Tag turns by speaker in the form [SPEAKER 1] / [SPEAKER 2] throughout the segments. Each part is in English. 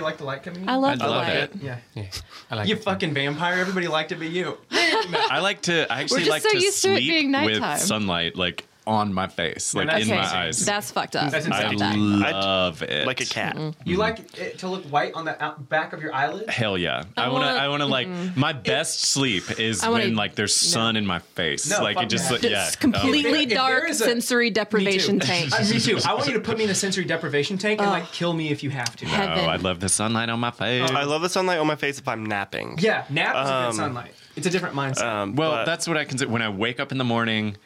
[SPEAKER 1] like the light coming in?
[SPEAKER 2] I love
[SPEAKER 3] I
[SPEAKER 2] the
[SPEAKER 3] love
[SPEAKER 2] light.
[SPEAKER 3] it.
[SPEAKER 1] Yeah.
[SPEAKER 4] Yeah, I like
[SPEAKER 1] You
[SPEAKER 4] it.
[SPEAKER 1] fucking vampire. Everybody liked to be you.
[SPEAKER 3] I like to. I actually
[SPEAKER 2] just
[SPEAKER 3] like
[SPEAKER 2] so
[SPEAKER 3] to
[SPEAKER 2] used to it
[SPEAKER 3] sleep
[SPEAKER 2] being nighttime.
[SPEAKER 3] with sunlight, like on my face, like
[SPEAKER 1] No, that's
[SPEAKER 3] in my
[SPEAKER 1] insane.
[SPEAKER 3] eyes.
[SPEAKER 2] That's fucked up. Mm-hmm.
[SPEAKER 1] That's
[SPEAKER 3] I
[SPEAKER 1] insane.
[SPEAKER 2] Stop that.
[SPEAKER 3] love it.
[SPEAKER 5] like a cat.
[SPEAKER 1] You like it to look white on the out- back of your eyelid?
[SPEAKER 3] Hell yeah! I want to.
[SPEAKER 2] want-
[SPEAKER 3] I want to like my best sleep is
[SPEAKER 2] Mm-hmm. I wanna-
[SPEAKER 3] when like there's sun in my face.
[SPEAKER 1] No,
[SPEAKER 3] like
[SPEAKER 1] fuck
[SPEAKER 3] it just
[SPEAKER 1] that.
[SPEAKER 3] like, yeah.
[SPEAKER 2] It's completely
[SPEAKER 1] If there- if
[SPEAKER 2] dark
[SPEAKER 1] there is a-
[SPEAKER 2] sensory deprivation
[SPEAKER 1] too.
[SPEAKER 2] tank.
[SPEAKER 1] Uh, me too. I want you to put me in a sensory deprivation tank and like kill me if you have to.
[SPEAKER 3] Oh,
[SPEAKER 2] Heaven.
[SPEAKER 3] I love the sunlight on my face.
[SPEAKER 5] Oh,
[SPEAKER 1] Oh,
[SPEAKER 5] I love the sunlight on my face if I'm napping.
[SPEAKER 1] Yeah, nap is a
[SPEAKER 5] Um,
[SPEAKER 1] good sunlight. It's a different mindset.
[SPEAKER 5] Um,
[SPEAKER 3] well,
[SPEAKER 5] but-
[SPEAKER 3] that's what I consider when I wake up in the morning,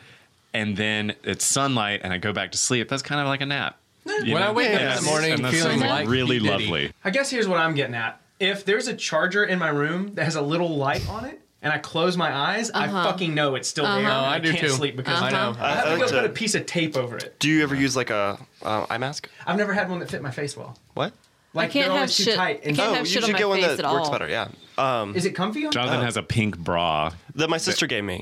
[SPEAKER 3] and then it's sunlight, and I go back to sleep. That's kind of like a nap. You
[SPEAKER 4] When I wake up in
[SPEAKER 3] Yes.
[SPEAKER 4] the morning
[SPEAKER 3] And that's
[SPEAKER 4] feeling
[SPEAKER 3] something
[SPEAKER 4] like
[SPEAKER 3] really
[SPEAKER 4] P. Diddy.
[SPEAKER 3] lovely.
[SPEAKER 1] I guess here's what I'm getting at. If there's a charger in my room that has a little light on it, and I close my eyes,
[SPEAKER 2] Uh-huh.
[SPEAKER 1] I fucking know it's still there.
[SPEAKER 4] Oh,
[SPEAKER 1] and
[SPEAKER 4] I do
[SPEAKER 1] can't
[SPEAKER 4] too. Uh-huh.
[SPEAKER 1] sleep because
[SPEAKER 4] I
[SPEAKER 1] of it.
[SPEAKER 4] know.
[SPEAKER 1] I have
[SPEAKER 5] I
[SPEAKER 1] to go
[SPEAKER 5] like
[SPEAKER 1] put
[SPEAKER 5] to-
[SPEAKER 1] a piece of tape over it.
[SPEAKER 5] Do you ever use like a uh, eye mask?
[SPEAKER 1] I've never had one that fit my face well.
[SPEAKER 5] What?
[SPEAKER 1] Like
[SPEAKER 2] Uh-huh. can't
[SPEAKER 1] they're
[SPEAKER 2] have
[SPEAKER 1] always too
[SPEAKER 2] shit-
[SPEAKER 1] tight.
[SPEAKER 2] I
[SPEAKER 1] And
[SPEAKER 2] can't have
[SPEAKER 5] Oh, you
[SPEAKER 2] shit on
[SPEAKER 5] should
[SPEAKER 2] my
[SPEAKER 5] get one
[SPEAKER 2] face
[SPEAKER 5] that
[SPEAKER 2] at
[SPEAKER 5] works
[SPEAKER 2] all.
[SPEAKER 5] better. Yeah, um,
[SPEAKER 1] is it comfy on? Oh.
[SPEAKER 3] Jonathan has a pink bra.
[SPEAKER 5] that my sister gave me.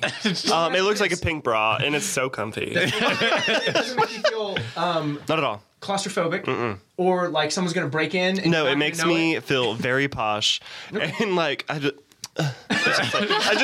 [SPEAKER 5] Um, it looks like a pink bra, and it's so comfy.
[SPEAKER 1] doesn't make you feel um,
[SPEAKER 5] Not at all.
[SPEAKER 1] claustrophobic or like someone's gonna break in. And
[SPEAKER 5] No,
[SPEAKER 1] you're
[SPEAKER 5] it
[SPEAKER 1] not
[SPEAKER 5] makes
[SPEAKER 1] gonna know
[SPEAKER 5] me
[SPEAKER 1] it.
[SPEAKER 5] feel very posh, and like I just, I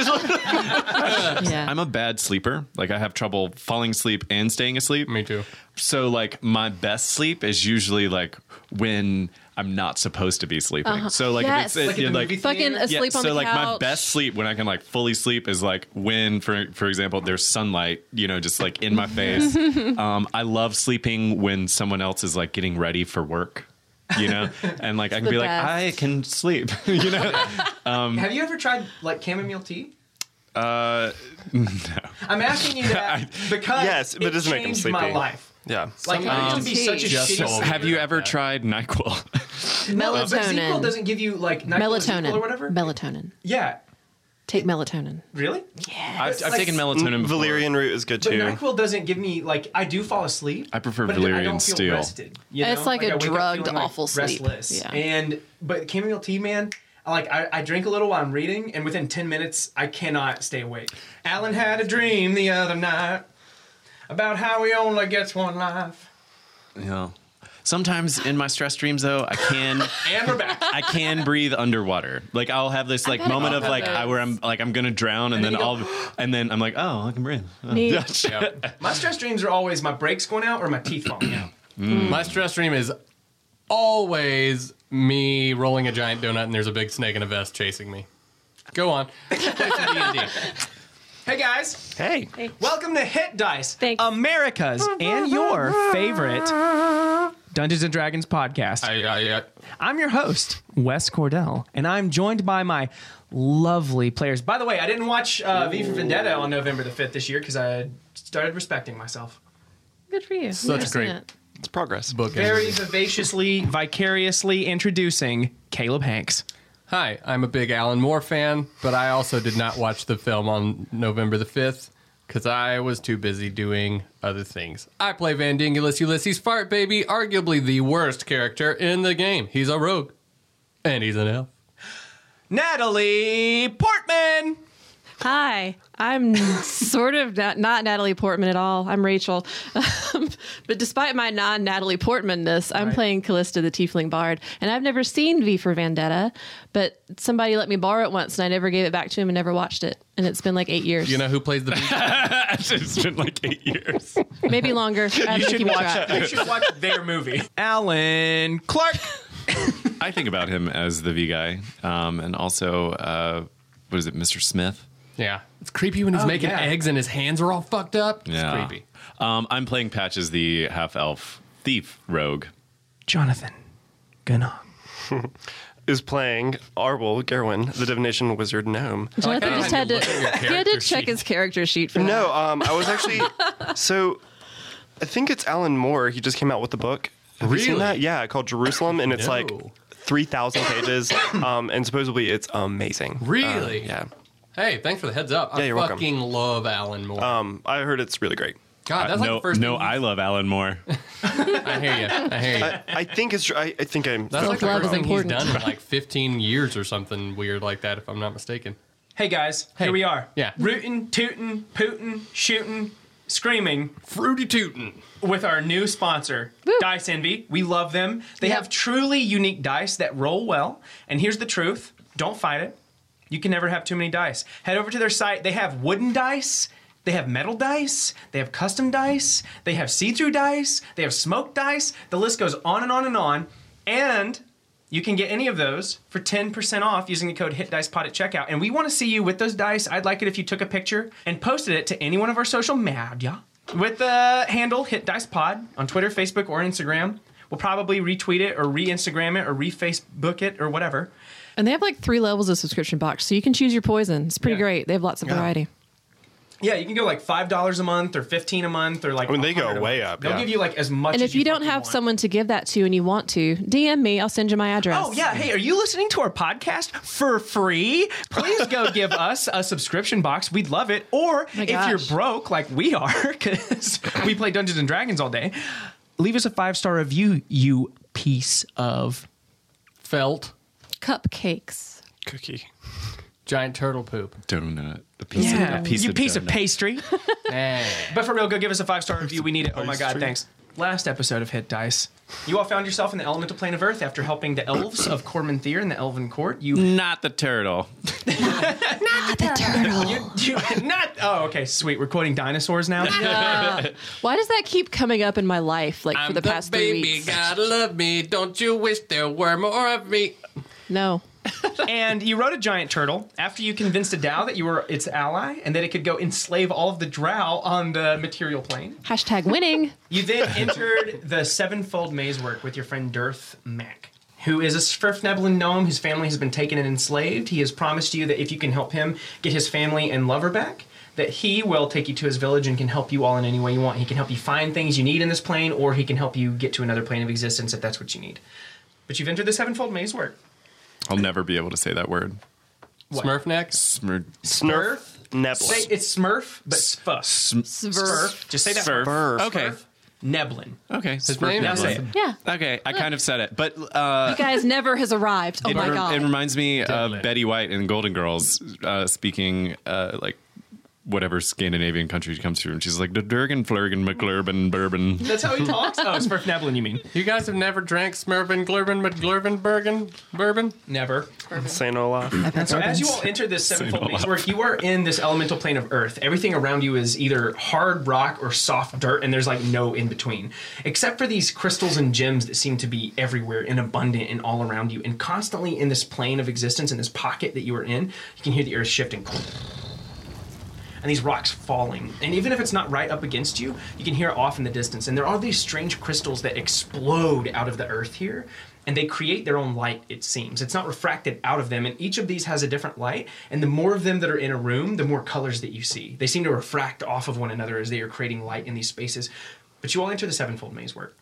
[SPEAKER 5] just
[SPEAKER 2] Yeah.
[SPEAKER 3] I'm a bad sleeper. Like I have trouble falling asleep and staying asleep.
[SPEAKER 4] Me too.
[SPEAKER 3] So like my best sleep is usually like when I'm not supposed to be sleeping. So like
[SPEAKER 2] Uh-huh. Yes.
[SPEAKER 3] if
[SPEAKER 1] Like
[SPEAKER 3] it's
[SPEAKER 1] at
[SPEAKER 3] it,
[SPEAKER 1] the
[SPEAKER 3] like,
[SPEAKER 1] movie
[SPEAKER 2] Fucking
[SPEAKER 1] theater?
[SPEAKER 2] asleep on
[SPEAKER 3] so
[SPEAKER 2] the
[SPEAKER 3] like
[SPEAKER 2] couch.
[SPEAKER 3] my best sleep when I can like fully sleep is like when for for example there's sunlight you know just like in my face. um, I love sleeping when someone else is like getting ready for work. You know, and like I can
[SPEAKER 2] the
[SPEAKER 3] be like,
[SPEAKER 2] best.
[SPEAKER 3] I can sleep. you know, Um,
[SPEAKER 1] Have you ever tried like chamomile tea?
[SPEAKER 3] uh,
[SPEAKER 1] I'm asking you that because
[SPEAKER 5] Yes, but it doesn't make them
[SPEAKER 1] changed my
[SPEAKER 5] sleepy.
[SPEAKER 1] life.
[SPEAKER 5] yeah.
[SPEAKER 1] Like I used to be such a
[SPEAKER 4] Just
[SPEAKER 1] shitty.
[SPEAKER 4] so-
[SPEAKER 1] sleeper.
[SPEAKER 3] Um, have you ever tried Nyquil?
[SPEAKER 1] No, but Sequel
[SPEAKER 2] Melatonin.
[SPEAKER 1] doesn't give you like NyQuil
[SPEAKER 2] melatonin.
[SPEAKER 1] Sequel or whatever.
[SPEAKER 2] Melatonin.
[SPEAKER 1] yeah,
[SPEAKER 2] Take melatonin.
[SPEAKER 1] really.
[SPEAKER 3] I've, I've
[SPEAKER 1] Like-
[SPEAKER 3] taken melatonin.
[SPEAKER 5] Mm,
[SPEAKER 3] Before.
[SPEAKER 5] Valerian root is good
[SPEAKER 1] But
[SPEAKER 5] too.
[SPEAKER 1] Nyquil doesn't give me like I do fall asleep.
[SPEAKER 3] I prefer
[SPEAKER 1] but I
[SPEAKER 3] Valerian
[SPEAKER 1] don't feel
[SPEAKER 3] Steel.
[SPEAKER 1] rested, you know?
[SPEAKER 2] It's like a
[SPEAKER 1] I wake up
[SPEAKER 2] drugged,
[SPEAKER 1] feeling, like,
[SPEAKER 2] awful sleep.
[SPEAKER 1] Restless.
[SPEAKER 2] Yeah.
[SPEAKER 1] And but chamomile tea, man. I Like I, I drink a little while I'm reading, and within ten minutes I cannot stay awake. Alan had a dream the other night about how he only gets one life.
[SPEAKER 3] Yeah. Sometimes in my stress dreams though, I can
[SPEAKER 1] And we're back.
[SPEAKER 3] I can breathe underwater. Like I'll have this like
[SPEAKER 2] bet I
[SPEAKER 3] moment
[SPEAKER 2] love
[SPEAKER 3] of like
[SPEAKER 2] those.
[SPEAKER 3] I, where I'm like I'm gonna drown and,
[SPEAKER 1] And
[SPEAKER 3] then
[SPEAKER 1] then
[SPEAKER 3] I'll
[SPEAKER 1] you
[SPEAKER 3] and then I'm like oh I can breathe. Oh.
[SPEAKER 2] Neat.
[SPEAKER 4] Yeah.
[SPEAKER 1] My stress dreams are always my brakes going out or my teeth falling out.
[SPEAKER 3] Mm.
[SPEAKER 4] My stress dream is always me rolling a giant donut and there's a big snake in a vest chasing me. Go on. Play some D&D.
[SPEAKER 1] Hey guys,
[SPEAKER 5] Hey,
[SPEAKER 1] Welcome to Hit Dice,
[SPEAKER 2] Thanks.
[SPEAKER 1] America's and your favorite Dungeons and Dragons podcast.
[SPEAKER 4] I, I, I,
[SPEAKER 1] I'm your host, Wes Cordell, and I'm joined by my lovely players. By the way, I didn't watch uh, V for Vendetta on November the 5th this year because I started respecting myself.
[SPEAKER 2] Good for you.
[SPEAKER 4] Such
[SPEAKER 2] You've
[SPEAKER 4] great-
[SPEAKER 2] seen it.
[SPEAKER 5] it's progress.
[SPEAKER 4] book
[SPEAKER 1] Very vivaciously, vicariously introducing Caleb Hanks.
[SPEAKER 4] Hi, I'm a big Alan Moore fan, but I also did not watch the film on November the 5th because I was too busy doing other things. I play Van Dingulus Ulysses Fart Baby, arguably the worst character in the game. He's a rogue, and he's an elf.
[SPEAKER 1] Natalie Portman.
[SPEAKER 2] Hi, I'm sort of not, not Natalie Portman at all. I'm Rachel. Um, but despite my non Natalie Portmanness, I'm playing Callista the Tiefling Bard. And I've never seen V for Vendetta, but somebody let me borrow it once and I never gave it back to him and never watched it. And it's been like eight years.
[SPEAKER 4] You know who plays the beast?
[SPEAKER 3] it's been like eight years.
[SPEAKER 2] Maybe longer. I you should watch it.
[SPEAKER 1] You should watch their movie. Alan Clark.
[SPEAKER 3] I think about him as the V guy, um, and also uh, what is it, Mr. Smith?
[SPEAKER 4] yeah. It's creepy
[SPEAKER 5] Oh,
[SPEAKER 4] when he's making
[SPEAKER 1] yeah.
[SPEAKER 4] eggs and his hands are all fucked up. It's creepy.
[SPEAKER 3] Um, I'm playing Patches, the half elf thief rogue.
[SPEAKER 1] Jonathan Gunnar.
[SPEAKER 5] Is playing Arwol Gerwin, the divination wizard gnome.
[SPEAKER 2] Jonathan just had to, he had to check his character sheet for
[SPEAKER 5] No, um, I was actually so. I think it's Alan Moore. He just came out with the book. Have you seen
[SPEAKER 4] Really?
[SPEAKER 5] that? Yeah, called Jerusalem, and it's like
[SPEAKER 4] No.
[SPEAKER 5] three thousand pages, um, and supposedly it's amazing.
[SPEAKER 4] Really?
[SPEAKER 5] Um, yeah.
[SPEAKER 4] Hey, thanks for the heads up. I
[SPEAKER 5] Yeah, you're welcome.
[SPEAKER 4] fucking love Alan Moore.
[SPEAKER 5] Um, I heard it's really great.
[SPEAKER 4] God, that's
[SPEAKER 3] Uh, no,
[SPEAKER 4] like the first
[SPEAKER 3] no,
[SPEAKER 4] thing-
[SPEAKER 3] I love Alan Moore.
[SPEAKER 4] I hear you. I hear you.
[SPEAKER 5] I, I think it's. I, I think I'm.
[SPEAKER 4] That's like the
[SPEAKER 2] Love
[SPEAKER 4] first
[SPEAKER 2] is
[SPEAKER 4] thing he's
[SPEAKER 2] important.
[SPEAKER 4] done in like 15 years or something weird like that, if I'm not mistaken.
[SPEAKER 1] Hey guys,
[SPEAKER 4] Hey.
[SPEAKER 1] here we are.
[SPEAKER 4] Yeah.
[SPEAKER 1] Rootin', tootin', pootin', shootin', screaming
[SPEAKER 4] Fruity tootin'.
[SPEAKER 1] with our new sponsor, Dice Envy. We love them. They
[SPEAKER 2] Yeah.
[SPEAKER 1] have truly unique dice that roll well. And here's the truth don't fight it. You can never have too many dice. Head over to their site. They have wooden dice, they have metal dice, they have custom dice, they have see through dice, they have smoked dice. The list goes on and on and on. And you can get any of those for 10% off using the code HITDICEPOD at checkout. And we want to see you with those dice. I'd like it if you took a picture and posted it to any one of our social media with the handle HitDicePod on Twitter, Facebook, or Instagram. We'll probably retweet it or re-Instagram it or re-Facebook it or whatever.
[SPEAKER 2] And they have like three levels of subscription box, so you can choose your poison. It's pretty
[SPEAKER 1] Yeah.
[SPEAKER 2] great. They have lots of variety.
[SPEAKER 1] Yeah, you can go like $5 a month or 15 a month or like
[SPEAKER 5] I mean, they go
[SPEAKER 1] 100 a
[SPEAKER 5] way
[SPEAKER 1] month.
[SPEAKER 5] up,
[SPEAKER 1] They'll
[SPEAKER 5] yeah.
[SPEAKER 1] give you like as much
[SPEAKER 2] And
[SPEAKER 1] as
[SPEAKER 2] if you don't
[SPEAKER 1] fucking
[SPEAKER 2] have
[SPEAKER 1] want.
[SPEAKER 2] someone to give that to and you want to, DM me. I'll send you my address.
[SPEAKER 1] Oh yeah, hey, are you listening to our podcast for free? Please go give us a subscription box. We'd love it. Or
[SPEAKER 2] Oh my
[SPEAKER 1] if
[SPEAKER 2] gosh.
[SPEAKER 1] you're broke like we are cuz we play Dungeons and Dragons all day, leave us a five-star review, you piece of
[SPEAKER 4] Felt.
[SPEAKER 2] Cupcakes.
[SPEAKER 5] Cookie.
[SPEAKER 4] Giant turtle poop.
[SPEAKER 3] donut. A piece of a piece
[SPEAKER 1] you
[SPEAKER 3] of
[SPEAKER 1] piece of
[SPEAKER 3] donut.
[SPEAKER 1] pastry.
[SPEAKER 4] Eh.
[SPEAKER 1] But for real, go give us a five star review. We need it. Oh my god, thanks. Last episode of Hit Dice. You all found yourself in the elemental plane of Earth after helping the elves of Cormanthir in the Elven Court. You,
[SPEAKER 3] Not the turtle.
[SPEAKER 1] you, you not. Oh, okay, sweet. We're quoting dinosaurs now.
[SPEAKER 2] Why does that keep coming up in my life, like for the, past three
[SPEAKER 4] baby,
[SPEAKER 2] weeks?
[SPEAKER 4] gotta love me. Don't you wish there were more of me?
[SPEAKER 2] No.
[SPEAKER 1] And you rode a giant turtle after you convinced a Dow that you were its ally and that it could go enslave all of the Drow on the material plane.
[SPEAKER 2] Hashtag winning.
[SPEAKER 1] You then entered the sevenfold maze work with your friend Dearth Mack, who is a Sfrifneblin gnome whose family has been taken and enslaved. He has promised you that if you can help him get his family and lover back, that he will take you to his village and can help you all in any way you want. He can help you find things you need in this plane, or he can help you get to another plane of existence if that's what you need. But you've entered the sevenfold maze work.
[SPEAKER 3] I'll never be able to say that word.
[SPEAKER 4] Smurf neck?
[SPEAKER 3] Smir-
[SPEAKER 5] Snurf.
[SPEAKER 1] Say
[SPEAKER 5] Nebula.
[SPEAKER 1] it's Smurf, but Sfuff. Smurf. Just say that.
[SPEAKER 3] Smurf.
[SPEAKER 5] Smurf.
[SPEAKER 3] Okay.
[SPEAKER 1] Smurf Neblin.
[SPEAKER 3] Okay. Smurf
[SPEAKER 4] name
[SPEAKER 1] Now
[SPEAKER 4] is-
[SPEAKER 1] say
[SPEAKER 3] Neblin.
[SPEAKER 1] it.
[SPEAKER 2] Yeah.
[SPEAKER 3] Okay, I kind of said it, but
[SPEAKER 2] You
[SPEAKER 3] uh,
[SPEAKER 2] guys never has arrived. Oh
[SPEAKER 3] it,
[SPEAKER 2] my
[SPEAKER 3] rem-
[SPEAKER 2] god.
[SPEAKER 3] it reminds me
[SPEAKER 4] Deadlift.
[SPEAKER 3] of Betty White and Golden Girls uh, speaking uh, like whatever Scandinavian country she comes to, and she's like the Durgan, Flurgan, McLurban, Bourbon.
[SPEAKER 1] That's how he talks? Oh, Smurf Neblin, you mean?
[SPEAKER 4] You guys have never drank Smurfin, Glurvin, McGlurvin, Bergen, Bourbon?
[SPEAKER 1] Never.
[SPEAKER 5] Saint Olaf.
[SPEAKER 1] So as you all enter this sevenfold maze work, you are in this elemental plane of earth. Everything around you is either hard rock or soft dirt, and there's like no in between, except for these crystals and gems that seem to be everywhere and abundant and all around you, and constantly in this plane of existence, in this pocket that you are in, you can hear the earth shifting. and these rocks falling. And even if it's not right up against you, you can hear it off in the distance. And there are these strange crystals that explode out of the earth here, and they create their own light, it seems. It's not refracted out of them, and each of these has a different light. And the more of them that are in a room, the more colors that you see. They seem to refract off of one another as they are creating light in these spaces. But you all enter the sevenfold maze work.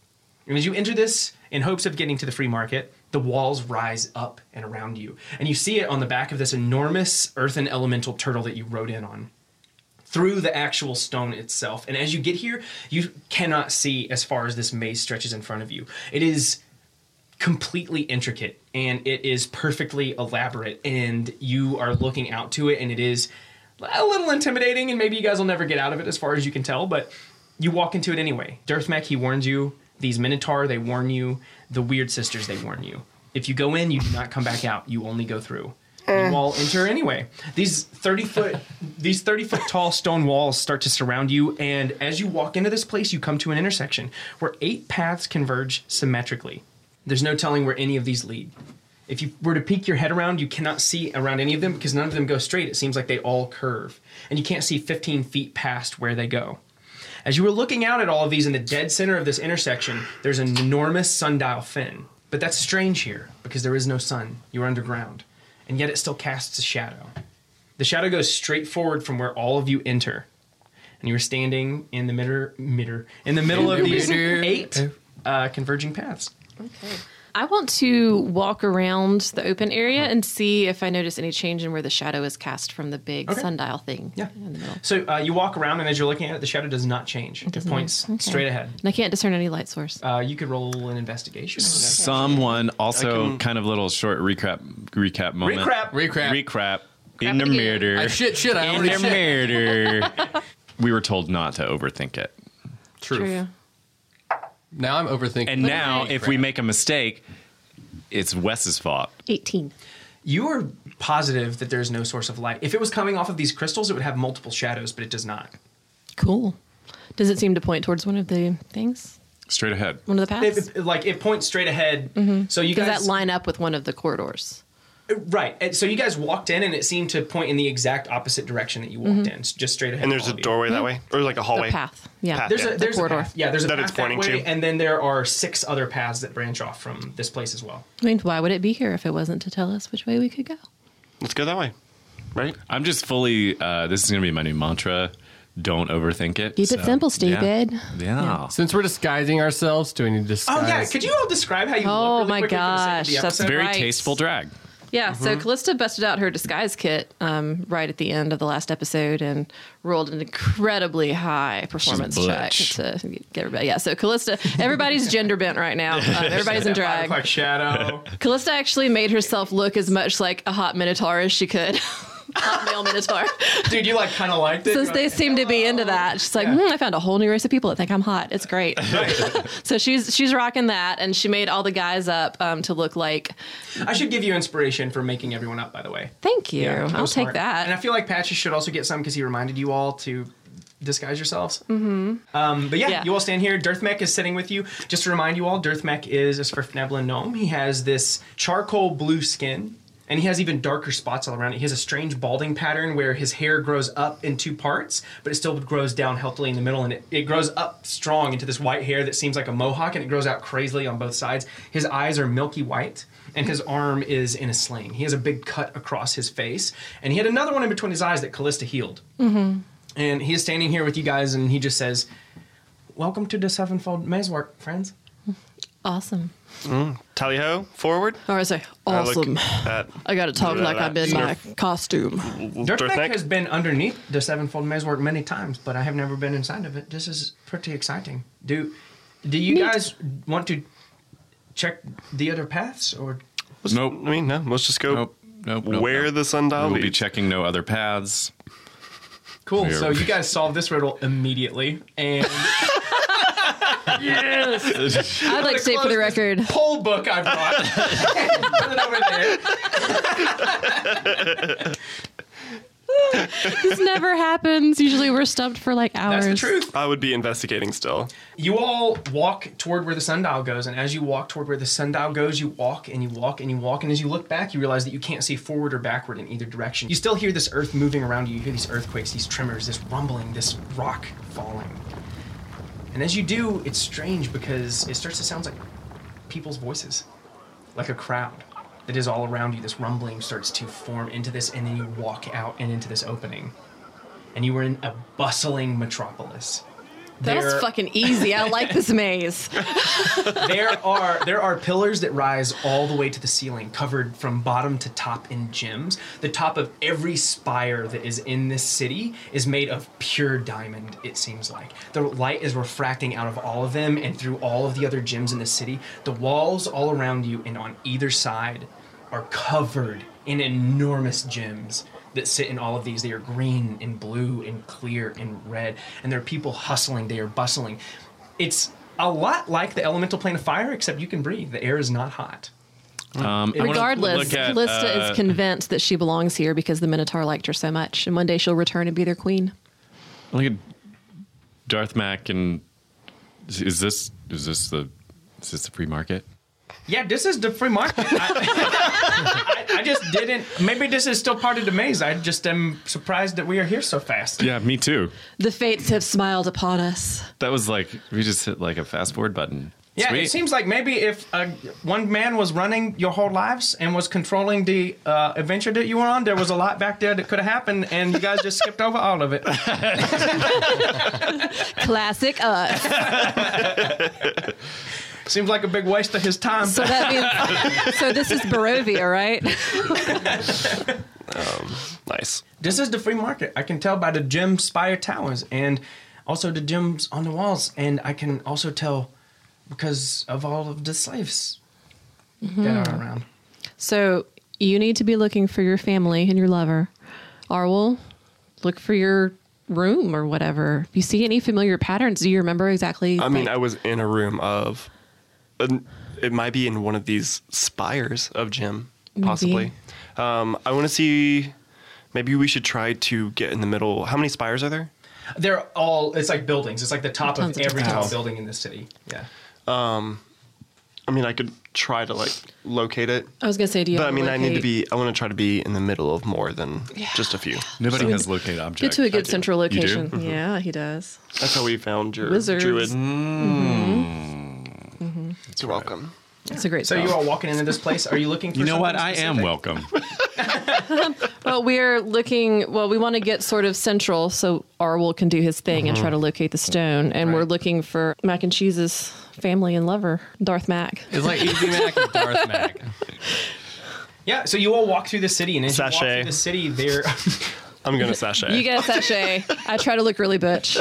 [SPEAKER 1] And as you enter this in hopes of getting to the free market, the walls rise up and around you. And you see it on the back of this enormous earthen elemental turtle that you rode in on through the actual stone itself. And as you get here, you cannot see as far as this maze stretches in front of you. It is completely intricate and it is perfectly elaborate, and you are looking out to it, and it is a little intimidating, and maybe you guys will never get out of it as far as you can tell, but you walk into it anyway. Dearthmech, he warns you. These Minotaur, they warn you. The Weird Sisters, they warn you. If you go in, you do not come back out. You only go through. You all enter anyway. These thirty foot, these thirty foot tall stone walls start to surround you, and as you walk into this place, you come to an intersection where eight paths converge symmetrically. There's no telling where any of these lead. If you were to peek your head around, you cannot see around any of them because none of them go straight. It seems like they all curve, and you can't see 15 feet past where they go. As you were looking out at all of these in the dead center of this intersection, there's an enormous sundial fin. But that's strange here because there is no sun. You're underground. And yet it still casts a shadow. The shadow goes straight forward from where all of you enter. And you're standing in the middle, middle in the middle of
[SPEAKER 4] the
[SPEAKER 1] these
[SPEAKER 4] middle.
[SPEAKER 1] eight uh, converging paths.
[SPEAKER 2] I want to walk around the open area and see if I notice any change in where the shadow is cast from the big
[SPEAKER 1] Okay.
[SPEAKER 2] sundial thing
[SPEAKER 1] Yeah.
[SPEAKER 2] in the middle.
[SPEAKER 1] So uh, you walk around, and as you're looking at it, the shadow does not change. It, points straight ahead.
[SPEAKER 2] And I can't discern any light source.
[SPEAKER 1] Uh, you could roll an investigation.
[SPEAKER 3] Someone also kind of little short recap recap moment.
[SPEAKER 1] Recrap.
[SPEAKER 4] Recrap.
[SPEAKER 3] Recap. In the
[SPEAKER 2] again.
[SPEAKER 3] murder.
[SPEAKER 4] I shit, shit, I
[SPEAKER 3] In
[SPEAKER 4] already
[SPEAKER 3] the
[SPEAKER 4] shit.
[SPEAKER 3] murder. we were told not to overthink it.
[SPEAKER 4] Truth.
[SPEAKER 2] True.
[SPEAKER 4] Now I'm overthinking.
[SPEAKER 3] And now, if we make a mistake, it's Wes's fault.
[SPEAKER 2] 18.
[SPEAKER 1] You are positive that there is no source of light. If it was coming off of these crystals, it would have multiple shadows, but it does not.
[SPEAKER 2] Cool. Does it seem to point towards one of the things?
[SPEAKER 3] Straight
[SPEAKER 5] Uh,
[SPEAKER 3] ahead.
[SPEAKER 2] One of the
[SPEAKER 1] It,
[SPEAKER 2] paths? Mm-hmm.
[SPEAKER 1] it- like it points straight ahead. So you
[SPEAKER 2] Does
[SPEAKER 1] guys
[SPEAKER 2] that line up with one of the corridors?
[SPEAKER 1] right. And So you guys walked in, and it seemed to point in the exact opposite direction that you walked in, s- just straight ahead.
[SPEAKER 5] And
[SPEAKER 1] of
[SPEAKER 5] there's
[SPEAKER 1] all
[SPEAKER 5] a
[SPEAKER 1] of you.
[SPEAKER 5] doorway that way, or like a hallway.
[SPEAKER 2] Mm-hmm. The path. Yeah.
[SPEAKER 5] Path.
[SPEAKER 1] There's
[SPEAKER 5] Yeah.
[SPEAKER 1] a there's a
[SPEAKER 2] corridor.
[SPEAKER 1] path. Yeah, there's a
[SPEAKER 5] That
[SPEAKER 1] path
[SPEAKER 5] it's pointing
[SPEAKER 1] that way,
[SPEAKER 5] to.
[SPEAKER 1] and then there are six other paths that branch off from this place as well.
[SPEAKER 2] I mean, why would it be here if it wasn't to tell us which way we could go?
[SPEAKER 5] Let's go that way. Right?
[SPEAKER 3] I'm just fully. Uh, this is gonna be my new mantra. Don't overthink it.
[SPEAKER 2] Keep it simple, stupid.
[SPEAKER 3] Yeah.
[SPEAKER 4] Since we're disguising ourselves, do we need to disguise?
[SPEAKER 1] Oh yeah, could you all describe how you
[SPEAKER 2] Oh,
[SPEAKER 1] look?
[SPEAKER 2] my
[SPEAKER 1] Really quickly for the sake of the
[SPEAKER 2] gosh, that's
[SPEAKER 1] episode? Mm-hmm.
[SPEAKER 3] Very
[SPEAKER 2] Right.
[SPEAKER 3] tasteful drag.
[SPEAKER 2] Yeah, so Callista busted out her disguise kit um, right at the end of the last episode and rolled an incredibly high performance check
[SPEAKER 3] butch.
[SPEAKER 2] to get everybody. Yeah, so Callista, everybody's gender bent right now. Um, everybody's in
[SPEAKER 1] That five
[SPEAKER 2] drag.
[SPEAKER 1] o'clock shadow.
[SPEAKER 2] Callista actually made herself look as much like a hot minotaur as she could. hot male minotaur.
[SPEAKER 1] Dude, you like kind of liked it.
[SPEAKER 2] Since
[SPEAKER 1] You're
[SPEAKER 2] they
[SPEAKER 1] like,
[SPEAKER 2] seem to be into that, she's like, hmm, I found a whole new race of people that think I'm hot. It's great. so she's she's rocking that, and she made all the guys up um, to look like.
[SPEAKER 1] I should give you inspiration for making everyone up. By the way,
[SPEAKER 2] Thank you.
[SPEAKER 1] Yeah, that
[SPEAKER 2] I'll
[SPEAKER 1] was
[SPEAKER 2] take
[SPEAKER 1] smart.
[SPEAKER 2] that.
[SPEAKER 1] And I feel like Patches should also get some because he reminded you all to disguise yourselves. Mm-hmm. Um, but yeah,
[SPEAKER 2] Yeah.
[SPEAKER 1] you all stand here. Dirthmek is sitting with you. Just to remind you all, Dirthmek is a Sverfneblin gnome. He has this charcoal blue skin. And he has even darker spots all around it. He has a strange balding pattern where his hair grows up in two parts, but it still grows down healthily in the middle. And it, it grows up strong into this white hair that seems like a mohawk and it grows out crazily on both sides. His eyes are milky white and his arm is in a sling. He has a big cut across his face. And he had another one in between his eyes that Callista healed and he is standing here with you guys, and he just says, "Welcome to the Sevenfold Mazework, friends."
[SPEAKER 2] awesome.
[SPEAKER 5] Tally ho, Mm, forward.
[SPEAKER 2] Or I say,
[SPEAKER 5] I look
[SPEAKER 2] awesome.
[SPEAKER 5] at-
[SPEAKER 2] I gotta talk
[SPEAKER 5] Yeah,
[SPEAKER 2] like I'm
[SPEAKER 5] that
[SPEAKER 2] in my costume.
[SPEAKER 1] Dirtbag
[SPEAKER 5] Dirtbag?
[SPEAKER 1] has been underneath the Sevenfold Mazework many times, but I have never been inside of it. This is pretty exciting. Do do you guys want to check the other paths, or
[SPEAKER 3] Nope.
[SPEAKER 5] I mean, no. Let's just go
[SPEAKER 3] Nope. Nope. nope,
[SPEAKER 5] where
[SPEAKER 3] nope.
[SPEAKER 5] the sundial
[SPEAKER 3] We'll be
[SPEAKER 5] leads.
[SPEAKER 3] checking no other paths.
[SPEAKER 1] cool?
[SPEAKER 3] Yeah.
[SPEAKER 1] So you guys solve this riddle immediately, and
[SPEAKER 2] I'd like to say for the
[SPEAKER 1] close this
[SPEAKER 2] record,
[SPEAKER 1] whole book I brought. and put it over there.
[SPEAKER 2] this never happens. Usually we're stumped for like hours.
[SPEAKER 1] That's the truth.
[SPEAKER 5] I would be investigating still.
[SPEAKER 1] you all walk toward where the sundial goes, and as you walk toward where the sundial goes, you walk and you walk and you walk, and as you look back, you realize that you can't see forward or backward in either direction. You still hear this earth moving around you. You hear these earthquakes, these tremors, this rumbling, this rock falling. And as you do, it's strange because it starts to sound like people's voices, like a crowd that is all around you. This rumbling starts to form into this, and then you walk out and into this opening. And you are in a bustling metropolis.
[SPEAKER 2] That was
[SPEAKER 1] There-
[SPEAKER 2] fucking easy. I like this maze.
[SPEAKER 1] there are there are pillars that rise all the way to the ceiling, covered from bottom to top in gems. The top of every spire that is in this city is made of pure diamond. It seems like the light is refracting out of all of them and through all of the other gems in the city. The walls all around you and on either side are covered in enormous gems that sit in all of these. They are green and blue and clear and red, and there are people hustling. They are bustling. It's a lot like the elemental plane of fire, except you can breathe. The air is not hot.
[SPEAKER 4] Mm.
[SPEAKER 3] Um, I wanna
[SPEAKER 2] Regardless,
[SPEAKER 3] look at,
[SPEAKER 2] Callista
[SPEAKER 3] uh,
[SPEAKER 2] is convinced that she belongs here because the Minotaur liked her so much, and one day she'll return and be their queen.
[SPEAKER 3] Look at Darth Mac and is this is this the is this the free market?
[SPEAKER 1] Yeah, this is the free market. I, I, I just didn't. Maybe this is still part of the maze. I just am surprised that we are here so fast.
[SPEAKER 3] Yeah, me too.
[SPEAKER 2] The fates have smiled upon us.
[SPEAKER 3] That was like we just hit like a fast forward button.
[SPEAKER 1] Yeah,
[SPEAKER 3] Sweet.
[SPEAKER 1] it seems like maybe if uh, one man was running your whole lives and was controlling the uh, adventure that you were on, there was a lot back there that could have happened, and you guys just skipped over all of it.
[SPEAKER 2] Classic us.
[SPEAKER 1] Seems like a big waste of his time.
[SPEAKER 2] So that means, so this is Barovia, right?
[SPEAKER 5] Nice.
[SPEAKER 1] this is the free market. I can tell by the gem spire towers and also the gems on the walls, and I can also tell because of all of the slaves that
[SPEAKER 2] Mm-hmm.
[SPEAKER 1] are around.
[SPEAKER 2] So you need to be looking for your family and your lover. Arwol, look for your room or whatever? If you see any familiar patterns, do you remember exactly?
[SPEAKER 5] I mean,
[SPEAKER 2] like-
[SPEAKER 5] I was in a room of. an- It might be in one of these spires of Jim, possibly. Um, I want to see. Maybe we should try to get in the middle. How many spires are there?
[SPEAKER 1] They're all. It's like buildings. It's like the top
[SPEAKER 2] Tons
[SPEAKER 1] of
[SPEAKER 2] of
[SPEAKER 1] every
[SPEAKER 2] different
[SPEAKER 1] tall
[SPEAKER 2] houses.
[SPEAKER 1] building in this city. Yeah.
[SPEAKER 5] Um, I mean, I could try to like locate it,
[SPEAKER 2] I was gonna say, do you?
[SPEAKER 5] but I
[SPEAKER 2] have
[SPEAKER 5] mean, I need to
[SPEAKER 2] locate-
[SPEAKER 5] be. I want to try to be in the middle of more than just a few.
[SPEAKER 3] Nobody has locate object.
[SPEAKER 2] get to a good
[SPEAKER 5] do.
[SPEAKER 2] central
[SPEAKER 3] do? Mm-hmm.
[SPEAKER 2] location. Yeah, he does.
[SPEAKER 5] That's how we found your
[SPEAKER 2] Wizards. Mm-hmm.
[SPEAKER 5] druid. Mm-hmm. You're welcome.
[SPEAKER 2] It's a great.
[SPEAKER 1] So
[SPEAKER 2] spell.
[SPEAKER 1] you are walking into this place. Are you looking? for
[SPEAKER 3] You know what?
[SPEAKER 1] something
[SPEAKER 3] I am
[SPEAKER 1] specific?
[SPEAKER 3] welcome.
[SPEAKER 2] Well, we're looking. Well, we want to get sort of central so Arwol can do his thing and try to locate the stone. And we're looking for Mac and Cheese's family and lover, Darth Mac.
[SPEAKER 4] It's like Easy Mac and Darth Mac.
[SPEAKER 1] Yeah. So you all walk through the city, and as you walk
[SPEAKER 5] Sachet.
[SPEAKER 1] through the city, there.
[SPEAKER 5] I'm gonna sashay.
[SPEAKER 2] You get a sachet. I try to look really butch.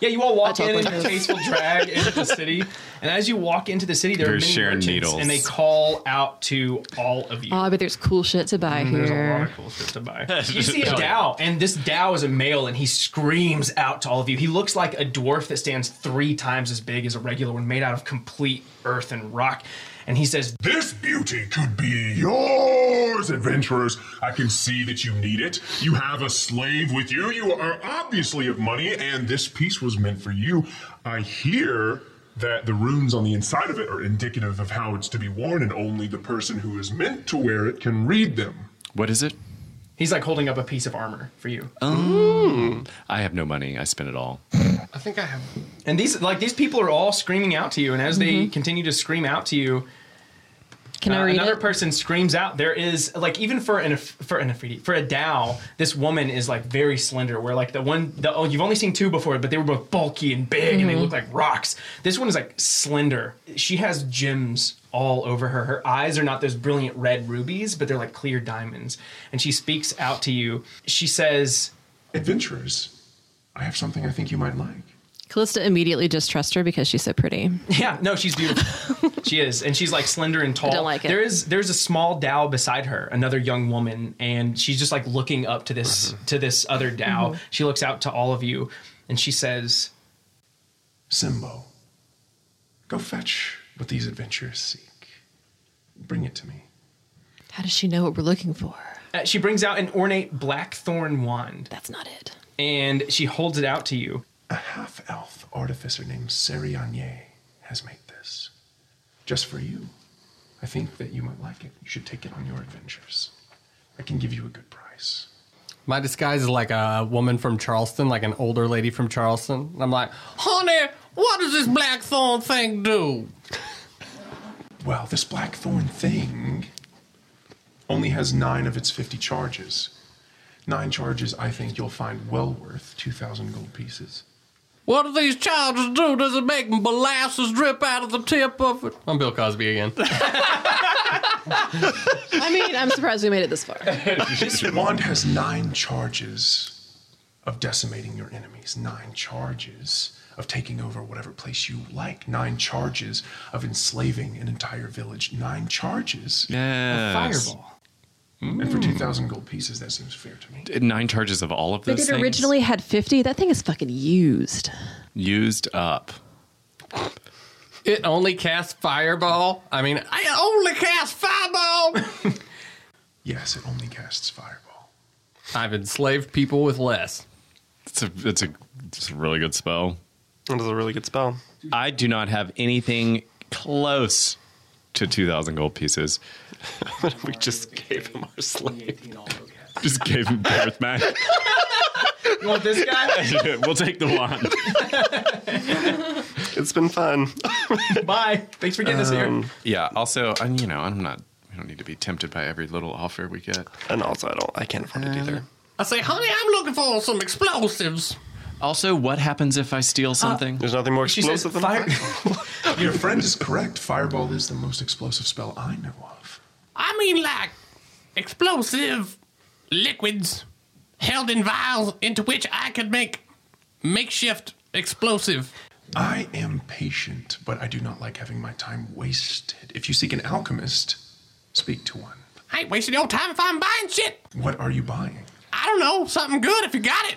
[SPEAKER 1] yeah, you all walk
[SPEAKER 2] I
[SPEAKER 1] in
[SPEAKER 2] totally
[SPEAKER 1] in your
[SPEAKER 2] do.
[SPEAKER 1] tasteful drag into the city, and as you walk into the city, there are
[SPEAKER 3] You're
[SPEAKER 1] many
[SPEAKER 3] sharing
[SPEAKER 1] merchants,
[SPEAKER 3] needles.
[SPEAKER 1] and they call out to all of you. Mm,
[SPEAKER 2] Oh, but there's cool shit to buy
[SPEAKER 1] There's a lot
[SPEAKER 2] here.
[SPEAKER 1] of cool shit to buy. You see
[SPEAKER 3] Oh,
[SPEAKER 1] a Dow, and this Dow is a male, and he screams out to all of you. He looks like a dwarf that stands three times as big as a regular one, made out of complete earth and rock. And he says,
[SPEAKER 6] This beauty could be yours, adventurers. I can see that you need it. You have a slave with you. You are obviously of money, and this piece was meant for you. I hear that the runes on the inside of it are indicative of how it's to be worn, and only the person who is meant to wear it can read them.
[SPEAKER 3] What is it?
[SPEAKER 1] He's like holding up a piece of armor for you.
[SPEAKER 3] I have no money. I spent it all.
[SPEAKER 4] I think I have.
[SPEAKER 1] And these like these people are all screaming out to you, and as they continue to scream out to you,
[SPEAKER 2] Mm-hmm. Can I
[SPEAKER 1] uh,
[SPEAKER 2] read
[SPEAKER 1] another
[SPEAKER 2] it?
[SPEAKER 1] person screams out. There is like even for an for an Afridi, for a Dow, this woman is like very slender. Where like the one the oh you've only seen two before, but they were both bulky and big
[SPEAKER 2] Mm-hmm.
[SPEAKER 1] and they look like rocks. This one is like slender. She has gems all over her. Her eyes are not those brilliant red rubies, but they're like clear diamonds. And she speaks out to you. She says,
[SPEAKER 6] Adventurers, I have something I think you might like.
[SPEAKER 2] Callista immediately distrusts her because she's so pretty.
[SPEAKER 1] Yeah, no, she's beautiful. she is, and she's like slender and tall.
[SPEAKER 2] I don't like it.
[SPEAKER 1] There is there's a small Dow beside her, another young woman, and she's just like looking up to this
[SPEAKER 6] Mm-hmm.
[SPEAKER 1] to this other Dow.
[SPEAKER 2] Mm-hmm.
[SPEAKER 1] She looks out to all of you, and she says,
[SPEAKER 6] Simbo, go fetch what these adventurers seek. Bring it to me.
[SPEAKER 2] How does she know what we're looking for?
[SPEAKER 1] uh, she brings out an ornate blackthorn wand,
[SPEAKER 2] That's not it.
[SPEAKER 1] and she holds it out to you.
[SPEAKER 6] A half elf artificer named Serianye has made this. Just for you. I think that you might like it. You should take it on your adventures. I can give you a good price.
[SPEAKER 4] My disguise is like a woman from Charleston, like an older lady from Charleston. And I'm like, honey, what does this black thorn thing do?
[SPEAKER 6] Well, this Blackthorn thing only has nine of its 50 charges. Nine charges, I think you'll find well worth 2,000 gold pieces.
[SPEAKER 4] What do these charges do? Does it make molasses drip out of the tip of it? I'm Bill Cosby again.
[SPEAKER 2] I mean, I'm surprised we made it this far.
[SPEAKER 6] This wand has nine charges of decimating your enemies, nine charges of taking over whatever place you like, nine charges of enslaving an entire village, nine charges.
[SPEAKER 3] Yes.
[SPEAKER 1] Fireball.
[SPEAKER 6] And for 2,000 gold pieces, that seems fair to me.
[SPEAKER 3] Nine charges of all of
[SPEAKER 2] But it
[SPEAKER 3] those things
[SPEAKER 2] originally had 50. That thing is fucking used.
[SPEAKER 3] used up.
[SPEAKER 4] It only casts fireball. I mean, I only cast fireball.
[SPEAKER 6] Yes, it only casts fireball.
[SPEAKER 4] I've enslaved people with less.
[SPEAKER 3] It's a it's a it's a really good spell.
[SPEAKER 5] That is a really good spell.
[SPEAKER 3] I do not have anything close to two thousand gold pieces.
[SPEAKER 5] We just gave him our slave.
[SPEAKER 3] Just gave him Darth Mac.
[SPEAKER 1] You want this guy?
[SPEAKER 3] we'll take the wand.
[SPEAKER 5] It's been fun. Um,
[SPEAKER 1] Bye. Thanks for getting us
[SPEAKER 6] Um,
[SPEAKER 1] here.
[SPEAKER 3] Yeah. Also, and you know, I'm not. We don't need to be tempted by every little offer we get. Uh,
[SPEAKER 5] And also, I don't. I can't afford it either.
[SPEAKER 4] I say, honey, I'm looking for some explosives. Ah.
[SPEAKER 3] Also, what happens if I steal something?
[SPEAKER 5] There's nothing more
[SPEAKER 1] She says,
[SPEAKER 5] explosive than
[SPEAKER 1] "Fire."
[SPEAKER 6] Your friend is correct. Fireball is the most explosive spell I know of.
[SPEAKER 4] I mean, like explosive liquids held in vials into which I could make makeshift explosive.
[SPEAKER 6] I am patient, but I do not like having my time wasted. If you seek an alchemist, speak to one.
[SPEAKER 4] I ain't wasting your time if I'm buying shit.
[SPEAKER 6] What are you buying?
[SPEAKER 4] I don't know, something good if you got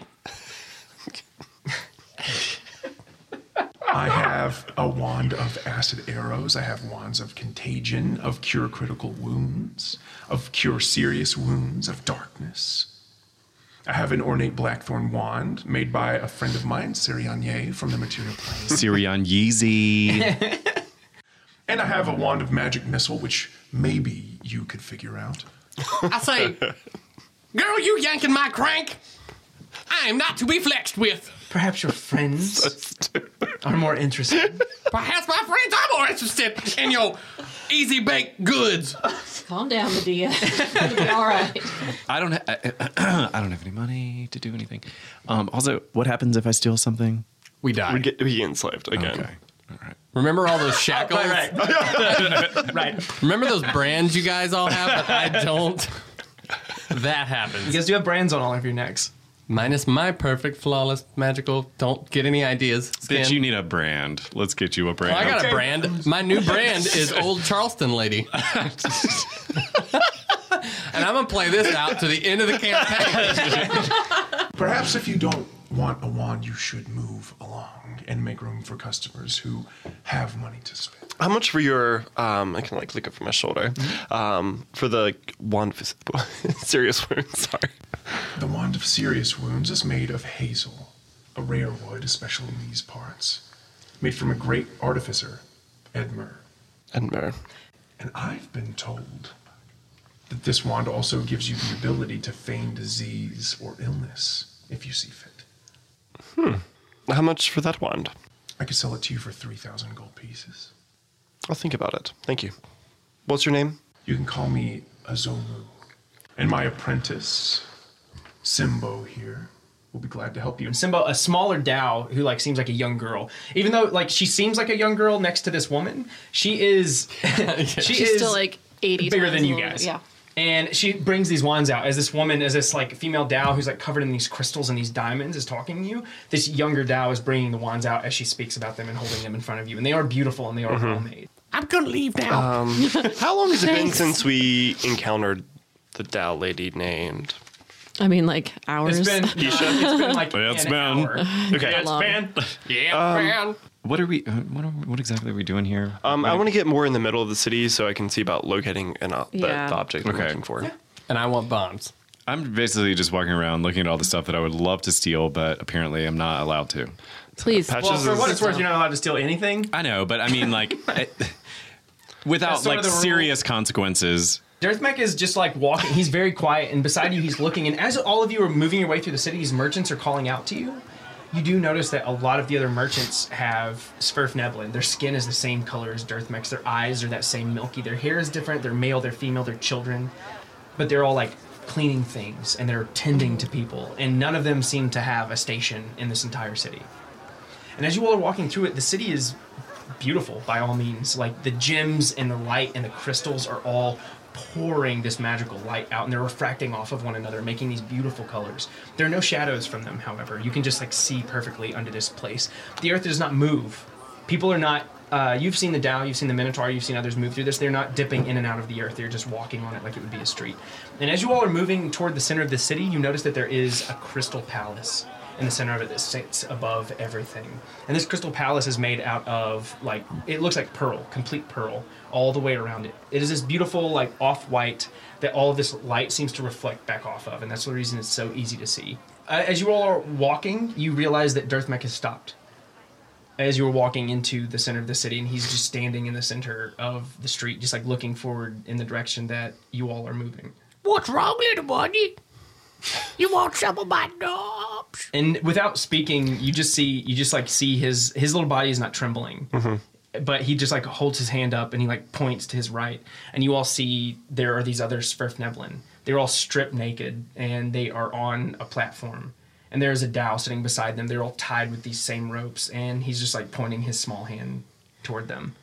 [SPEAKER 4] it.
[SPEAKER 6] I have a wand of acid arrows. I have wands of contagion, of cure critical wounds, of cure serious wounds, of darkness. I have an ornate blackthorn wand made by a friend of mine, Sirianye, from the material plane.
[SPEAKER 3] Sirion Yeezy.
[SPEAKER 6] And I have a wand of magic missile, which maybe you could figure out.
[SPEAKER 4] I say, girl, you yanking my crank? I am not to be flexed with.
[SPEAKER 1] Perhaps your friends are more interested.
[SPEAKER 4] Perhaps my friends are more interested in your easy baked goods.
[SPEAKER 2] Calm down, Medea. It'll be all right.
[SPEAKER 3] I don't. Ha- I, I don't have any money to do anything. Um, also, what happens if I steal something?
[SPEAKER 4] We die.
[SPEAKER 5] We get we get enslaved again.
[SPEAKER 3] Okay. All right.
[SPEAKER 4] Remember all those shackles?
[SPEAKER 1] right.
[SPEAKER 4] Remember those brands you guys all have that I don't? That
[SPEAKER 1] You
[SPEAKER 4] happens.
[SPEAKER 1] guys do have brands on all of your necks.
[SPEAKER 4] Minus my perfect, flawless, magical, don't get any ideas. Skin.
[SPEAKER 3] Bitch, you need a brand. Let's get you a brand.
[SPEAKER 4] Oh, I got a brand. My new brand is Old Charleston Lady. and I'm going to play this out to the end of the campaign.
[SPEAKER 6] Perhaps if you don't want a wand, you should move along and make room for customers who have money to spend.
[SPEAKER 5] How much for your? Um, I can like look up from my shoulder.
[SPEAKER 3] Mm-hmm.
[SPEAKER 5] Um, for the wand of serious wound. Sorry.
[SPEAKER 6] The wand of serious wounds is made of hazel, a rare wood, especially in these parts, made from a great artificer, Edmer.
[SPEAKER 5] Edinburgh.
[SPEAKER 6] And I've been told that this wand also gives you the ability to feign disease or illness if you see fit.
[SPEAKER 5] Hmm. How much for that wand?
[SPEAKER 6] I could sell it to you for 3,000 gold pieces.
[SPEAKER 5] I'll think about it. Thank you. What's your name?
[SPEAKER 6] You can call me Azomu. And my apprentice, Simbo here, will be glad to help you.
[SPEAKER 1] And Simba, a smaller Dao who like seems like a young girl, even though like she seems like a young girl next to this woman, she is she
[SPEAKER 2] She's
[SPEAKER 1] is
[SPEAKER 2] still like 80
[SPEAKER 1] bigger
[SPEAKER 2] times
[SPEAKER 1] than
[SPEAKER 2] a
[SPEAKER 1] you
[SPEAKER 2] little
[SPEAKER 1] guys.
[SPEAKER 2] bit. Yeah.
[SPEAKER 1] And she brings these wands out as this woman, as this like female Dao who's like covered in these crystals and these diamonds is talking to you. This younger Dao is bringing the wands out as she speaks about them and holding them in front of you. And they are beautiful and they are
[SPEAKER 5] Mm-hmm.
[SPEAKER 2] Mm-hmm.
[SPEAKER 1] homemade.
[SPEAKER 4] I'm going to leave now.
[SPEAKER 5] Um, How long has it been since we encountered the Dow lady named?
[SPEAKER 2] I mean, like hours.
[SPEAKER 1] It's been, it's been like
[SPEAKER 3] It's
[SPEAKER 1] an
[SPEAKER 3] been. Um,
[SPEAKER 1] hour.
[SPEAKER 5] Okay.
[SPEAKER 1] Yeah, it's
[SPEAKER 2] Long.
[SPEAKER 1] been.
[SPEAKER 4] yeah, man.
[SPEAKER 3] What are we? uh, What, are, what exactly are we doing here?
[SPEAKER 5] Um, I want to get more in the middle of the city so I can see about locating an o- the,
[SPEAKER 2] Yeah.
[SPEAKER 5] the object I'm
[SPEAKER 3] Okay.
[SPEAKER 5] looking for.
[SPEAKER 4] And I want bombs.
[SPEAKER 3] I'm basically just walking around looking at all the stuff that I would love to steal, but apparently I'm not allowed to.
[SPEAKER 2] Please.
[SPEAKER 5] Patches
[SPEAKER 1] Well, for
[SPEAKER 5] is-
[SPEAKER 1] what it's worth, you're not allowed to steal anything.
[SPEAKER 3] I know, but I mean, like, it-
[SPEAKER 1] That's
[SPEAKER 3] without
[SPEAKER 1] sort
[SPEAKER 3] like
[SPEAKER 1] of the rule.
[SPEAKER 3] serious consequences.
[SPEAKER 1] Derzmek is just like walking. He's very quiet, and beside you, he's looking. And as all of you are moving your way through the city, these merchants are calling out to you. You do notice that a lot of the other merchants have Sverf Neblin. Their skin is the same color as Derzmek's. Their eyes are that same milky. Their hair is different. They're male, they're female, they're children. But they're all like cleaning things and they're tending to people. And none of them seem to have a station in this entire city. And as you all are walking through it, the city is beautiful by all means. Like the gems and the light and the crystals are all pouring this magical light out and they're refracting off of one another, making these beautiful colors. There are no shadows from them, however. You can just like see perfectly under this place. The earth does not move. People are not. Uh, you've seen the Tao, you've seen the Minotaur, you've seen others move through this. They're not dipping in and out of the earth. They're just walking on it like it would be a street. And as you all are moving toward the center of the city, you notice that there is a crystal palace in the center of it that sits above everything. And this crystal palace is made out of like it looks like pearl, complete pearl, all the way around it. It is this beautiful like off-white that all of this light seems to reflect back off of, and that's the reason it's so easy to see. Uh, as you all are walking, you realize that Dearthmech has stopped. As you were walking into the center of the city, and he's just standing in the center of the street, just like looking forward in the direction that you all are moving.
[SPEAKER 7] What's wrong, little buddy? You want some of my knobs?
[SPEAKER 1] and without speaking you just see you just like see his his little body is not trembling but he just like holds his hand up and he like points to his right and you all see there are these other Sverfneblin. they're all stripped naked and they are on a platform and there is a Dow sitting beside them they're all tied with these same ropes and he's just like pointing his small hand toward them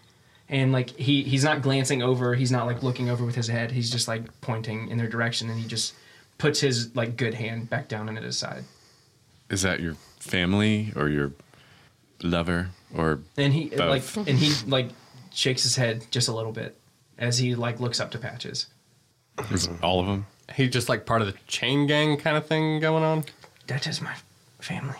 [SPEAKER 1] and like he he's not glancing over he's not like looking over with his head he's just like pointing in their direction and he just puts his like good hand back down and at his side
[SPEAKER 3] Is that your family or your lover or?
[SPEAKER 1] And he
[SPEAKER 3] Both.
[SPEAKER 1] like and he like shakes his head just a little bit as he like looks up to Patches.
[SPEAKER 3] Is it all of them?
[SPEAKER 4] He just like part of the chain gang kind of thing going on.
[SPEAKER 1] That is my family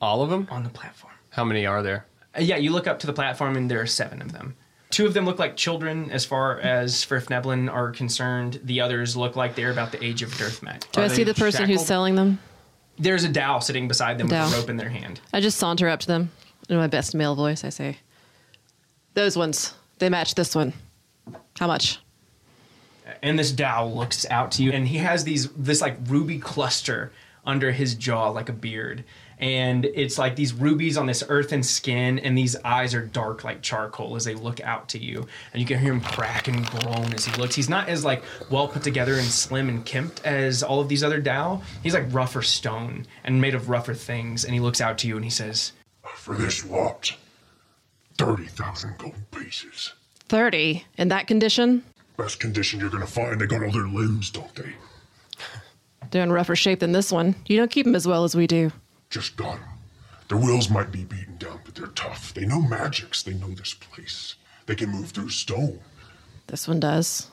[SPEAKER 4] All of them?
[SPEAKER 1] on the platform.
[SPEAKER 4] How many are there?
[SPEAKER 1] Uh, yeah, you look up to the platform and there are seven of them. Two of them look like children as far as Frithneblin are concerned. The others look like they're about the age of Dirthmek.
[SPEAKER 2] Do I see the person who's selling them?
[SPEAKER 1] There's a Dow sitting beside them
[SPEAKER 2] Dao.
[SPEAKER 1] with a rope in their hand.
[SPEAKER 2] I just saunter up to them in my best male voice. I say, "Those ones. They match this one. How much?"
[SPEAKER 1] And this Dow looks out to you and he has these this like ruby cluster under his jaw like a beard. And it's like these rubies on this earthen skin, and these eyes are dark like charcoal as they look out to you. And you can hear him crack and groan as he looks. He's not as like well put together and slim and kempt as all of these other Dow. He's like rougher stone and made of rougher things. And he looks out to you and he says,
[SPEAKER 6] For this lot, 30,000 gold pieces.
[SPEAKER 2] Thirty in that condition.
[SPEAKER 6] Best condition you're gonna find. They got all their limbs, don't they?
[SPEAKER 2] They're in rougher shape than this one. You don't keep them as well as we do.
[SPEAKER 6] Just got 'em. Their wills might be beaten down, but they're tough. They know magics. They know this place. They can move through stone.
[SPEAKER 2] This one does.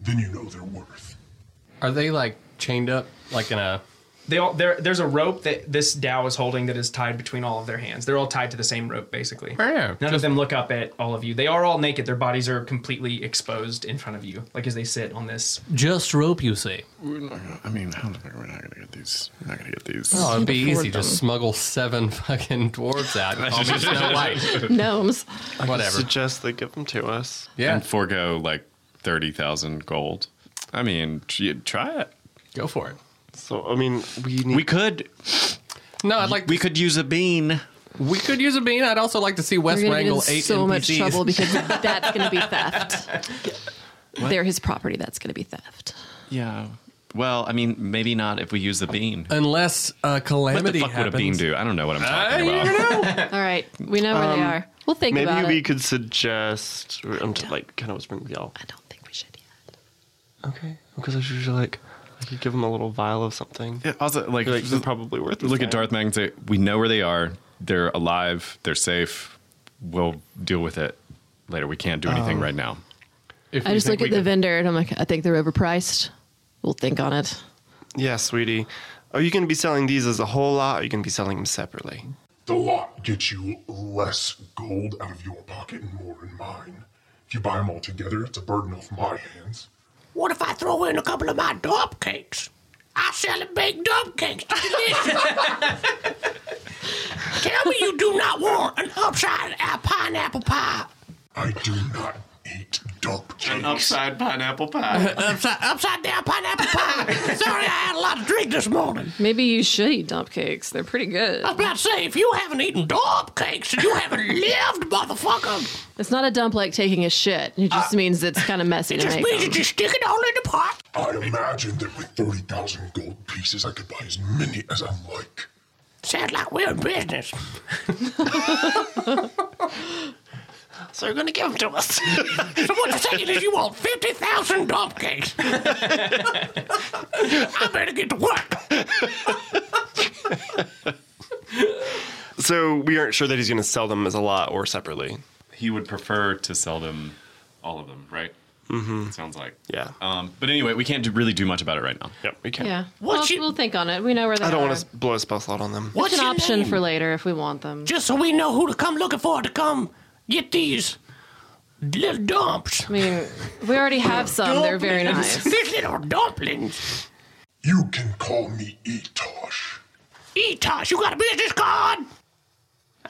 [SPEAKER 6] Then you know their worth.
[SPEAKER 4] Are they like chained up, like in a?
[SPEAKER 1] they all there there's a rope that this Dow is holding that is tied between all of their hands. They're all tied to the same rope basically.
[SPEAKER 4] Oh, Yeah,
[SPEAKER 1] None of them look up at all of you. They are all naked. Their bodies are completely exposed in front of you, like as they sit on this.
[SPEAKER 4] Just rope, you say?
[SPEAKER 8] I mean, how the fuck we're not gonna get these? We're not gonna get these.
[SPEAKER 4] Oh, it'd be easy. Just smuggle seven fucking dwarves out. Call me Snow White.
[SPEAKER 2] Gnomes.
[SPEAKER 4] Whatever.
[SPEAKER 5] Suggest they give them to us.
[SPEAKER 4] Yeah,
[SPEAKER 3] and forego like thirty thousand gold. I mean, tr- try it.
[SPEAKER 4] go for it.
[SPEAKER 5] So I mean, we need.
[SPEAKER 3] We could
[SPEAKER 4] No, I'd like.
[SPEAKER 3] we could use a bean.
[SPEAKER 4] We could use a bean. I'd also like to see West
[SPEAKER 2] We're gonna
[SPEAKER 4] Wrangle
[SPEAKER 2] get in
[SPEAKER 4] eight
[SPEAKER 2] so much
[SPEAKER 4] NPCs.
[SPEAKER 2] trouble because that's gonna be theft. They're his property. That's gonna be theft.
[SPEAKER 3] Yeah. Uh, Well, I mean, maybe not if we use the bean.
[SPEAKER 4] Unless a
[SPEAKER 3] What the
[SPEAKER 4] calamity
[SPEAKER 3] fuck
[SPEAKER 4] Uh, happens.
[SPEAKER 3] would a bean do? I don't know what I'm
[SPEAKER 4] I
[SPEAKER 3] talking about.
[SPEAKER 4] don't know.
[SPEAKER 2] All right, we know where they are. We'll think
[SPEAKER 5] Um, Maybe
[SPEAKER 2] about
[SPEAKER 5] we
[SPEAKER 2] it.
[SPEAKER 5] could suggest. I'm just, like kind of whispering with y'all.
[SPEAKER 2] I don't think we should. Yet.
[SPEAKER 5] Okay, because I was usually like, I could give them a little vial of something.
[SPEAKER 3] Yeah, also, like,
[SPEAKER 5] Like, they're
[SPEAKER 3] just
[SPEAKER 5] probably worth.
[SPEAKER 3] look at
[SPEAKER 5] Darth.
[SPEAKER 3] Darth Mag and say, "We know where they are. They're alive. They're safe. We'll deal with it later. We can't do anything right now."
[SPEAKER 4] Um, If
[SPEAKER 2] I
[SPEAKER 4] we
[SPEAKER 2] just
[SPEAKER 4] think
[SPEAKER 2] look
[SPEAKER 4] we
[SPEAKER 2] at the
[SPEAKER 4] could-
[SPEAKER 2] vendor and I'm like, I think they're overpriced. We'll think on it.
[SPEAKER 5] Yeah, sweetie. Are you going to be selling these as a whole lot? Or are you going to be selling them separately?
[SPEAKER 6] The lot gets you less gold out of your pocket and more in mine. If you buy them all together, it's a burden off my hands.
[SPEAKER 7] What if I throw in a couple of my dump cakes? I sell a baked dump cakes to delicious. Tell me you do not want an upside down pineapple pie.
[SPEAKER 6] I do not eat dump cakes.
[SPEAKER 8] pineapple pie.
[SPEAKER 7] Upside, upside down pineapple pie. Sorry, I had a lot to drink this morning.
[SPEAKER 2] Maybe you should eat dump cakes. They're pretty good.
[SPEAKER 7] I was about to say, if you haven't eaten dump cakes, then you haven't lived, motherfucker.
[SPEAKER 2] It's not a dump like taking a shit. It just means it's kind of messy
[SPEAKER 7] Uh, It
[SPEAKER 2] to
[SPEAKER 7] just
[SPEAKER 2] make.
[SPEAKER 7] means you
[SPEAKER 2] them.
[SPEAKER 7] just stick it all in the pot.
[SPEAKER 6] I imagine that with 30,000 gold pieces, I could buy as many as I like.
[SPEAKER 7] Sounds like we're in business. so you're gonna give them to us. so what you're saying is you want fifty thousand dump cakes. I better get to work.
[SPEAKER 5] So we aren't sure that he's going to sell them as a lot or separately.
[SPEAKER 3] He would prefer to sell them, all of them, right? Mm-hmm. Sounds like.
[SPEAKER 5] Yeah.
[SPEAKER 3] Um, but anyway, we can't do, really do much about it right now.
[SPEAKER 5] Yep, we can.
[SPEAKER 2] Yeah.
[SPEAKER 7] What
[SPEAKER 2] Well,
[SPEAKER 7] you-
[SPEAKER 2] we'll think on it. We know where they
[SPEAKER 5] I don't
[SPEAKER 2] are.
[SPEAKER 5] want to blow a spell slot on them.
[SPEAKER 2] It's
[SPEAKER 7] What's
[SPEAKER 2] an
[SPEAKER 7] your
[SPEAKER 2] option
[SPEAKER 7] name?
[SPEAKER 2] for later if we want them.
[SPEAKER 7] Just so we know who to come looking for to come get these little dumps.
[SPEAKER 2] I mean, we already have some. They're very
[SPEAKER 7] Dumplings.
[SPEAKER 2] nice.
[SPEAKER 7] These little dumplings.
[SPEAKER 6] You can call me Etosh.
[SPEAKER 7] Etosh, you got a business card?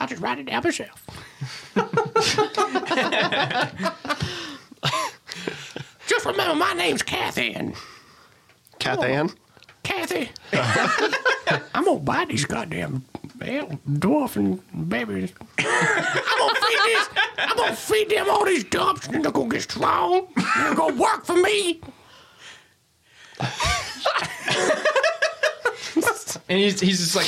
[SPEAKER 7] I'll just write it down myself. just remember, my name's Kathy, and
[SPEAKER 5] Kath Ann?
[SPEAKER 7] Kathy, I'm gonna buy these goddamn male dwarf and babies. I'm gonna feed this. I'm gonna feed them all these dumps, and they're gonna get strong. and They're gonna work for me.
[SPEAKER 1] And he's, he's just like,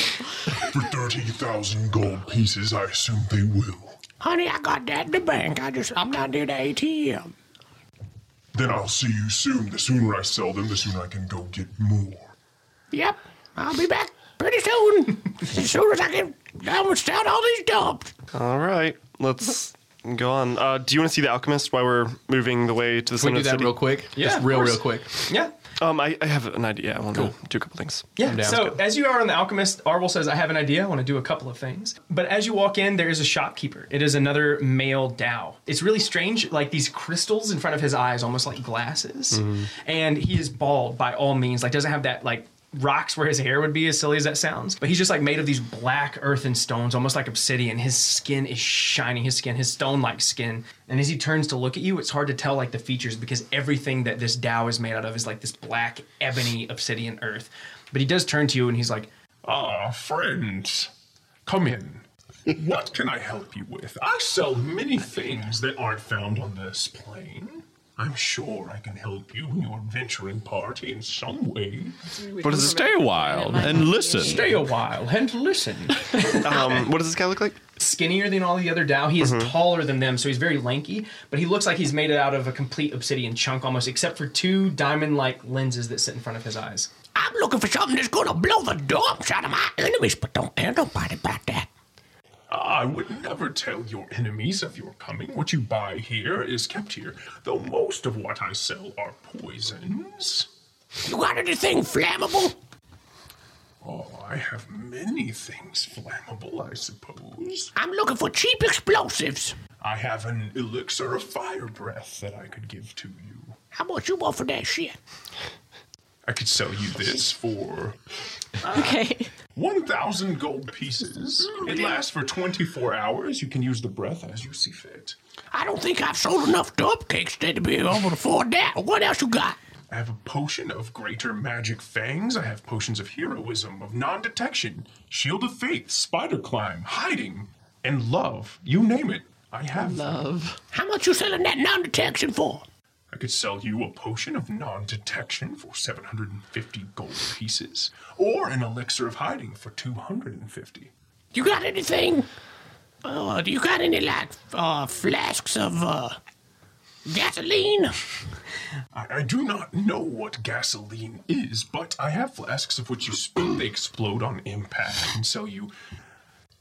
[SPEAKER 6] For 30,000 gold pieces, I assume they will.
[SPEAKER 7] Honey, I got that in the bank. I just I'm not near the ATM.
[SPEAKER 6] Then I'll see you soon. The sooner I sell them, the sooner I can go get more.
[SPEAKER 7] Yep, I'll be back pretty soon. as soon as I get down with out all these dumps.
[SPEAKER 5] All right, let's go on. Uh, do you want to see the alchemist while we're moving the way to
[SPEAKER 4] Can
[SPEAKER 5] the
[SPEAKER 4] we
[SPEAKER 5] center
[SPEAKER 4] do
[SPEAKER 5] of the
[SPEAKER 4] that
[SPEAKER 5] city?
[SPEAKER 4] real quick?
[SPEAKER 1] Yeah,
[SPEAKER 4] Just
[SPEAKER 1] of
[SPEAKER 4] real,
[SPEAKER 1] course.
[SPEAKER 4] real quick.
[SPEAKER 1] yeah.
[SPEAKER 5] Um, I, I have an idea. I want to do a couple things.
[SPEAKER 1] Yeah.
[SPEAKER 4] down.
[SPEAKER 1] So as you are on the Alchemist, Arwel says, "I have an idea. I want to do a couple of things." But as you walk in, there is a shopkeeper. It is another male Dao. It's really strange, like these crystals in front of his eyes, almost like glasses.
[SPEAKER 4] Mm-hmm.
[SPEAKER 1] And he is bald by all means. Like doesn't have that like rocks where his hair would be, as silly as that sounds. But he's just like made of these black earthen stones, almost like obsidian. His skin is shining. His skin, his stone-like skin. And as he turns to look at you, it's hard to tell like the features because everything that this Dao is made out of is like this black ebony obsidian earth. But he does turn to you and he's like, "Oh,
[SPEAKER 6] Ah, friends, come in. What can I help you with? I sell many things that aren't found on this plane. I'm sure I can help you and your adventuring party in some way.
[SPEAKER 3] But stay a while and listen.
[SPEAKER 1] Stay a while and listen.
[SPEAKER 5] Um, what does this guy look like? Mm-hmm.
[SPEAKER 1] Skinnier than all the other Dao. He is taller than them, so he's very lanky, but he looks like he's made it out of a complete obsidian chunk almost, except for two diamond like lenses that sit in front of his eyes.
[SPEAKER 7] I'm looking for something that's gonna blow the doors out Oh, of my enemies, but don't tell nobody about that.
[SPEAKER 6] I would never tell your enemies of your coming. What you buy here is kept here, though most of what I sell are poisons.
[SPEAKER 7] You got anything flammable?
[SPEAKER 6] Oh, I have many things flammable, I suppose.
[SPEAKER 7] I'm looking for cheap explosives.
[SPEAKER 6] I have an elixir of fire breath that I could give to you.
[SPEAKER 7] How much you want for that shit?
[SPEAKER 6] I could sell you this for
[SPEAKER 2] Okay.
[SPEAKER 6] 1,000 gold pieces. It lasts for 24 hours. You can use the breath as you see fit.
[SPEAKER 7] I don't think I've sold enough dump cakes to be able to afford that. What else you got?
[SPEAKER 6] I have a potion of greater magic fangs. I have potions of heroism, of non detection, shield of faith, spider climb, hiding, and love. You name it. I have them.
[SPEAKER 2] Of
[SPEAKER 7] How much you selling that non-detection for?
[SPEAKER 6] I could sell you a potion of non detection for 750 gold pieces, or an elixir of hiding for 250.
[SPEAKER 7] You got anything? Uh, do you got any like uh, flasks of uh, gasoline?
[SPEAKER 6] I, I do not know what gasoline is, but I have flasks of which you spin, they explode on impact. I can sell you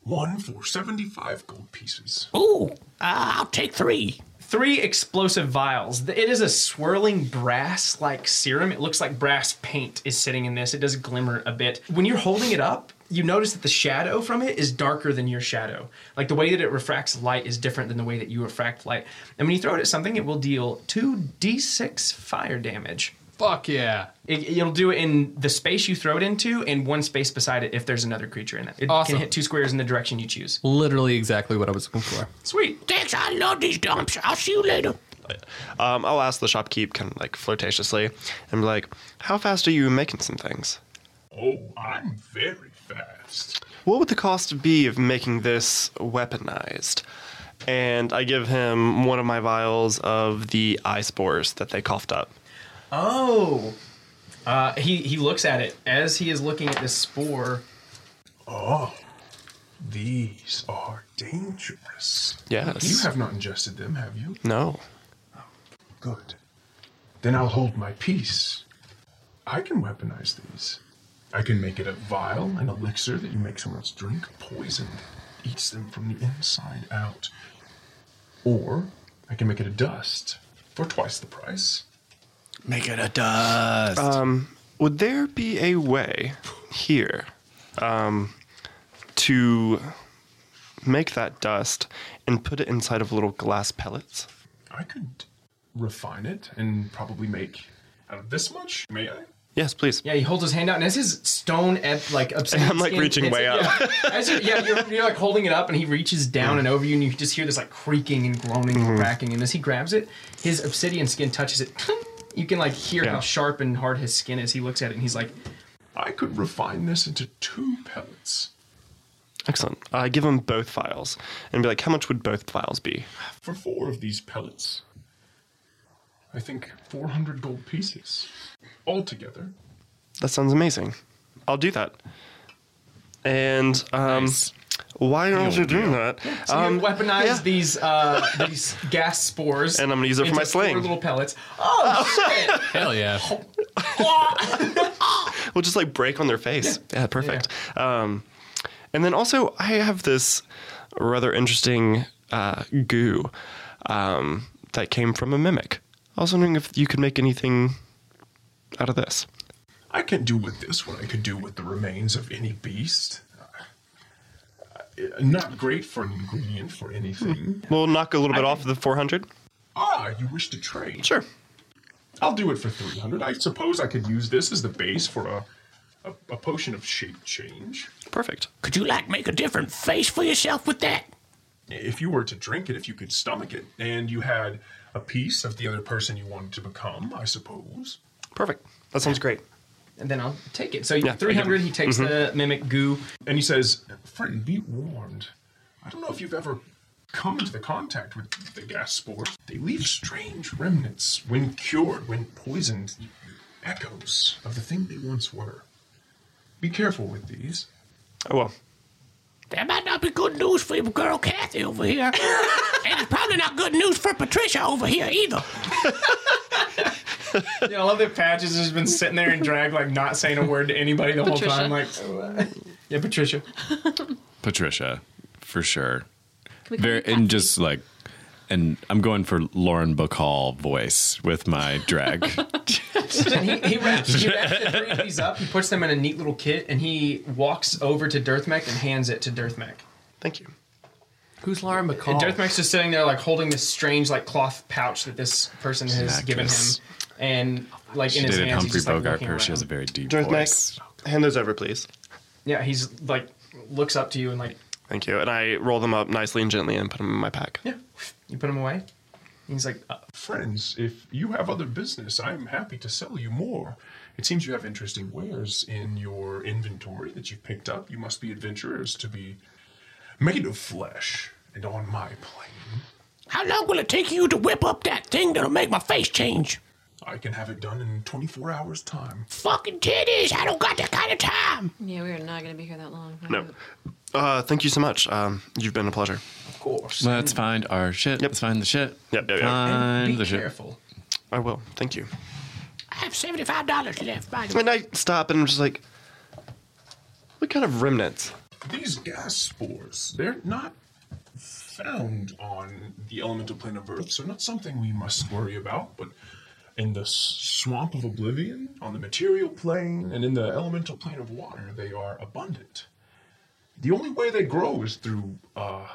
[SPEAKER 6] one for 75 gold pieces.
[SPEAKER 7] Ooh, uh, I'll take three.
[SPEAKER 1] Three explosive vials. It is a swirling brass like serum. It looks like brass paint is sitting in this. It does glimmer a bit. When you're holding it up, you notice that the shadow from it is darker than your shadow. Like the way that it refracts light is different than the way that you refract light. And when you throw it at something, it will deal 2d6 fire damage.
[SPEAKER 4] Fuck yeah.
[SPEAKER 1] It, it'll do it in the space you throw it into and one space beside it if there's another creature in it. It
[SPEAKER 4] Awesome.
[SPEAKER 1] can hit two squares in the direction you choose.
[SPEAKER 4] Literally exactly what I was looking for.
[SPEAKER 1] Sweet.
[SPEAKER 7] Thanks, I love these dumps. I'll see you later.
[SPEAKER 5] Um, I'll ask the shopkeep kind of like flirtatiously and be like, how fast are you making some things?
[SPEAKER 6] Oh, I'm very fast.
[SPEAKER 5] What would the cost be of making this weaponized? And I give him one of my vials of the eye spores that they coughed up.
[SPEAKER 1] Oh. Uh, he, he looks at it. As he is looking at this spore,
[SPEAKER 6] Oh, These are dangerous.
[SPEAKER 5] Yes.
[SPEAKER 6] You have not ingested them, have you?
[SPEAKER 5] No.
[SPEAKER 6] Good. Then I'll hold my peace. I can weaponize these. I can make it a vial, an elixir that you make someone else drink, poison that eats them from the inside out. Or I can make it a dust for twice the price.
[SPEAKER 8] Make it a dust.
[SPEAKER 5] Um, Would there be a way here um, to make that dust and put it inside of little glass pellets?
[SPEAKER 6] I could refine it and probably make out of this much, may I?
[SPEAKER 5] Yes, please.
[SPEAKER 1] yeah, he holds his hand out, and as his stone, ep- like obsidian,
[SPEAKER 5] I'm, like,
[SPEAKER 1] skin
[SPEAKER 5] reaching
[SPEAKER 1] hits
[SPEAKER 5] way
[SPEAKER 1] it-
[SPEAKER 5] up.
[SPEAKER 1] Yeah, As you- yeah, you're, you're like holding it up, and he reaches down
[SPEAKER 6] Mm.
[SPEAKER 1] and over you, and you just hear this like creaking and groaning
[SPEAKER 6] Mm-hmm.
[SPEAKER 1] and cracking. And as he grabs it, his obsidian skin touches it. You can like hear how
[SPEAKER 5] Yeah.
[SPEAKER 1] sharp and hard his skin is. He looks at it, and he's like,
[SPEAKER 6] I could refine this into two pellets
[SPEAKER 5] Excellent. I give him both vials and be like, how much would both vials be?
[SPEAKER 6] for four of these pellets. I think 400 gold pieces altogether.
[SPEAKER 5] That sounds amazing. I'll do that. And um, why aren't you doing that? Um,
[SPEAKER 1] So you weaponize
[SPEAKER 5] yeah.
[SPEAKER 1] these uh, these gas spores,
[SPEAKER 5] And I'm gonna use it for
[SPEAKER 1] into
[SPEAKER 5] my sling.
[SPEAKER 1] four little pellets. Oh shit!
[SPEAKER 4] Hell yeah.
[SPEAKER 5] We'll just like break on their face. Yeah, perfect. Um, and then also, I have this rather interesting uh, goo um, that came from a mimic. I was wondering if you could make anything out of this.
[SPEAKER 6] I can do with this what I could do with the remains of any beast. Uh, uh, not great for an ingredient for
[SPEAKER 7] Hmm.
[SPEAKER 6] anything.
[SPEAKER 5] We'll knock a little bit off the 400.
[SPEAKER 6] Ah, you wish to trade?
[SPEAKER 5] Sure.
[SPEAKER 6] I'll do it for 300. I suppose I could use this as the base for a, a, a potion of shape change.
[SPEAKER 5] Perfect.
[SPEAKER 7] Could you like make a different face for yourself with that?
[SPEAKER 6] If you were to drink it, if you could stomach it, and you had a piece of the other person you wanted to become, I suppose.
[SPEAKER 5] Perfect. That sounds great.
[SPEAKER 1] and then I'll take it. So you 300, he takes
[SPEAKER 5] Mm-hmm.
[SPEAKER 7] Mm-hmm.
[SPEAKER 1] the mimic goo.
[SPEAKER 6] And he says, Friend, be warned. I don't know if you've ever come into the contact with the gas spores. They leave strange remnants. When cured, when poisoned, echoes of the thing they once were. Be careful with these.
[SPEAKER 5] Oh, well.
[SPEAKER 7] That might not be good news for your girl Kathy over here. and it's probably not good news for Patricia over here either.
[SPEAKER 1] Yeah, I love that Patches has been sitting there and drag like not saying a word to anybody the whole
[SPEAKER 2] Patricia.
[SPEAKER 1] time. Like, oh, uh, yeah, Patricia.
[SPEAKER 3] Patricia, for sure.
[SPEAKER 2] we call
[SPEAKER 3] Very
[SPEAKER 2] you
[SPEAKER 3] and just like, and I'm going for Lauren Bacall voice with my drag.
[SPEAKER 1] And he, he wraps, he wraps the three of these up. He puts them in a neat little kit, and he walks over to Dirthmec and hands it to Dirthmec.
[SPEAKER 5] Thank you.
[SPEAKER 4] Who's Lauren
[SPEAKER 1] And
[SPEAKER 4] McCall?
[SPEAKER 1] Dirthmec's just sitting there, like holding this strange, like cloth pouch that this person has
[SPEAKER 3] Snack
[SPEAKER 1] given him,
[SPEAKER 3] this.
[SPEAKER 1] and like in
[SPEAKER 3] she
[SPEAKER 1] his
[SPEAKER 3] did it
[SPEAKER 1] hands, he's
[SPEAKER 3] Humphrey
[SPEAKER 1] just, like,
[SPEAKER 3] Bogart.
[SPEAKER 1] looking
[SPEAKER 3] Her. She
[SPEAKER 1] around.
[SPEAKER 3] has a very deep
[SPEAKER 5] Dirk Max,
[SPEAKER 3] voice.
[SPEAKER 5] hand those over, please.
[SPEAKER 1] Yeah, he's like looks up to you and like
[SPEAKER 5] Thank you. And I roll them up nicely and gently and put them in my pack.
[SPEAKER 1] yeah, you put him away. And he's like, uh,
[SPEAKER 6] Friends, if you have other business, I'm happy to sell you more. It seems you have interesting wares in your inventory that you've picked up. You must be adventurers to be made of flesh and on my plane.
[SPEAKER 7] How long will it take you to whip up that thing that'll make my face change?
[SPEAKER 6] I can have it done in 24 hours' time.
[SPEAKER 7] Fucking titties, I don't got that kind of time.
[SPEAKER 2] Yeah, we are not going to be here that long.
[SPEAKER 5] No. Uh, thank you so much. Um, you've been a pleasure.
[SPEAKER 1] of course,
[SPEAKER 3] Let's find our shit. Let's find the shit.
[SPEAKER 5] Yep, yep, yep.
[SPEAKER 3] Find
[SPEAKER 1] be
[SPEAKER 3] the shit.
[SPEAKER 1] careful.
[SPEAKER 5] I will. Thank you.
[SPEAKER 7] I have seventy-five dollars left, by the way.
[SPEAKER 5] And I stop and I'm just like, what kind of remnants?
[SPEAKER 6] These gas spores, they're not found on the elemental plane of Earth, so not something we must worry about, but in the s- swamp of oblivion, on the material plane, and in the elemental plane of water, they are abundant. The only way they grow is through uh,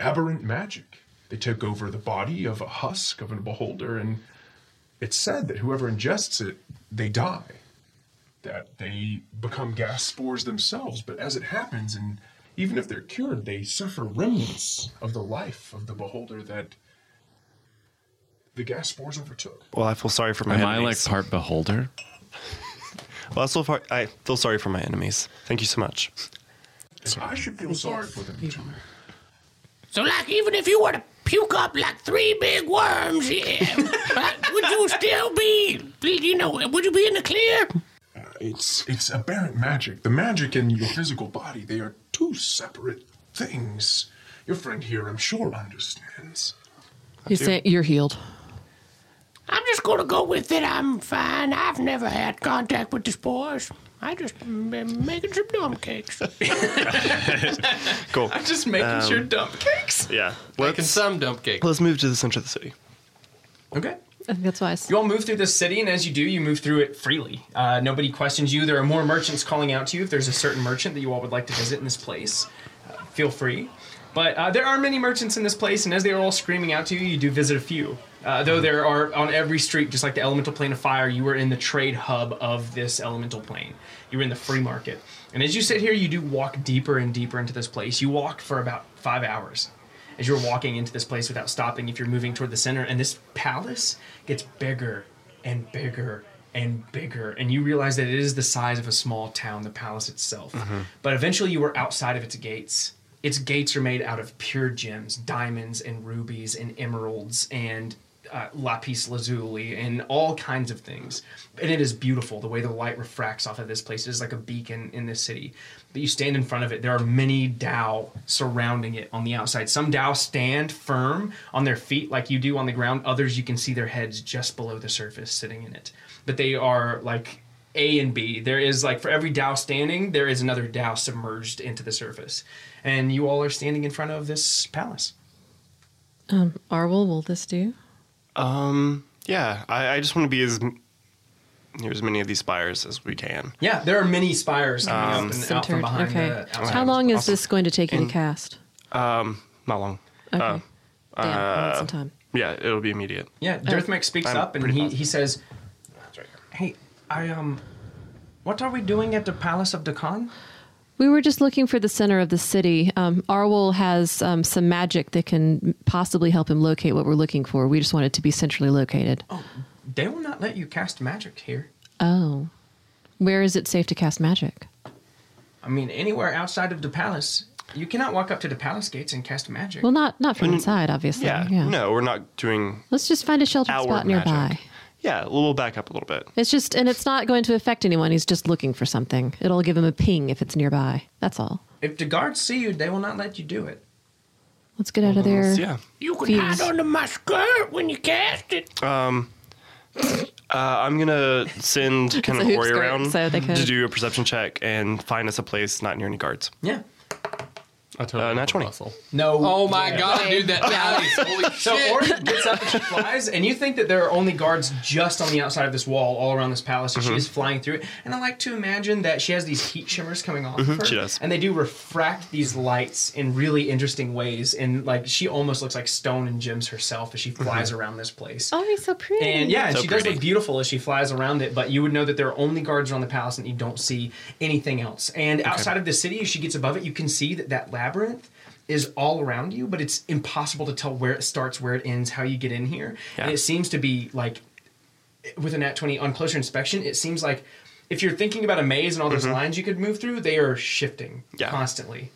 [SPEAKER 6] aberrant magic. They take over the body of a husk of a beholder, and it's said that whoever ingests it, they die that they become gas spores themselves. But as it happens, and even if they're cured, they suffer remnants of the life of the beholder that the gas spores overtook.
[SPEAKER 5] Well, I feel sorry for my
[SPEAKER 3] Am I like
[SPEAKER 5] enemies.
[SPEAKER 3] part beholder?
[SPEAKER 5] well, I, feel far- I feel sorry for my enemies. Thank you so much.
[SPEAKER 6] And I should feel sorry for them too.
[SPEAKER 7] So, like, even if you were to puke up like three big worms, yeah, like, would you still be, you know, would you be in the clear?
[SPEAKER 6] It's it's aberrant magic. The magic and your physical body, they are two separate things. Your friend here, I'm sure, understands.
[SPEAKER 2] You're, saying, you're healed.
[SPEAKER 7] I'm just gonna go with it. I'm fine. I've never had contact with the spores. I just been making some dumb cakes.
[SPEAKER 5] Cool. Um,
[SPEAKER 1] Just making sure dump cakes.
[SPEAKER 5] yeah.
[SPEAKER 4] Can
[SPEAKER 5] Let's,
[SPEAKER 4] some dump cake?
[SPEAKER 5] let's move to the center of the city.
[SPEAKER 1] Okay.
[SPEAKER 2] I think that's wise.
[SPEAKER 1] You all move through this city, and as you do, you move through it freely. Uh, nobody questions you. There are more merchants calling out to you if there's a certain merchant that you all would like to visit in this place. Uh, feel free. But uh, there are many merchants in this place, and as they are all screaming out to you, you do visit a few. Uh, though there are on every street, just like the elemental plane of fire, you are in the trade hub of this elemental plane. You're in the free market. And as you sit here, you do walk deeper and deeper into this place. You walk for about five hours as you're walking into this place without stopping if you're moving toward the center and this palace gets bigger and bigger and bigger and you realize that it is the size of a small town the palace itself but eventually you are outside of its gates its gates are made out of pure gems diamonds and rubies and emeralds and uh, lapis lazuli and all kinds of things. And it is beautiful the way the light refracts off of this place. It is like a beacon in this city. But you stand in front of it. There are many Dao surrounding it on the outside. Some Dao stand firm on their feet like you do on the ground. Others you can see their heads just below the surface sitting in it. But they are like a and B. There is like for every Dow standing, there is another Dow submerged into the surface. And you all are standing in front of this palace.
[SPEAKER 2] Um, Arwel, will this do?
[SPEAKER 5] Um, yeah, I, I just want to be as m- near as many of these spires as we can. Um,
[SPEAKER 1] Yeah, there are many spires coming up and out from
[SPEAKER 2] Centered.
[SPEAKER 1] behind
[SPEAKER 2] Okay.
[SPEAKER 5] Oh,
[SPEAKER 1] the outside.
[SPEAKER 2] How long is this going to take you to cast?
[SPEAKER 5] Um, Not long. Uh,
[SPEAKER 2] Okay. Damn, I want some time.
[SPEAKER 5] Yeah, it'll be immediate.
[SPEAKER 1] Yeah,
[SPEAKER 2] Oh.
[SPEAKER 1] Dirthmek speaks
[SPEAKER 5] I'm
[SPEAKER 1] up and
[SPEAKER 5] pretty
[SPEAKER 1] he,
[SPEAKER 5] positive.
[SPEAKER 1] he says, "Hey, I um, what are we doing at the Palace of Dakan?
[SPEAKER 2] We were just looking for the center of the city. Um, Arwol has um, some magic that can possibly help him locate what we're looking for. We just want it to be centrally located. Oh.
[SPEAKER 1] They will not let you cast magic here.
[SPEAKER 2] Oh. Where is it safe to cast magic?
[SPEAKER 1] I mean, anywhere outside of the palace, you cannot walk up to the palace gates and cast magic.
[SPEAKER 2] Well, not not from inside, obviously.
[SPEAKER 5] Mm. Yeah.
[SPEAKER 2] Yeah.
[SPEAKER 5] No, we're not doing.
[SPEAKER 2] Let's just find a sheltered
[SPEAKER 5] Outward
[SPEAKER 2] spot nearby.
[SPEAKER 5] magic. Yeah, we'll back up a little bit.
[SPEAKER 2] It's just, and it's not going to affect anyone. He's just looking for something. It'll give him a ping if it's nearby. That's all.
[SPEAKER 1] if the guards see you, they will not let you do it.
[SPEAKER 2] Let's get out of there.
[SPEAKER 5] Yeah.
[SPEAKER 7] You can
[SPEAKER 2] Views.
[SPEAKER 7] hide under my skirt when you cast it.
[SPEAKER 5] Um, Uh, I'm gonna send kind of
[SPEAKER 2] hoop
[SPEAKER 5] Ori
[SPEAKER 2] skirt,
[SPEAKER 5] around
[SPEAKER 2] so they
[SPEAKER 5] to
[SPEAKER 2] could-
[SPEAKER 5] do a perception check and find us a place not near any guards.
[SPEAKER 1] Yeah.
[SPEAKER 4] I totally
[SPEAKER 5] Uh, nat
[SPEAKER 4] have a
[SPEAKER 5] 20.
[SPEAKER 4] Muscle.
[SPEAKER 1] No.
[SPEAKER 4] Oh my god, dude, that dice. Holy
[SPEAKER 1] So
[SPEAKER 4] shit.
[SPEAKER 1] Ori gets up and she flies, and you think that there are only guards just on the outside of this wall, all around this palace, and
[SPEAKER 5] Mm-hmm.
[SPEAKER 1] she is flying through it. And I like to imagine that she has these heat shimmers coming off of her,
[SPEAKER 5] Mm-hmm. she does.
[SPEAKER 1] and they do refract these lights in really interesting ways. And like she almost looks like stone and gems herself as she flies
[SPEAKER 5] Mm-hmm.
[SPEAKER 1] around this place.
[SPEAKER 2] Oh, he's so pretty.
[SPEAKER 1] And yeah, and
[SPEAKER 5] So
[SPEAKER 1] she does
[SPEAKER 5] pretty.
[SPEAKER 1] look beautiful as she flies around it, but you would know that there are only guards around the palace and you don't see anything else. And outside of the city, as she gets above it, you can see that that labyrinth is all around you, but it's impossible to tell where it starts, where it ends, how you get in here. And
[SPEAKER 5] Yeah.
[SPEAKER 1] it seems to be like with an at 20 on closer inspection, it seems like if you're thinking about a maze and all those lines you could move through, they are shifting
[SPEAKER 5] Mm-hmm. Yeah.
[SPEAKER 1] constantly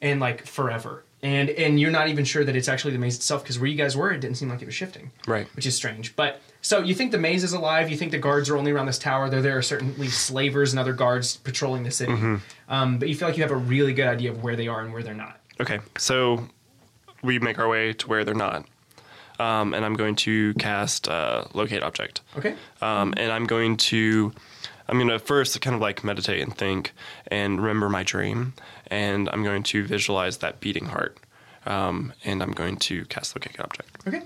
[SPEAKER 1] and like forever. And and you're not even sure that it's actually the maze itself because where you guys were, it didn't seem like it was shifting.
[SPEAKER 5] Right.
[SPEAKER 1] Which is strange. But so you think the maze is alive, you think the guards are only around this tower, though there are certainly slavers and other guards patrolling the city.
[SPEAKER 5] Mm-hmm.
[SPEAKER 1] Um, but you feel like you have a really good idea of where they are and where they're not.
[SPEAKER 5] Okay, so we make our way to where they're not, um, and I'm going to cast uh, locate object.
[SPEAKER 1] Okay?
[SPEAKER 5] um, and I'm going to I'm going to first kind of like meditate and think and remember my dream, and I'm going to visualize that beating heart, um, and I'm going to cast locate object.
[SPEAKER 1] Okay.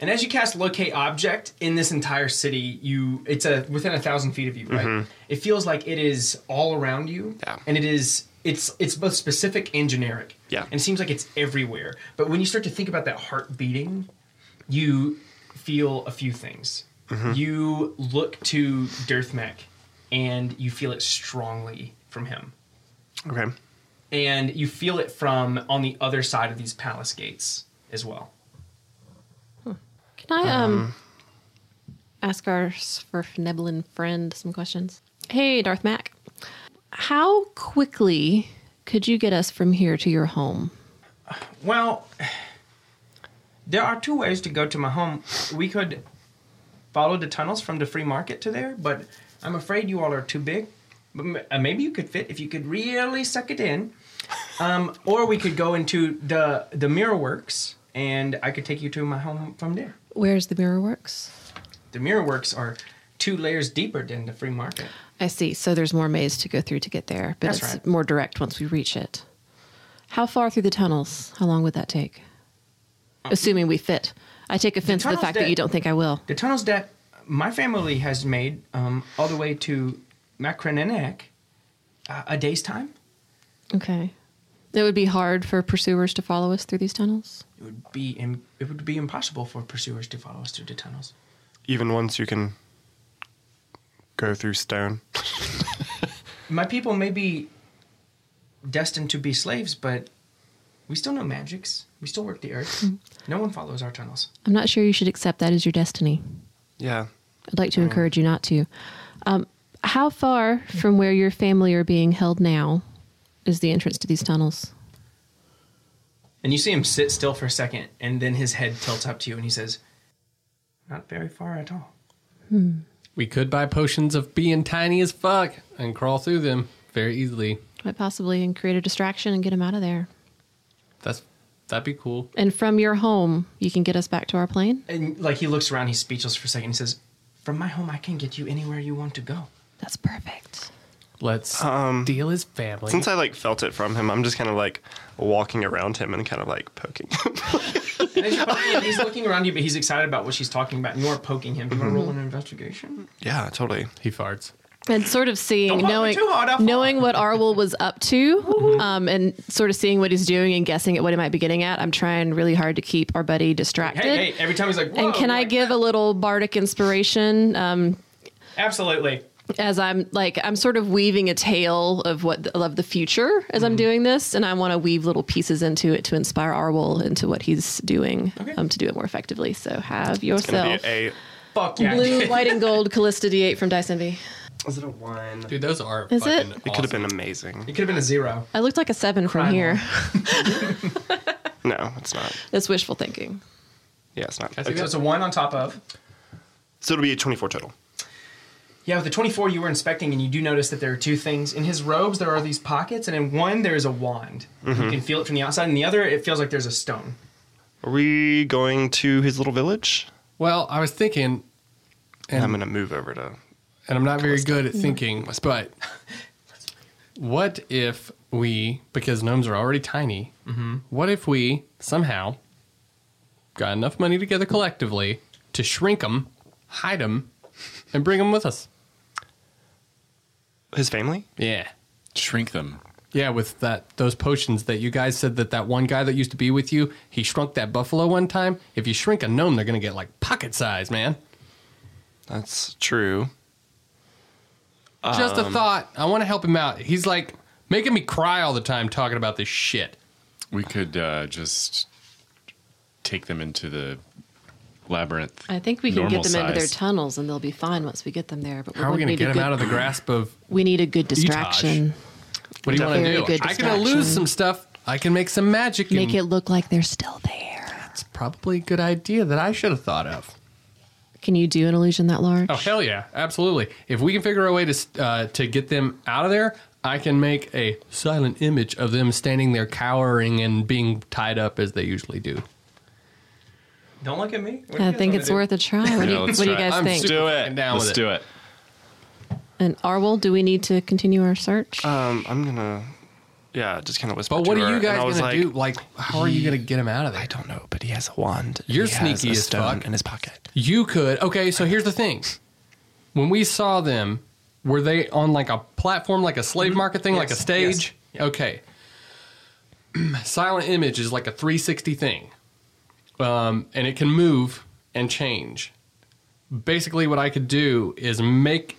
[SPEAKER 1] And as you cast locate object in this entire city, you it's a within a thousand feet of you, right? It feels like it is all around you,
[SPEAKER 5] Mm-hmm. Yeah.
[SPEAKER 1] and it is it's it's both specific and generic.
[SPEAKER 5] Yeah.
[SPEAKER 1] and it seems like it's everywhere. But when you start to think about that heart beating, you feel a few things.
[SPEAKER 5] Mm-hmm.
[SPEAKER 1] You look to Dirthmek, and you feel it strongly from him
[SPEAKER 5] Okay,
[SPEAKER 1] and you feel it from on the other side of these palace gates as well.
[SPEAKER 2] Can I um, ask our Sverfneblin friend some questions? Hey, Darth Mac. How quickly could you get us from here to your home?
[SPEAKER 1] Well, there are two ways to go to my home. We could follow the tunnels from the free market to there, but I'm afraid you all are too big. But m- uh, Maybe you could fit if you could really suck it in. Um, or we could go into the the mirror works, and I could take you to my home from there.
[SPEAKER 2] Where's the mirror works?
[SPEAKER 1] The mirror works are two layers deeper than the free market.
[SPEAKER 2] I see. So there's more maze to go through to get there, but
[SPEAKER 1] That's
[SPEAKER 2] it's
[SPEAKER 1] right.
[SPEAKER 2] more direct once we reach it. How far through the tunnels? How long would that take? Assuming we fit. I take offense to the
[SPEAKER 1] Um, tunnels
[SPEAKER 2] fact
[SPEAKER 1] that-
[SPEAKER 2] that you don't think I will.
[SPEAKER 1] The tunnels that my family has made um, all the way to Macrinenek, uh, a day's time.
[SPEAKER 2] Okay. It would be hard for pursuers to follow us through these tunnels.
[SPEAKER 1] It would be Im- it would be impossible for pursuers to follow us through the tunnels.
[SPEAKER 5] even once you can go through stone.
[SPEAKER 1] My people may be destined to be slaves, but we still know magics. We still work the earth. no one follows our tunnels.
[SPEAKER 2] I'm not sure you should accept that as your destiny.
[SPEAKER 5] Yeah,
[SPEAKER 2] I'd like to encourage you not to. Um, how far from where your family are being held now is the entrance to these tunnels?
[SPEAKER 1] And you see him sit still for a second, and then his head tilts up to you, and he says, "Not very far at all."
[SPEAKER 2] Hmm.
[SPEAKER 4] We could buy potions of being tiny as fuck and crawl through them very easily.
[SPEAKER 2] Quite possibly, and create a distraction and get them out of there.
[SPEAKER 4] That's that'd be cool.
[SPEAKER 2] And from your home, you can get us back to our plane.
[SPEAKER 1] And like he looks around, he's speechless for a second. He says, "From my home, I can get you anywhere you want to go."
[SPEAKER 2] That's perfect.
[SPEAKER 4] Let's
[SPEAKER 5] Um,
[SPEAKER 4] deal his family.
[SPEAKER 5] since I like felt it from him, I'm just kind of like walking around him and kind of like poking him.
[SPEAKER 1] And as you're poking him, he's looking around you, but he's excited about what she's talking about. And you're poking him. You want to roll an investigation?
[SPEAKER 5] Yeah, totally.
[SPEAKER 4] He farts.
[SPEAKER 2] and sort of seeing
[SPEAKER 1] Don't pop me
[SPEAKER 2] knowing
[SPEAKER 1] too hard, I'll fall.
[SPEAKER 2] knowing what Arwel was up to um, and sort of seeing what he's doing and guessing at what he might be getting at. I'm trying really hard to keep our buddy distracted.
[SPEAKER 1] Hey, hey, every time he's like, Whoa,
[SPEAKER 2] Mm-hmm. and can
[SPEAKER 1] you're
[SPEAKER 2] I
[SPEAKER 1] like,
[SPEAKER 2] give a little bardic inspiration um,
[SPEAKER 1] Absolutely.
[SPEAKER 2] as I'm like I'm sort of weaving a tale of what of the future as
[SPEAKER 4] Mm-hmm.
[SPEAKER 2] I'm doing this, and I want to weave little pieces into it to inspire Arwol into what he's doing um, to do it more effectively. So have
[SPEAKER 5] Gonna
[SPEAKER 2] yourself
[SPEAKER 5] be a
[SPEAKER 1] Fuck yeah.
[SPEAKER 2] blue, white, and gold Callista D8 from Dice Envy.
[SPEAKER 1] Is it a one?
[SPEAKER 4] Dude, those are
[SPEAKER 2] Is
[SPEAKER 4] fucking
[SPEAKER 2] it?
[SPEAKER 5] It could have been amazing.
[SPEAKER 1] It could have been a zero.
[SPEAKER 2] I looked like a seven from
[SPEAKER 1] Primal.
[SPEAKER 2] here.
[SPEAKER 5] No, it's not.
[SPEAKER 2] That's wishful thinking.
[SPEAKER 5] Yeah, it's not.
[SPEAKER 4] I see
[SPEAKER 1] So it's a one on top of.
[SPEAKER 5] So it'll be a 24 total.
[SPEAKER 1] Yeah, with the 24 you were inspecting, and you do notice that there are two things. In his robes, there are these pockets, and in one, there is a wand. You can feel it from the outside, and the other, it feels like there's a stone.
[SPEAKER 5] Are we going to his little village?
[SPEAKER 4] Well, I was thinking,
[SPEAKER 5] I'm going to move over to.
[SPEAKER 4] and I'm not very good at thinking, but what if we, because gnomes are already tiny,
[SPEAKER 1] Mm-hmm.
[SPEAKER 4] what if we somehow got enough money together collectively to shrink them, hide them, and bring them with us?
[SPEAKER 5] His family?
[SPEAKER 4] Yeah.
[SPEAKER 3] Shrink them.
[SPEAKER 4] Yeah, with that those potions that you guys said that that one guy that used to be with you, he shrunk that buffalo one time. If you shrink a gnome, they're gonna get like pocket size, man.
[SPEAKER 5] That's true. Um,
[SPEAKER 4] Just a thought. I want to help him out. He's like making me cry all the time talking about this shit.
[SPEAKER 3] We could uh, just take them into the labyrinth.
[SPEAKER 2] I think we can
[SPEAKER 3] Normal
[SPEAKER 2] get them into their
[SPEAKER 3] size.
[SPEAKER 2] tunnels, and they'll be fine once we get them there. But
[SPEAKER 4] How are we
[SPEAKER 2] going to
[SPEAKER 4] get him out of the grasp of
[SPEAKER 2] We need a good distraction.
[SPEAKER 4] what do you want
[SPEAKER 2] Very
[SPEAKER 4] to do?
[SPEAKER 2] good
[SPEAKER 4] I can lose
[SPEAKER 2] distraction.
[SPEAKER 4] some stuff. I can make some magic.
[SPEAKER 2] Make
[SPEAKER 4] and
[SPEAKER 2] it look like they're still there.
[SPEAKER 4] It's probably a good idea that I should have thought of.
[SPEAKER 2] Can you do an illusion that large?
[SPEAKER 4] Oh hell yeah, absolutely! If we can figure a way to uh, to get them out of there, I can make a silent image of them standing there cowering and being tied up as they usually do.
[SPEAKER 1] Don't look at me. What do you
[SPEAKER 2] I
[SPEAKER 1] guys
[SPEAKER 2] think
[SPEAKER 1] wanna
[SPEAKER 2] it's
[SPEAKER 1] do?
[SPEAKER 2] worth a try. What do
[SPEAKER 3] Yeah,
[SPEAKER 2] you,
[SPEAKER 3] let's
[SPEAKER 2] what do you
[SPEAKER 3] try it.
[SPEAKER 2] guys
[SPEAKER 4] I'm
[SPEAKER 2] think?
[SPEAKER 4] super-
[SPEAKER 3] Do
[SPEAKER 4] Fucking
[SPEAKER 3] it.
[SPEAKER 4] down
[SPEAKER 3] Let's
[SPEAKER 4] with it.
[SPEAKER 3] do it.
[SPEAKER 2] and Arwel, do we need to continue our search?
[SPEAKER 5] Um, I'm going to. Yeah, just kind of whisper.
[SPEAKER 4] But what
[SPEAKER 5] to
[SPEAKER 4] are
[SPEAKER 5] her,
[SPEAKER 4] you
[SPEAKER 5] and I
[SPEAKER 4] guys
[SPEAKER 5] was
[SPEAKER 4] gonna
[SPEAKER 5] like,
[SPEAKER 4] do? Like, how are you gonna get them out of there?
[SPEAKER 5] I don't know, but he has a wand. and
[SPEAKER 4] You're
[SPEAKER 5] he has
[SPEAKER 4] sneaky
[SPEAKER 5] a
[SPEAKER 4] as
[SPEAKER 5] stone
[SPEAKER 4] fuck.
[SPEAKER 5] in his pocket.
[SPEAKER 4] You could. Okay, so here's the thing. When we saw them, were they on like a platform, like a slave market thing, like a
[SPEAKER 1] Mm-hmm. Yes,
[SPEAKER 4] stage? Okay. Silent image is like a 360 thing, um, and it can move and change. Basically, what I could do is make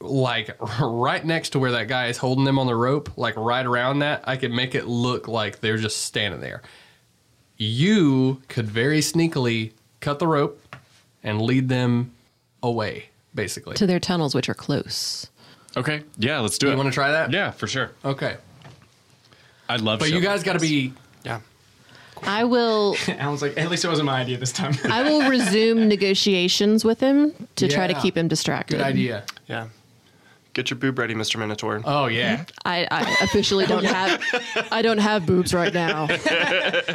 [SPEAKER 4] like right next to where that guy is holding them on the rope, like right around that, I could make it look like they're just standing there you could very sneakily cut the rope and lead them away, basically.
[SPEAKER 2] to their tunnels, which are close.
[SPEAKER 3] Okay. Yeah, let's do it.
[SPEAKER 4] you want to try that?
[SPEAKER 3] Yeah, for sure.
[SPEAKER 4] Okay.
[SPEAKER 3] I love.
[SPEAKER 4] But you guys got to be.
[SPEAKER 5] Yeah.
[SPEAKER 2] I will.
[SPEAKER 1] Alan's like, at least it wasn't my idea this time.
[SPEAKER 2] I will resume negotiations with him to try to
[SPEAKER 4] Yeah.
[SPEAKER 2] keep him distracted.
[SPEAKER 4] Good idea.
[SPEAKER 5] Yeah. Get your boob ready, Mr. Minotaur.
[SPEAKER 4] Oh yeah.
[SPEAKER 2] I, I officially don't have. I don't have boobs right now.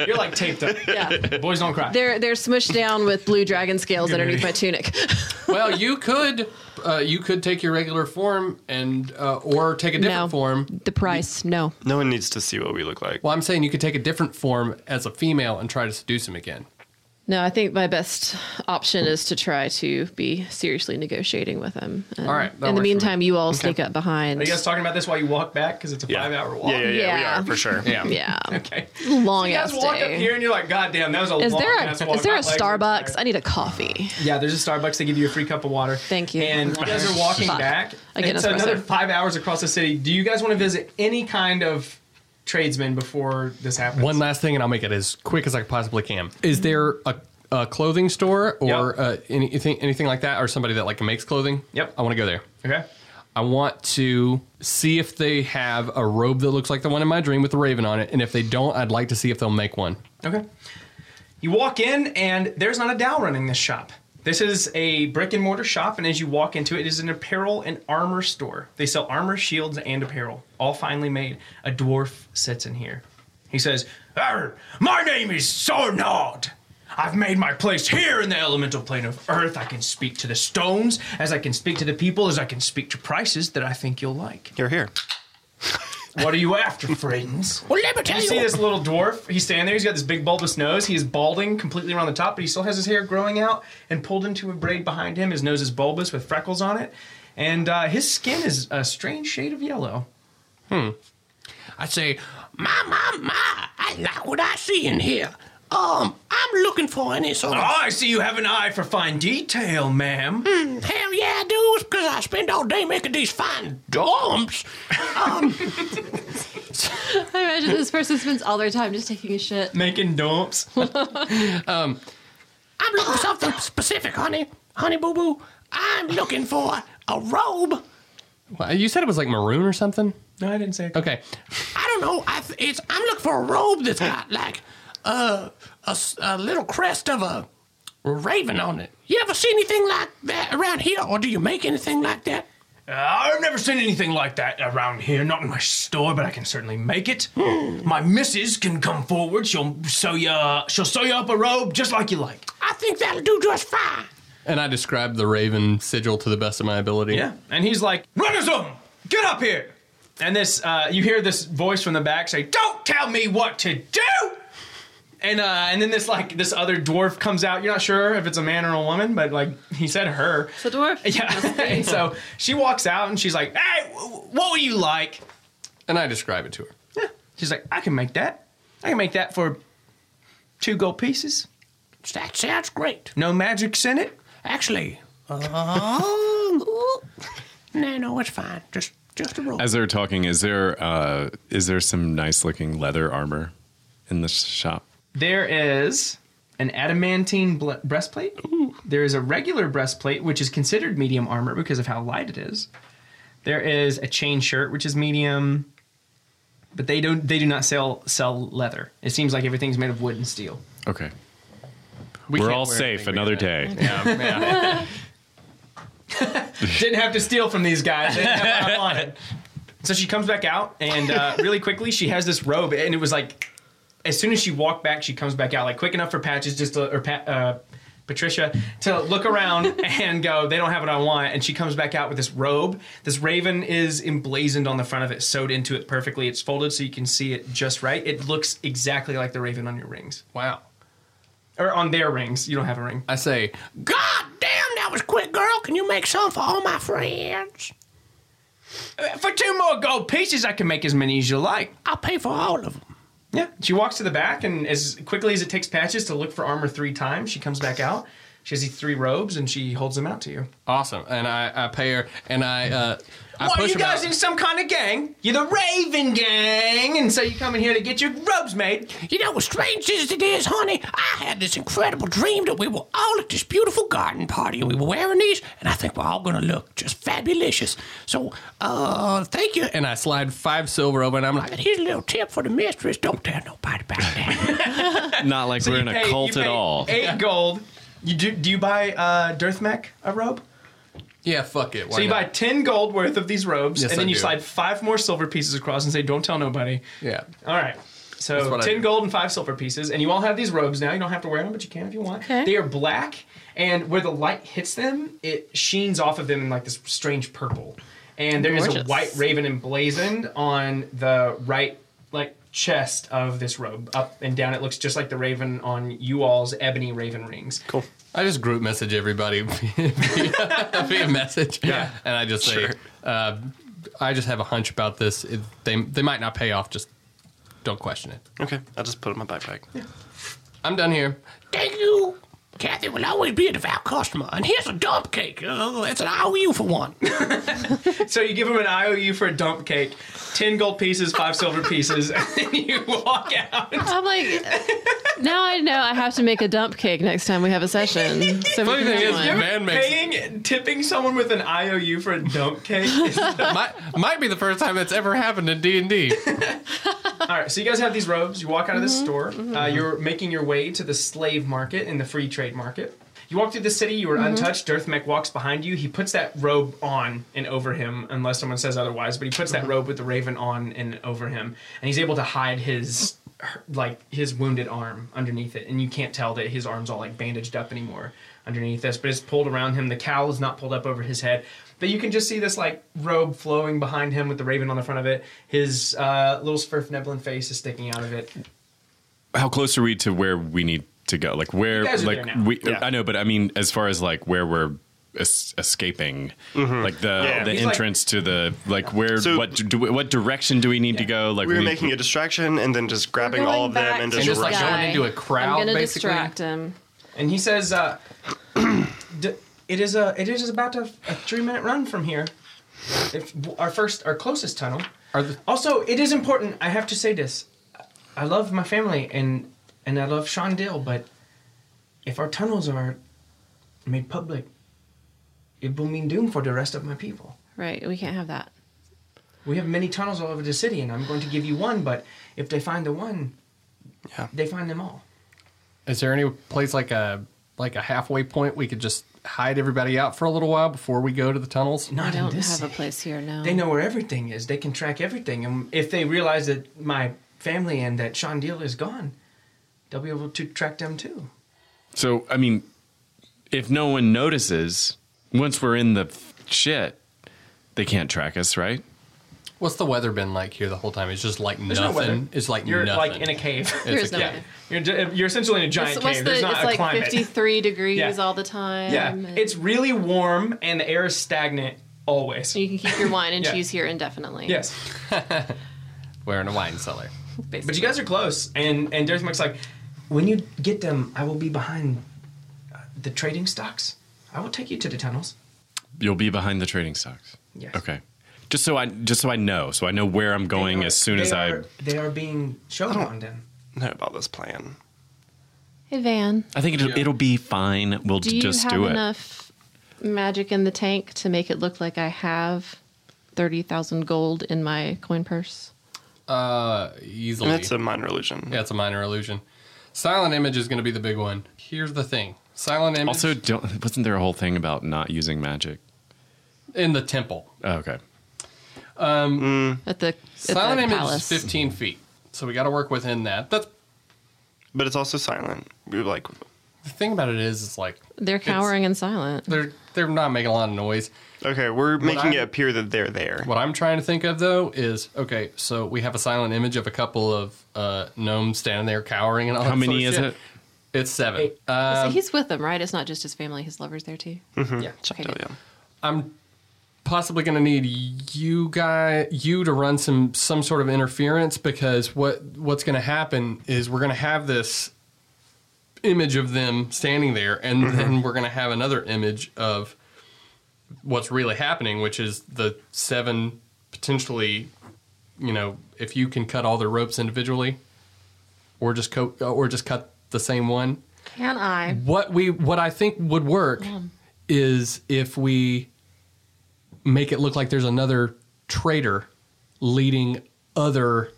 [SPEAKER 1] You're like taped up.
[SPEAKER 2] Yeah.
[SPEAKER 1] Boys don't cry.
[SPEAKER 2] They're they're smushed down with blue dragon scales underneath my tunic.
[SPEAKER 4] well, you could, uh, you could take your regular form and uh, or take a different
[SPEAKER 2] No.
[SPEAKER 4] form.
[SPEAKER 2] The price, no.
[SPEAKER 5] no one needs to see what we look like.
[SPEAKER 4] Well, I'm saying you could take a different form as a female and try to seduce him again.
[SPEAKER 2] No, I think my best option is to try to be seriously negotiating with him. And
[SPEAKER 4] All right, that
[SPEAKER 2] In
[SPEAKER 4] works
[SPEAKER 2] the
[SPEAKER 4] for me.
[SPEAKER 2] meantime, you all sneak up behind.
[SPEAKER 1] Are you guys talking about this while you walk back? Because it's a
[SPEAKER 5] yeah.
[SPEAKER 1] five hour walk.
[SPEAKER 5] Yeah, yeah, yeah,
[SPEAKER 2] Yeah.
[SPEAKER 5] We are for sure.
[SPEAKER 4] Yeah.
[SPEAKER 2] yeah.
[SPEAKER 1] Okay.
[SPEAKER 2] Long
[SPEAKER 1] You guys
[SPEAKER 2] ass
[SPEAKER 1] walk up
[SPEAKER 2] day.
[SPEAKER 1] here and you're like, God damn, that was a
[SPEAKER 2] Is
[SPEAKER 1] long
[SPEAKER 2] there a
[SPEAKER 1] ass walk.
[SPEAKER 2] is there
[SPEAKER 1] My
[SPEAKER 2] a
[SPEAKER 1] legs are
[SPEAKER 2] Starbucks?
[SPEAKER 1] tired.
[SPEAKER 2] I need a coffee.
[SPEAKER 1] Yeah, there's a Starbucks. They give you a free cup of water.
[SPEAKER 2] Thank you.
[SPEAKER 1] And you guys are walking
[SPEAKER 2] Fuck.
[SPEAKER 1] back.
[SPEAKER 2] I get
[SPEAKER 1] It's
[SPEAKER 2] espresso.
[SPEAKER 1] another five hours across the city. Do you guys want to visit any kind of tradesman before this happens?
[SPEAKER 4] One last thing, and I'll make it as quick as I possibly can. Is there a, a clothing store or
[SPEAKER 1] Yep.
[SPEAKER 4] uh, anything anything like that, or somebody that like makes clothing?
[SPEAKER 1] Yep.
[SPEAKER 4] I want to go there.
[SPEAKER 1] Okay.
[SPEAKER 4] I want to see if they have a robe that looks like the one in my dream with the raven on it. And if they don't, I'd like to see if they'll make one.
[SPEAKER 1] Okay. You walk in, and there's not a Dow running this shop. This is a brick and mortar shop, and as you walk into it, it is an apparel and armor store. They sell armor, shields, and apparel, all finely made. A dwarf sits in here. He says, "Arr, My name is Sornod. I've made my place here in the elemental plane of earth. I can speak to the stones, as I can speak to the people, as I can speak to prices that I think you'll like.
[SPEAKER 5] You're here.
[SPEAKER 1] What are you after, friends?
[SPEAKER 7] Well, let me tell
[SPEAKER 1] You see this little dwarf? He's standing there. He's got this big bulbous nose. He is balding completely around the top, but he still has his hair growing out and pulled into a braid behind him. His nose is bulbous with freckles on it, and uh, his skin is a strange shade of yellow. Hmm.
[SPEAKER 7] I say, my, my, my, I like what I see in here. Um, I'm looking for any sort of.
[SPEAKER 1] Oh, Ah, I see you have an eye for fine detail, ma'am.
[SPEAKER 7] Hmm, Hell yeah, I do. It's because I spend all day making these fine dorms.
[SPEAKER 2] Um, I imagine this person spends all their time just taking a shit.
[SPEAKER 1] Making dumps. Um,
[SPEAKER 7] I'm looking for something specific, honey. Honey boo boo. I'm looking for a robe.
[SPEAKER 4] Well, you said it was like maroon or something.
[SPEAKER 1] No, I didn't say.
[SPEAKER 4] Okay,
[SPEAKER 7] I don't know. I th- it's I'm looking for a robe that's got like uh, a, s- a little crest of a raven on it. You ever see anything like that around here, or do you make anything like that?
[SPEAKER 1] Uh, I've never seen anything like that around here. Not in my store, but I can certainly make it.
[SPEAKER 7] Hmm.
[SPEAKER 1] My missus can come forward. She'll sew you. She'll sew you up a robe just like you like.
[SPEAKER 7] I think that'll do just fine.
[SPEAKER 4] and I described the raven sigil to the best of my ability.
[SPEAKER 1] Yeah, and he's like, Renazum, get up here! And this, uh, you hear this voice from the back say, "Don't tell me what to do." And uh, and then this like this other dwarf comes out. You're not sure if it's a man or a woman, but like he said, her.
[SPEAKER 2] The dwarf.
[SPEAKER 1] Yeah. and so she walks out and she's like, "Hey, w- what would you like?"
[SPEAKER 4] and I describe it to her.
[SPEAKER 1] Yeah. She's like, "I can make that. I can make that for two gold pieces.
[SPEAKER 7] That sounds great.
[SPEAKER 1] No magics in it."
[SPEAKER 7] Actually, oh, no, no, it's fine. Just just a robe.
[SPEAKER 3] As they're talking, is there uh, is there some nice looking leather armor in the shop?
[SPEAKER 1] There is an adamantine ble- breastplate. There is a regular breastplate, which is considered medium armor because of how light it is. There is a chain shirt, which is medium, but they don't. They do not sell sell leather. It seems like everything's made of wood and steel.
[SPEAKER 3] Okay,
[SPEAKER 4] We
[SPEAKER 3] we are
[SPEAKER 4] can't
[SPEAKER 3] all
[SPEAKER 4] wear
[SPEAKER 3] safe.
[SPEAKER 4] anything
[SPEAKER 3] Another
[SPEAKER 4] we got.
[SPEAKER 3] day.
[SPEAKER 1] Didn't have to steal from these guys. They didn't have what I wanted. So she comes back out, and uh, really quickly she has this robe, and it was like, as soon as she walked back, she comes back out like quick enough for Patches just to, or Pat, uh, Patricia to look around and go, they don't have what I want, and she comes back out with this robe. This raven is emblazoned on the front of it, sewed into it perfectly. It's folded so you can see it just right. It looks exactly like the raven on your rings
[SPEAKER 4] Wow.
[SPEAKER 1] or on their rings. You don't have a ring.
[SPEAKER 4] I say,
[SPEAKER 7] God damn, that was quick, girl. Can you make some for all my friends?
[SPEAKER 1] For two more gold pieces, I can make as many as you like.
[SPEAKER 7] I'll pay for all of them.
[SPEAKER 1] Yeah, she walks to the back, and as quickly as it takes Patches to look for armor three times, she comes back out. She has these three robes, and she holds them out to you.
[SPEAKER 4] awesome. And I, I pay her, and I, uh, I
[SPEAKER 1] what,
[SPEAKER 4] push
[SPEAKER 1] you
[SPEAKER 4] her
[SPEAKER 1] guys
[SPEAKER 4] out.
[SPEAKER 1] in some kind of gang? You're the Raven Gang, and so you come in here to get your robes made.
[SPEAKER 7] You know, as strange as it is, honey, I had this incredible dream that we were all at this beautiful garden party and we were wearing these, and I think we're all gonna look just fabulous. So, uh, thank you. And
[SPEAKER 4] and I slide five silver over, and I'm like,
[SPEAKER 7] here's a little tip for the mistress don't tell nobody about that.
[SPEAKER 3] Not like we're in a
[SPEAKER 1] Hey, you
[SPEAKER 3] cult at
[SPEAKER 1] pay
[SPEAKER 3] all.
[SPEAKER 1] Eight gold. You do? Do you buy uh, Dearthmech a robe?
[SPEAKER 4] yeah, fuck it. Why
[SPEAKER 1] So you
[SPEAKER 4] not?
[SPEAKER 1] buy ten gold worth of these robes,
[SPEAKER 4] Yes,
[SPEAKER 1] and
[SPEAKER 4] I
[SPEAKER 1] then you
[SPEAKER 4] do.
[SPEAKER 1] slide five more silver pieces across and say, "Don't tell nobody."
[SPEAKER 4] Yeah.
[SPEAKER 1] All right. So
[SPEAKER 4] what I
[SPEAKER 1] ten
[SPEAKER 4] do.
[SPEAKER 1] gold and five silver pieces, and you all have these robes now. You don't have to wear them, but you can if you want.
[SPEAKER 2] Okay.
[SPEAKER 1] They are black, and where the light hits them, it sheens off of them in like this strange purple. And there is a
[SPEAKER 2] Gorgeous.
[SPEAKER 1] white raven emblazoned on the right, like chest of this robe, up and down. It looks just like the raven on you all's ebony raven rings. Cool.
[SPEAKER 4] I just group message everybody via, via message. Yeah. And I just say, uh, I just have a hunch about this. It, they, they might not pay off. Just don't question it.
[SPEAKER 5] Okay, I'll just put it in my backpack.
[SPEAKER 4] I'm done here.
[SPEAKER 7] thank you. Kathy will always be a devout customer, and here's a dump cake. Uh, it's an IOU for one.
[SPEAKER 1] So you give him an IOU for a dump cake, ten gold pieces, five silver pieces, and then you walk out.
[SPEAKER 2] I'm like, now I know I have to make a dump cake next time we have a session. So we can
[SPEAKER 4] Funny thing
[SPEAKER 2] have
[SPEAKER 4] is,
[SPEAKER 2] one.
[SPEAKER 4] you're- Man makes-
[SPEAKER 1] paying tipping someone with an IOU for a dump cake. is- All
[SPEAKER 4] might, might be the first time that's ever happened in D&D.
[SPEAKER 1] right, so you guys have these robes. You walk out of this store. Uh, you're making your way to the slave market and the free trade market. You walk through the city. You are untouched. Dearthmech walks behind you. He puts that robe on and over him, unless someone says otherwise. But he puts that robe with the raven on and over him, and he's able to hide his like his wounded arm underneath it, and you can't tell that his arm's all like bandaged up anymore underneath this, but it's pulled around him. The cowl is not pulled up over his head. But you can just see this like robe flowing behind him with the raven on the front of it. His uh, little Sverfneblin face is sticking out of it.
[SPEAKER 3] How close are we to where we need to go? Like where?
[SPEAKER 1] guys are
[SPEAKER 3] like
[SPEAKER 1] there now.
[SPEAKER 3] we? uh,
[SPEAKER 5] Yeah.
[SPEAKER 3] I know, but I mean, as far as like where we're es- escaping, like the
[SPEAKER 5] Yeah.
[SPEAKER 3] the
[SPEAKER 1] He's like-
[SPEAKER 3] entrance to the like where?
[SPEAKER 5] So-
[SPEAKER 3] what do we, what direction do we need to go? Like
[SPEAKER 5] We were
[SPEAKER 3] need-
[SPEAKER 5] making a distraction and then just grabbing
[SPEAKER 2] going
[SPEAKER 5] all of them
[SPEAKER 2] back
[SPEAKER 5] and
[SPEAKER 2] to
[SPEAKER 5] just,
[SPEAKER 4] And just, like,
[SPEAKER 5] rushing.
[SPEAKER 4] going
[SPEAKER 2] guy.
[SPEAKER 4] into a crowd,
[SPEAKER 2] I'm gonna
[SPEAKER 4] basically?
[SPEAKER 2] distract him.
[SPEAKER 1] And he says, uh, D- "It is a it is about a, a three minute run from here. If our first our closest tunnel.
[SPEAKER 4] Are the,
[SPEAKER 1] Also, it is important. I have to say this. I love my family and and I love Sean Dill, but if our tunnels are made public, it will mean doom for the rest of my people.
[SPEAKER 2] Right, we can't have that.
[SPEAKER 1] We have many tunnels all over the city, and I'm going to give you one. But if they find the one,
[SPEAKER 5] Yeah.
[SPEAKER 1] they find them all.
[SPEAKER 4] is there any place like a like a halfway point we could just hide everybody out for a little while before we go to the tunnels?
[SPEAKER 1] Not
[SPEAKER 2] I
[SPEAKER 1] in
[SPEAKER 2] don't
[SPEAKER 1] this
[SPEAKER 2] have a
[SPEAKER 1] city.
[SPEAKER 2] place here now.
[SPEAKER 1] They know where everything is. They can track everything. And if they realize that my family and that Sean Deal is gone, they'll be able to track them too.
[SPEAKER 3] So I mean, if no one notices, once we're in the f- shit, they can't track us, right?
[SPEAKER 4] What's the weather been like here the whole time? It's just like
[SPEAKER 1] no
[SPEAKER 4] nothing.
[SPEAKER 1] weather.
[SPEAKER 4] it's like
[SPEAKER 1] You're
[SPEAKER 4] nothing.
[SPEAKER 1] like in a cave.
[SPEAKER 2] There's
[SPEAKER 4] It's
[SPEAKER 2] no
[SPEAKER 4] a
[SPEAKER 1] yeah.
[SPEAKER 2] way.
[SPEAKER 1] You're, ju- you're essentially in a giant
[SPEAKER 2] It's, what's
[SPEAKER 1] cave.
[SPEAKER 2] the,
[SPEAKER 1] There's
[SPEAKER 2] it's
[SPEAKER 1] not a
[SPEAKER 2] like
[SPEAKER 1] climate.
[SPEAKER 2] 53 degrees
[SPEAKER 1] Yeah.
[SPEAKER 2] all the time.
[SPEAKER 1] yeah.
[SPEAKER 2] and
[SPEAKER 1] It's really warm and the air is stagnant always.
[SPEAKER 2] you can keep your wine and
[SPEAKER 1] Yeah.
[SPEAKER 2] cheese here indefinitely.
[SPEAKER 1] Yes.
[SPEAKER 4] We're in a wine cellar.
[SPEAKER 2] basically.
[SPEAKER 1] But you guys are close. And, and Derek Mike's like, when you get them, I will be behind uh, the trading stocks. I will take you to the tunnels.
[SPEAKER 3] You'll be behind the trading stocks.
[SPEAKER 1] Yes.
[SPEAKER 3] Okay. Just so I just so I know, so I know where I'm going
[SPEAKER 1] They are-
[SPEAKER 3] as soon as
[SPEAKER 1] they
[SPEAKER 3] I. Oh.
[SPEAKER 1] Are, they are being shown on them.
[SPEAKER 5] know about this plan.
[SPEAKER 2] Hey Van,
[SPEAKER 3] I think it'll, it'll be fine. We'll
[SPEAKER 2] do you
[SPEAKER 3] just
[SPEAKER 2] have
[SPEAKER 3] do it.
[SPEAKER 2] enough magic in the tank to make it look like I have thirty thousand gold in my coin purse?
[SPEAKER 4] Uh, easily.
[SPEAKER 5] And it's a minor illusion.
[SPEAKER 4] yeah, it's a minor illusion. Silent image is going to be the big one. Here's the thing. Silent image
[SPEAKER 3] Also, don't, wasn't there a whole thing about not using magic?
[SPEAKER 4] in the temple. Um,
[SPEAKER 3] Oh, okay.
[SPEAKER 5] Mm.
[SPEAKER 2] At the, at
[SPEAKER 4] Silent
[SPEAKER 2] the
[SPEAKER 4] image
[SPEAKER 2] palace.
[SPEAKER 4] is 15 feet. So we got to work within that. That's
[SPEAKER 5] But it's also silent. We were like,
[SPEAKER 4] the thing about it is it's like
[SPEAKER 2] They're cowering and silent.
[SPEAKER 4] they're they're not making a lot of noise.
[SPEAKER 5] okay, we're making
[SPEAKER 4] I-
[SPEAKER 5] it appear that they're there.
[SPEAKER 4] What I'm trying to think of though is okay, so we have a silent image of a couple of uh, gnomes standing there cowering and all
[SPEAKER 3] How
[SPEAKER 4] that
[SPEAKER 3] many
[SPEAKER 4] sort
[SPEAKER 3] is
[SPEAKER 4] of
[SPEAKER 3] it?
[SPEAKER 4] shit. It's 7.
[SPEAKER 1] Eight.
[SPEAKER 4] Uh,
[SPEAKER 5] Um,
[SPEAKER 2] so he's with them, right? It's not just his family; his lovers there too.
[SPEAKER 1] Yeah.
[SPEAKER 2] Okay,
[SPEAKER 5] So,
[SPEAKER 2] good.
[SPEAKER 5] yeah.
[SPEAKER 4] Mm-hmm. I'm possibly going to need you guy you to run some some sort of interference because what what's going to happen is we're going to have this image of them standing there and then we're going to have another image of what's really happening which is the seven potentially you know if you can cut all their ropes individually or just co- or just cut the same one
[SPEAKER 2] Can I?
[SPEAKER 4] what we what I think would work is if we make it look like there's another traitor leading other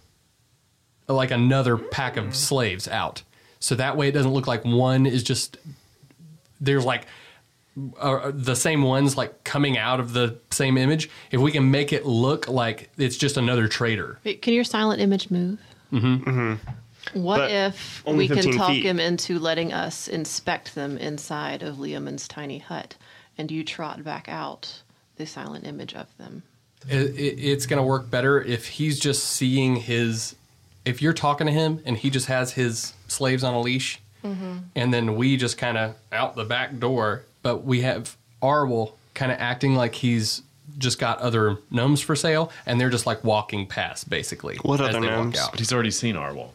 [SPEAKER 4] like another pack of slaves out. So that way it doesn't look like one is just there's like uh, the same ones like coming out of the same image. If we can make it look like it's just another traitor.
[SPEAKER 2] Wait, can your silent image move? Mm-hmm. What
[SPEAKER 5] But
[SPEAKER 2] if
[SPEAKER 5] only
[SPEAKER 2] we can
[SPEAKER 5] 15
[SPEAKER 2] talk
[SPEAKER 5] feet.
[SPEAKER 2] him into letting us inspect them inside of Liamon's tiny hut, and you trot back out the silent image of them?
[SPEAKER 4] it, it- it's going to work better if he's just seeing his if you're talking to him and he just has his slaves on a leash
[SPEAKER 7] Mm-hmm.
[SPEAKER 4] and then we just kind of out the back door but we have arwel kind of acting like he's just got other gnomes for sale and they're just like walking past basically
[SPEAKER 5] What
[SPEAKER 4] as
[SPEAKER 5] other
[SPEAKER 4] they walk
[SPEAKER 5] gnomes?
[SPEAKER 4] out.
[SPEAKER 3] he's already seen Arwol.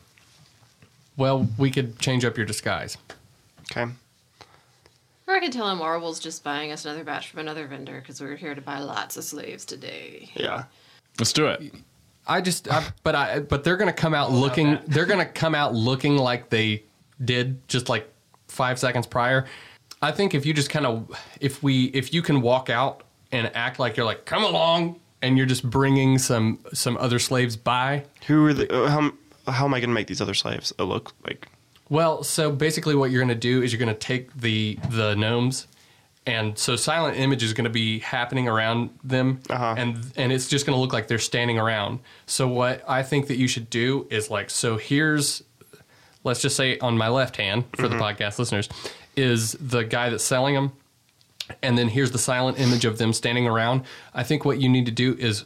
[SPEAKER 4] well we could change up your disguise
[SPEAKER 5] Okay.
[SPEAKER 2] Or I can tell him Orwell's just buying us another batch from another vendor because we're here to buy lots of slaves today.
[SPEAKER 5] Yeah.
[SPEAKER 3] Let's do it.
[SPEAKER 4] I just, I, but I, but they're gonna come out looking. They're gonna come out looking like they did just like five seconds prior. I think if you just kind of, if we, if you can walk out and act like you're like, come along, and you're just bringing some some other slaves by.
[SPEAKER 5] Who are the? Uh, how, am- how am I going to make these other slaves uh, look like?
[SPEAKER 4] Well, so basically, what you're gonna do is you're gonna take the the gnomes, and so silent image is gonna be happening around them,
[SPEAKER 5] Uh-huh.
[SPEAKER 4] and and it's just gonna look like they're standing around. So what I think that you should do is like, so here's,
[SPEAKER 5] Mm-hmm.
[SPEAKER 4] let's just say on my left hand for the podcast listeners, is the guy that's selling them, and then here's the silent image of them standing around. I think what you need to do is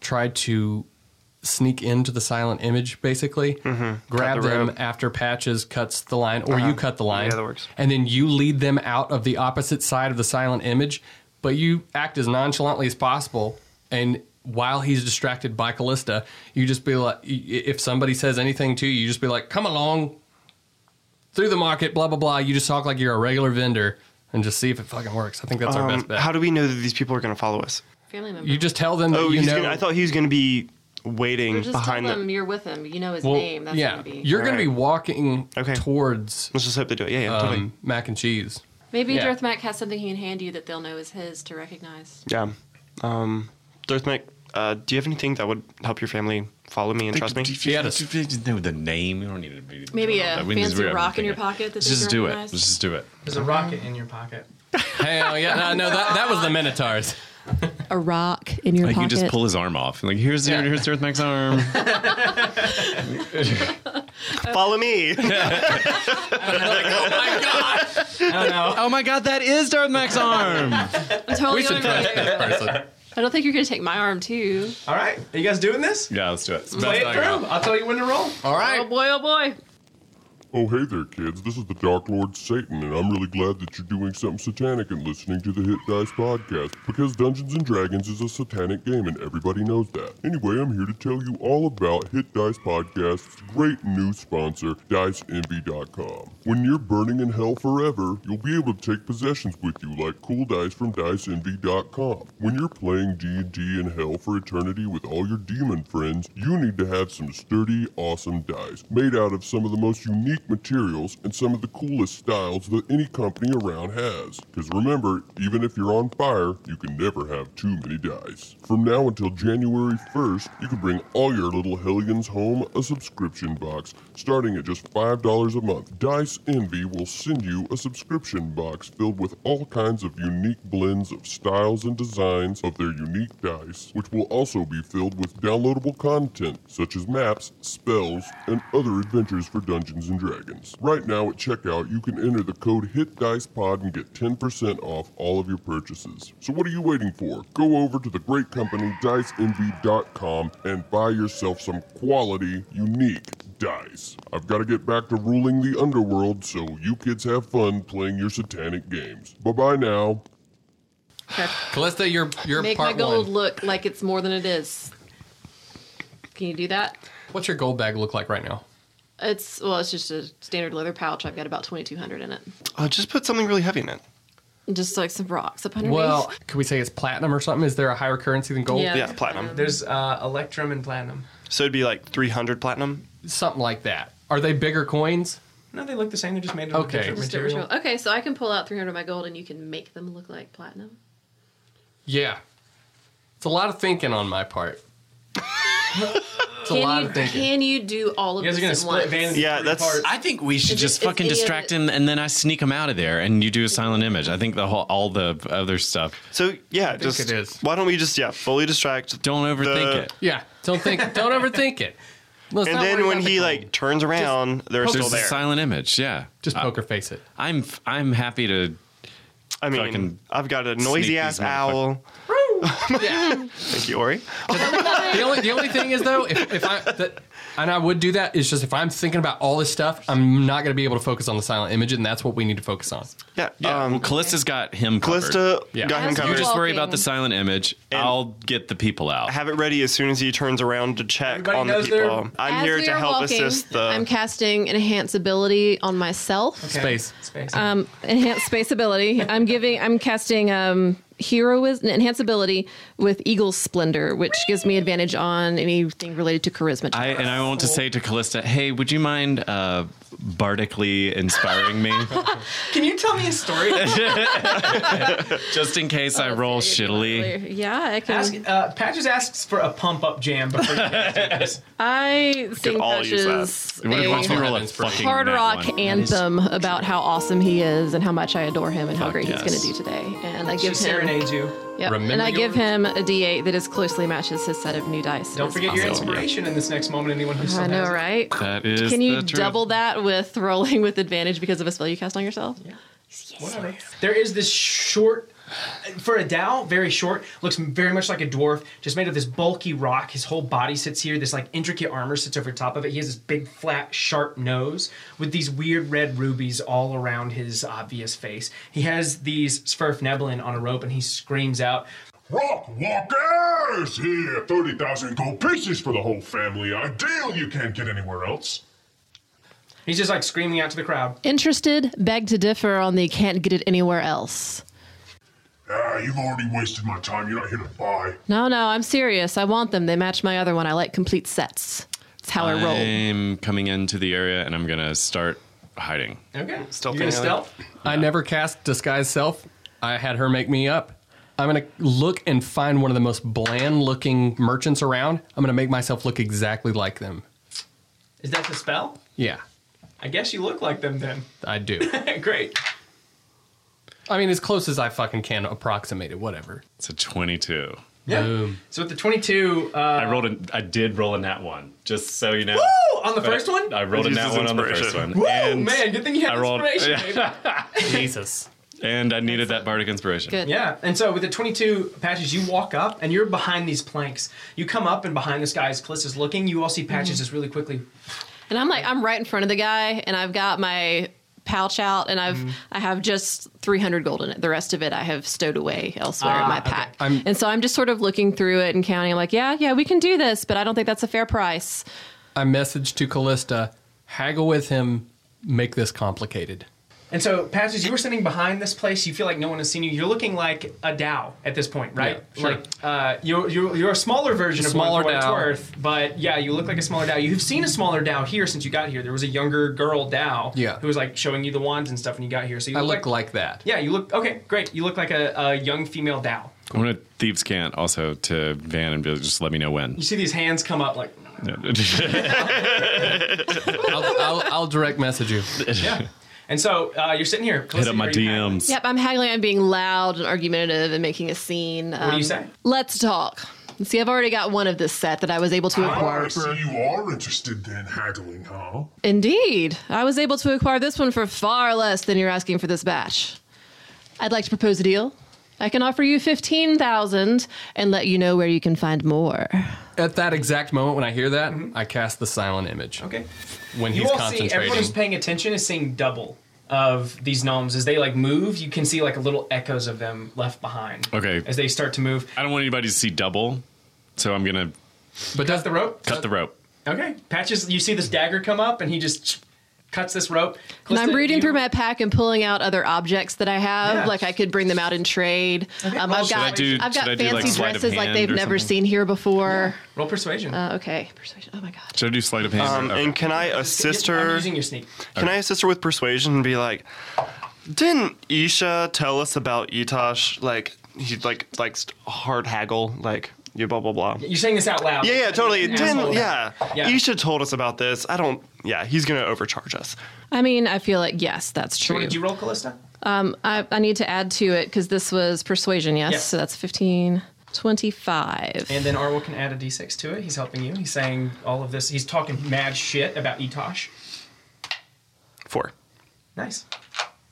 [SPEAKER 4] try to sneak into the silent image, basically. Grab
[SPEAKER 5] Mm-hmm. the
[SPEAKER 4] them
[SPEAKER 5] rope.
[SPEAKER 4] after Patches cuts the line, or you cut the line.
[SPEAKER 5] Uh-huh. Yeah, that works.
[SPEAKER 4] And then you lead them out of the opposite side of the silent image, but you act as nonchalantly as possible. And while he's distracted by Callista, you just be like, i- if somebody says anything to you, you just be like, come along, through the market, blah blah blah. You just talk like you're a regular vendor and just see if it fucking works. I think that's our
[SPEAKER 5] Um,
[SPEAKER 4] best bet.
[SPEAKER 5] how do we know that these people are going to follow us?
[SPEAKER 2] Family member.
[SPEAKER 4] you just tell them that
[SPEAKER 5] Oh,
[SPEAKER 4] you
[SPEAKER 5] he's
[SPEAKER 4] know?
[SPEAKER 5] gonna, I thought he was going to be waiting
[SPEAKER 2] Or just
[SPEAKER 5] Mm, behind
[SPEAKER 2] tell
[SPEAKER 5] them.
[SPEAKER 2] them you're with him. You know his
[SPEAKER 4] well,
[SPEAKER 2] name. That's
[SPEAKER 4] yeah,
[SPEAKER 2] gonna be.
[SPEAKER 4] you're gonna be
[SPEAKER 5] Alright.
[SPEAKER 4] walking
[SPEAKER 5] Okay.
[SPEAKER 4] towards
[SPEAKER 5] Let's just hope they do it. Yeah, yeah, totally.
[SPEAKER 4] um, mac and cheese.
[SPEAKER 2] Maybe
[SPEAKER 4] yeah.
[SPEAKER 2] Darth Mac has something he can hand you that they'll know is his to recognize.
[SPEAKER 5] Yeah. Um, Darth Mac, uh, do you have anything that would help your family follow me and trust me?
[SPEAKER 3] She had a, know the name. You don't need to be.
[SPEAKER 2] Maybe
[SPEAKER 3] that.
[SPEAKER 2] a
[SPEAKER 3] We need to
[SPEAKER 2] fancy
[SPEAKER 3] be
[SPEAKER 2] rock in your
[SPEAKER 3] everything.
[SPEAKER 2] pocket. That
[SPEAKER 3] Let's
[SPEAKER 2] they
[SPEAKER 3] just
[SPEAKER 2] can
[SPEAKER 3] do it.
[SPEAKER 2] recognize.
[SPEAKER 3] Let's just do it.
[SPEAKER 1] There's a rocket in your pocket.
[SPEAKER 4] Hell yeah! No, no, that that was the Minotaurs.
[SPEAKER 2] A rock in your
[SPEAKER 3] Like
[SPEAKER 2] pocket.
[SPEAKER 3] you just pull his arm off. Like here's
[SPEAKER 4] Yeah.
[SPEAKER 3] here's Darth Mac's arm.
[SPEAKER 5] Follow me.
[SPEAKER 1] I don't know.
[SPEAKER 3] oh my God, that is Darth Mac's arm.
[SPEAKER 2] I'm totally
[SPEAKER 4] We should
[SPEAKER 2] gonna be
[SPEAKER 4] trust
[SPEAKER 2] like,
[SPEAKER 4] this person.
[SPEAKER 2] I don't think you're gonna take my arm too.
[SPEAKER 1] All right, are you guys doing this?
[SPEAKER 3] yeah, let's do it.
[SPEAKER 1] Play it
[SPEAKER 4] I
[SPEAKER 1] through. I'll tell you when to roll.
[SPEAKER 2] Oh
[SPEAKER 4] All right,
[SPEAKER 2] boy! Oh boy!
[SPEAKER 9] Oh, hey there, kids. This is the Dark Lord Satan, and I'm really glad that you're doing something satanic and listening to the Hit Dice podcast, because Dungeons and Dragons is a satanic game, and everybody knows that. Anyway, I'm here to tell you all about Hit Dice Podcast's great new sponsor, DiceEnvy.com. When you're burning in hell forever, you'll be able to take possessions with you, like cool dice from DiceEnvy.com. When you're playing D&D in hell for eternity with all your demon friends, you need to have some sturdy, awesome dice, made out of some of the most unique materials and some of the coolest styles that any company around has. Because remember, even if you're on fire, you can never have too many dice. From now until January 1st, you can bring all your little hellions home a subscription box, starting at just $5 a month. Dice Envy will send you a subscription box filled with all kinds of unique blends of styles and designs of their unique dice, which will also be filled with downloadable content such as maps, spells, and other adventures for Dungeons and Dragons. Right now at checkout, you can enter the code HITDICEPOD and get 10% off all of your purchases. So what are you waiting for? Go over to the great company diceenvy.com and buy yourself some quality, unique dice. I've got to get back to ruling the underworld, so you kids have fun playing your satanic games. Bye-bye now.
[SPEAKER 4] Callista, you're you're
[SPEAKER 2] Make
[SPEAKER 4] part
[SPEAKER 2] my gold
[SPEAKER 4] one.
[SPEAKER 2] look like it's more than it is. Can you do that?
[SPEAKER 4] What's your gold bag look like right now?
[SPEAKER 2] It's well, it's just a standard leather pouch. I've got about twenty two hundred in it.
[SPEAKER 5] Uh, just put something really heavy in it.
[SPEAKER 2] Just like some rocks up underneath.
[SPEAKER 4] Well, could we say it's platinum or something? Is there a higher currency than gold?
[SPEAKER 2] Yeah. Um,
[SPEAKER 5] Yeah, platinum.
[SPEAKER 1] There's uh, electrum and platinum.
[SPEAKER 5] So it'd be like 300 platinum.
[SPEAKER 4] Something like that. Are they bigger coins?
[SPEAKER 1] No, they look the same. They're just made of
[SPEAKER 4] Okay.
[SPEAKER 1] different
[SPEAKER 2] Just
[SPEAKER 1] material.
[SPEAKER 2] original- Okay, so I can pull out 300 of my gold and you can make them look like platinum.
[SPEAKER 4] Yeah. It's a lot of thinking on my part. it's a
[SPEAKER 2] Can
[SPEAKER 4] lot
[SPEAKER 2] you,
[SPEAKER 4] of thinking.
[SPEAKER 2] can you do all of
[SPEAKER 1] You guys
[SPEAKER 2] this
[SPEAKER 1] are gonna
[SPEAKER 2] at
[SPEAKER 1] split
[SPEAKER 2] once?
[SPEAKER 1] Van. into
[SPEAKER 5] Yeah,
[SPEAKER 1] three
[SPEAKER 5] that's-
[SPEAKER 1] parts.
[SPEAKER 3] I think we should
[SPEAKER 2] Is
[SPEAKER 3] just
[SPEAKER 2] it- is uh,
[SPEAKER 3] fucking
[SPEAKER 2] any of
[SPEAKER 3] distract
[SPEAKER 2] it-
[SPEAKER 3] him, and then I sneak him out of there, and you do a silent image. I think the whole all the other stuff.
[SPEAKER 5] So yeah, just uh,
[SPEAKER 4] it is.
[SPEAKER 5] why don't we just yeah fully distract?
[SPEAKER 3] Don't overthink
[SPEAKER 5] The-
[SPEAKER 3] it.
[SPEAKER 4] yeah. Don't think don't overthink it. Let's
[SPEAKER 5] and
[SPEAKER 4] not
[SPEAKER 5] then
[SPEAKER 4] worry
[SPEAKER 5] when
[SPEAKER 4] about the
[SPEAKER 5] he
[SPEAKER 4] gold.
[SPEAKER 5] like turns around, they're still
[SPEAKER 3] There's a
[SPEAKER 5] there.
[SPEAKER 3] silent image. Yeah, Uh,
[SPEAKER 4] just poker face it.
[SPEAKER 3] I'm I'm happy to.
[SPEAKER 5] I mean,
[SPEAKER 3] fucking
[SPEAKER 5] I've got a noisy
[SPEAKER 3] sneak
[SPEAKER 5] ass
[SPEAKER 3] these motherfuckers.
[SPEAKER 5] owl.
[SPEAKER 4] Yeah.
[SPEAKER 5] Thank you, Ori.
[SPEAKER 4] the only the only thing is though, if, if I that, and I would do that is just if I'm thinking about all this stuff, I'm not going to be able to focus on the silent image, and that's what we need to focus on.
[SPEAKER 5] Yeah.
[SPEAKER 3] Yeah,
[SPEAKER 5] um,
[SPEAKER 3] well, Callista's got him. Covered.
[SPEAKER 5] Callista
[SPEAKER 4] Yeah.
[SPEAKER 5] got him
[SPEAKER 2] As
[SPEAKER 5] covered.
[SPEAKER 3] you just worry about
[SPEAKER 2] Walking.
[SPEAKER 3] the silent image. I'll get the people out.
[SPEAKER 5] have it ready as soon as he turns around to check
[SPEAKER 1] Everybody
[SPEAKER 5] on the
[SPEAKER 1] knows they're-
[SPEAKER 5] people. I'm
[SPEAKER 2] As
[SPEAKER 5] here
[SPEAKER 2] we
[SPEAKER 5] to
[SPEAKER 2] are
[SPEAKER 5] help
[SPEAKER 2] walking,
[SPEAKER 5] assist the.
[SPEAKER 2] I'm casting enhance ability on myself.
[SPEAKER 1] Okay.
[SPEAKER 4] Space.
[SPEAKER 1] Space.
[SPEAKER 2] Um, enhance space ability. I'm giving. I'm casting um, heroism enhance ability with eagle splendor, which gives me advantage on anything related to charisma.
[SPEAKER 3] I, and I want to say to Callista, hey, would you mind uh, bardically inspiring me,
[SPEAKER 1] Can you tell me a story?
[SPEAKER 3] just in case I roll shittily?
[SPEAKER 2] Yeah, I can.
[SPEAKER 1] Ask, uh, Patches asks for a pump up jam before you guys do this.
[SPEAKER 2] I sing
[SPEAKER 5] all use that.
[SPEAKER 2] Patches
[SPEAKER 3] What if you
[SPEAKER 2] a
[SPEAKER 3] roll a
[SPEAKER 4] Inspiration.
[SPEAKER 3] fucking
[SPEAKER 2] hard
[SPEAKER 3] nat
[SPEAKER 2] rock
[SPEAKER 3] one?
[SPEAKER 2] anthem about how awesome he is and how much I adore him and how great
[SPEAKER 3] yes.
[SPEAKER 2] he's going to do today. And I
[SPEAKER 1] She
[SPEAKER 2] give him.
[SPEAKER 1] serenades you.
[SPEAKER 2] Yep. And
[SPEAKER 4] Remember
[SPEAKER 2] I give
[SPEAKER 4] yours.
[SPEAKER 2] him a D8 that as closely matches his set of new dice.
[SPEAKER 1] Don't
[SPEAKER 2] as
[SPEAKER 1] forget your
[SPEAKER 2] possible.
[SPEAKER 1] inspiration in this next moment. Anyone who still
[SPEAKER 2] I know,
[SPEAKER 1] has it.
[SPEAKER 2] right?
[SPEAKER 3] That is
[SPEAKER 2] Can you
[SPEAKER 3] the truth.
[SPEAKER 2] double that with rolling with advantage because of a spell you cast on yourself?
[SPEAKER 1] Whatever. There is this short, for a Dow, very short, looks very much like a dwarf, just made of this bulky rock. His whole body sits here. This like intricate armor sits over top of it. He has this big, flat, sharp nose with these weird red rubies all around his obvious face. He has these Sverf Neblin on a rope and he screams out,
[SPEAKER 6] Rock Walkers! Here, 30,000 gold pieces for the whole family. A deal you can't get anywhere else.
[SPEAKER 1] He's just like screaming out to the crowd.
[SPEAKER 2] Interested? Beg to differ on the can't get it anywhere else.
[SPEAKER 6] Ah, you've already wasted my time. You're not here to buy.
[SPEAKER 2] No, no, I'm serious. I want them. They match my other one. I like complete sets. That's how I roll.
[SPEAKER 3] I'm coming into the area and I'm gonna start hiding.
[SPEAKER 1] Okay. Stealth.
[SPEAKER 5] Stealth
[SPEAKER 1] You're gonna
[SPEAKER 5] thing,
[SPEAKER 1] stealth?
[SPEAKER 4] I never cast disguise self. I had her make me up. I'm gonna look and find one of the most bland looking merchants around. I'm gonna make myself look exactly like them.
[SPEAKER 1] Is that the spell?
[SPEAKER 4] Yeah,
[SPEAKER 1] I guess you look like them then.
[SPEAKER 4] I do.
[SPEAKER 1] Great.
[SPEAKER 4] I mean, as close as I fucking can approximate it. Whatever.
[SPEAKER 3] It's a 22.
[SPEAKER 1] Yeah. So with the 22, uh,
[SPEAKER 3] I rolled a, I did roll a nat one, just so you know.
[SPEAKER 1] woo! on the first one?
[SPEAKER 3] I rolled a
[SPEAKER 5] Used
[SPEAKER 3] nat
[SPEAKER 5] his
[SPEAKER 3] one on the first
[SPEAKER 5] inspiration.
[SPEAKER 3] one.
[SPEAKER 1] Woo!
[SPEAKER 3] and,
[SPEAKER 1] man, good thing you had
[SPEAKER 3] I rolled-
[SPEAKER 1] inspiration. baby.
[SPEAKER 4] Jesus.
[SPEAKER 3] and I needed that bardic inspiration.
[SPEAKER 2] Good.
[SPEAKER 1] Yeah, and so with the 22 patches, you walk up and you're behind these planks. You come up and behind this guy as Cliss is looking, you all see patches
[SPEAKER 4] Mm-hmm.
[SPEAKER 1] just really quickly.
[SPEAKER 2] And I'm like, I'm right in front of the guy, and I've got my pouch out, and I've
[SPEAKER 1] Mm.
[SPEAKER 2] I have just 300 gold in it. The rest of it I have stowed away elsewhere
[SPEAKER 1] Ah,
[SPEAKER 2] in my pack.
[SPEAKER 4] I'm-
[SPEAKER 2] and so I'm just sort of looking through it and counting. I'm like, yeah, yeah, we can do this, but I don't think that's a fair price.
[SPEAKER 4] I messaged to Callista. Haggle with him. Make this complicated.
[SPEAKER 1] And so, Patches, you were sitting behind this place. You feel like no one has seen you. You're looking like a Dow at this point, right?
[SPEAKER 4] Yeah, sure.
[SPEAKER 1] Like uh, you're, you're you're a smaller version of
[SPEAKER 4] Smaller
[SPEAKER 1] smaller what it's
[SPEAKER 4] Dao.
[SPEAKER 1] worth, but yeah, you look like a smaller Dow. You've seen a smaller Dow here since you got here. There was a younger girl Dow
[SPEAKER 4] Yeah.
[SPEAKER 1] who was like showing you the wands and stuff when you got here. So you
[SPEAKER 4] I look like that.
[SPEAKER 1] yeah, you look okay, great. You look like a, a young female Dow.
[SPEAKER 3] I'm gonna thieves can't also to Van and be like, just let me know when.
[SPEAKER 1] You see these hands come up like
[SPEAKER 4] I'll, I'll, I'll direct message you.
[SPEAKER 1] yeah. And so uh, you're sitting here.
[SPEAKER 3] Hit up my DMs.
[SPEAKER 2] Yep, I'm haggling. I'm being loud and argumentative and making a scene. Um,
[SPEAKER 1] do you say?
[SPEAKER 2] Let's talk. See, I've already got one of this set that I was able to
[SPEAKER 1] Oh,
[SPEAKER 6] Ah, I
[SPEAKER 2] acquire.
[SPEAKER 6] see you are interested in haggling, huh?
[SPEAKER 2] Indeed, I was able to acquire this one for far less than you're asking for this batch. I'd like to propose a deal. I can offer you 15,000 and let you know where you can find more.
[SPEAKER 4] At that exact moment when I hear that, I cast the silent image.
[SPEAKER 1] Mm-hmm. Okay.
[SPEAKER 4] When
[SPEAKER 1] You
[SPEAKER 4] he's
[SPEAKER 1] all see everyone
[SPEAKER 4] concentrating.
[SPEAKER 1] who's paying attention is seeing double of these gnomes as they like move. You can see like little echoes of them left behind.
[SPEAKER 3] Okay.
[SPEAKER 1] As they start to move.
[SPEAKER 3] I don't want anybody to see double, so I'm gonna
[SPEAKER 4] but does
[SPEAKER 1] Cut the rope.
[SPEAKER 3] cut the rope.
[SPEAKER 1] Okay. Patches. You see this dagger come up, and he just cuts this rope.
[SPEAKER 2] And I'm
[SPEAKER 1] Calista,
[SPEAKER 2] reading
[SPEAKER 1] you-
[SPEAKER 2] through my pack and pulling out other objects that I have.
[SPEAKER 1] Yeah.
[SPEAKER 2] Like I could bring them out and trade. Um, I've
[SPEAKER 1] Should
[SPEAKER 2] got,
[SPEAKER 1] I do-
[SPEAKER 2] I've
[SPEAKER 3] should I
[SPEAKER 2] got
[SPEAKER 3] do, like,
[SPEAKER 2] fancy
[SPEAKER 3] sleight of
[SPEAKER 2] dresses like
[SPEAKER 3] hand
[SPEAKER 2] they've
[SPEAKER 3] or
[SPEAKER 2] never
[SPEAKER 3] something?
[SPEAKER 2] seen here before.
[SPEAKER 1] Roll persuasion.
[SPEAKER 2] Uh, okay, persuasion. Oh my God.
[SPEAKER 3] Should I do sleight of hand?
[SPEAKER 5] Um,
[SPEAKER 3] Okay.
[SPEAKER 5] And can I assist
[SPEAKER 1] I'm
[SPEAKER 5] her?
[SPEAKER 1] using your sneak.
[SPEAKER 5] Can I assist her with persuasion and be like, didn't Isha tell us about Itosh? Like he like likes hard haggle, like you blah blah blah.
[SPEAKER 1] You're saying this out loud.
[SPEAKER 5] Yeah, yeah, totally.
[SPEAKER 1] You're an
[SPEAKER 5] Didn't
[SPEAKER 1] asshole.
[SPEAKER 5] yeah.
[SPEAKER 1] Yeah.
[SPEAKER 5] Isha told us about this. I don't. Yeah, he's gonna overcharge us.
[SPEAKER 2] I mean, I feel like, yes, that's true. Um,
[SPEAKER 1] What did you roll, Callista?
[SPEAKER 2] I, I need to add to it because this was persuasion, yes?
[SPEAKER 1] Yes.
[SPEAKER 2] So that's 15, 25.
[SPEAKER 1] And then Arwel can add a d6 to it. He's helping you. He's saying all of this. He's talking mad shit about Etosh.
[SPEAKER 5] Four.
[SPEAKER 1] Nice.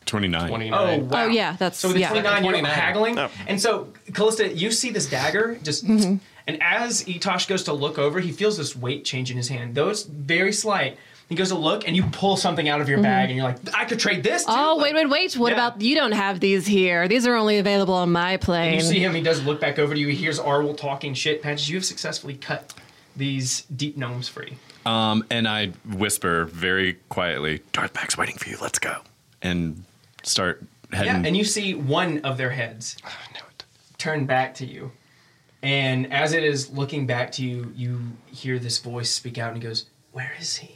[SPEAKER 3] 29.
[SPEAKER 4] 29.
[SPEAKER 1] Oh, wow.
[SPEAKER 2] Oh, yeah, that's-
[SPEAKER 1] so with the
[SPEAKER 2] yeah.
[SPEAKER 1] 29, you're
[SPEAKER 4] 29.
[SPEAKER 1] haggling. And so, Callista, you see this dagger just.
[SPEAKER 2] Mm-hmm.
[SPEAKER 1] And as Etosh goes to look over, he feels this weight change in his hand. Those very slight. He goes to look, and you pull something out of your bag, and you're like, "I could trade this." Too.
[SPEAKER 2] Mm-hmm. Oh,
[SPEAKER 1] Like,
[SPEAKER 2] wait, wait, wait. What
[SPEAKER 1] Yeah.
[SPEAKER 2] about you don't have these here? These are only available on my plane.
[SPEAKER 1] You see him. He does look back over to you. He hears Arwel talking shit. Patches, you have successfully cut these deep gnomes free.
[SPEAKER 3] Um, and I whisper very quietly, Darth Max waiting for you. Let's go. And start
[SPEAKER 1] Yeah,
[SPEAKER 3] heading.
[SPEAKER 1] and you see one of their heads turn back to you. And as it is looking back to you, you hear this voice speak out and he goes, Where is he?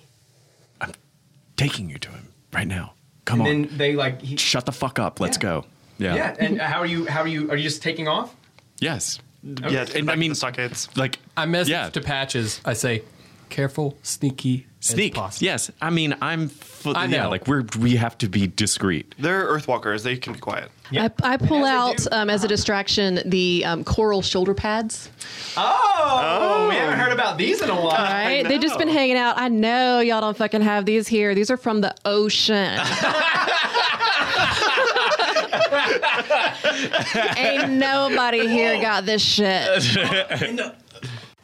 [SPEAKER 3] taking you to him right now. Come
[SPEAKER 1] And
[SPEAKER 3] on.
[SPEAKER 1] then they like he,
[SPEAKER 3] Shut the fuck up. Let's
[SPEAKER 1] Yeah.
[SPEAKER 3] go. Yeah.
[SPEAKER 1] yeah. and how are you how are you are you just taking off?
[SPEAKER 3] Yes.
[SPEAKER 5] Yeah,
[SPEAKER 3] And I
[SPEAKER 5] I
[SPEAKER 3] mean-
[SPEAKER 5] mean stockades.
[SPEAKER 3] Like
[SPEAKER 4] I message
[SPEAKER 3] Yeah.
[SPEAKER 4] to Patches. I say, careful, sneaky,
[SPEAKER 3] sneak.
[SPEAKER 4] As possible.
[SPEAKER 3] Yes. I mean, I'm. F-
[SPEAKER 4] I
[SPEAKER 3] Yeah.
[SPEAKER 4] know.
[SPEAKER 3] Like we're we have to be discreet.
[SPEAKER 5] They're Earthwalkers. They can be quiet.
[SPEAKER 2] I, I pull
[SPEAKER 1] And as I
[SPEAKER 2] out,
[SPEAKER 1] do-
[SPEAKER 2] um, as a distraction, the um, coral shoulder pads.
[SPEAKER 1] Oh, we haven't heard about these in a while.
[SPEAKER 2] All right? They've just been hanging out. I know y'all don't fucking have these here. These are from the ocean. Ain't nobody here got this shit.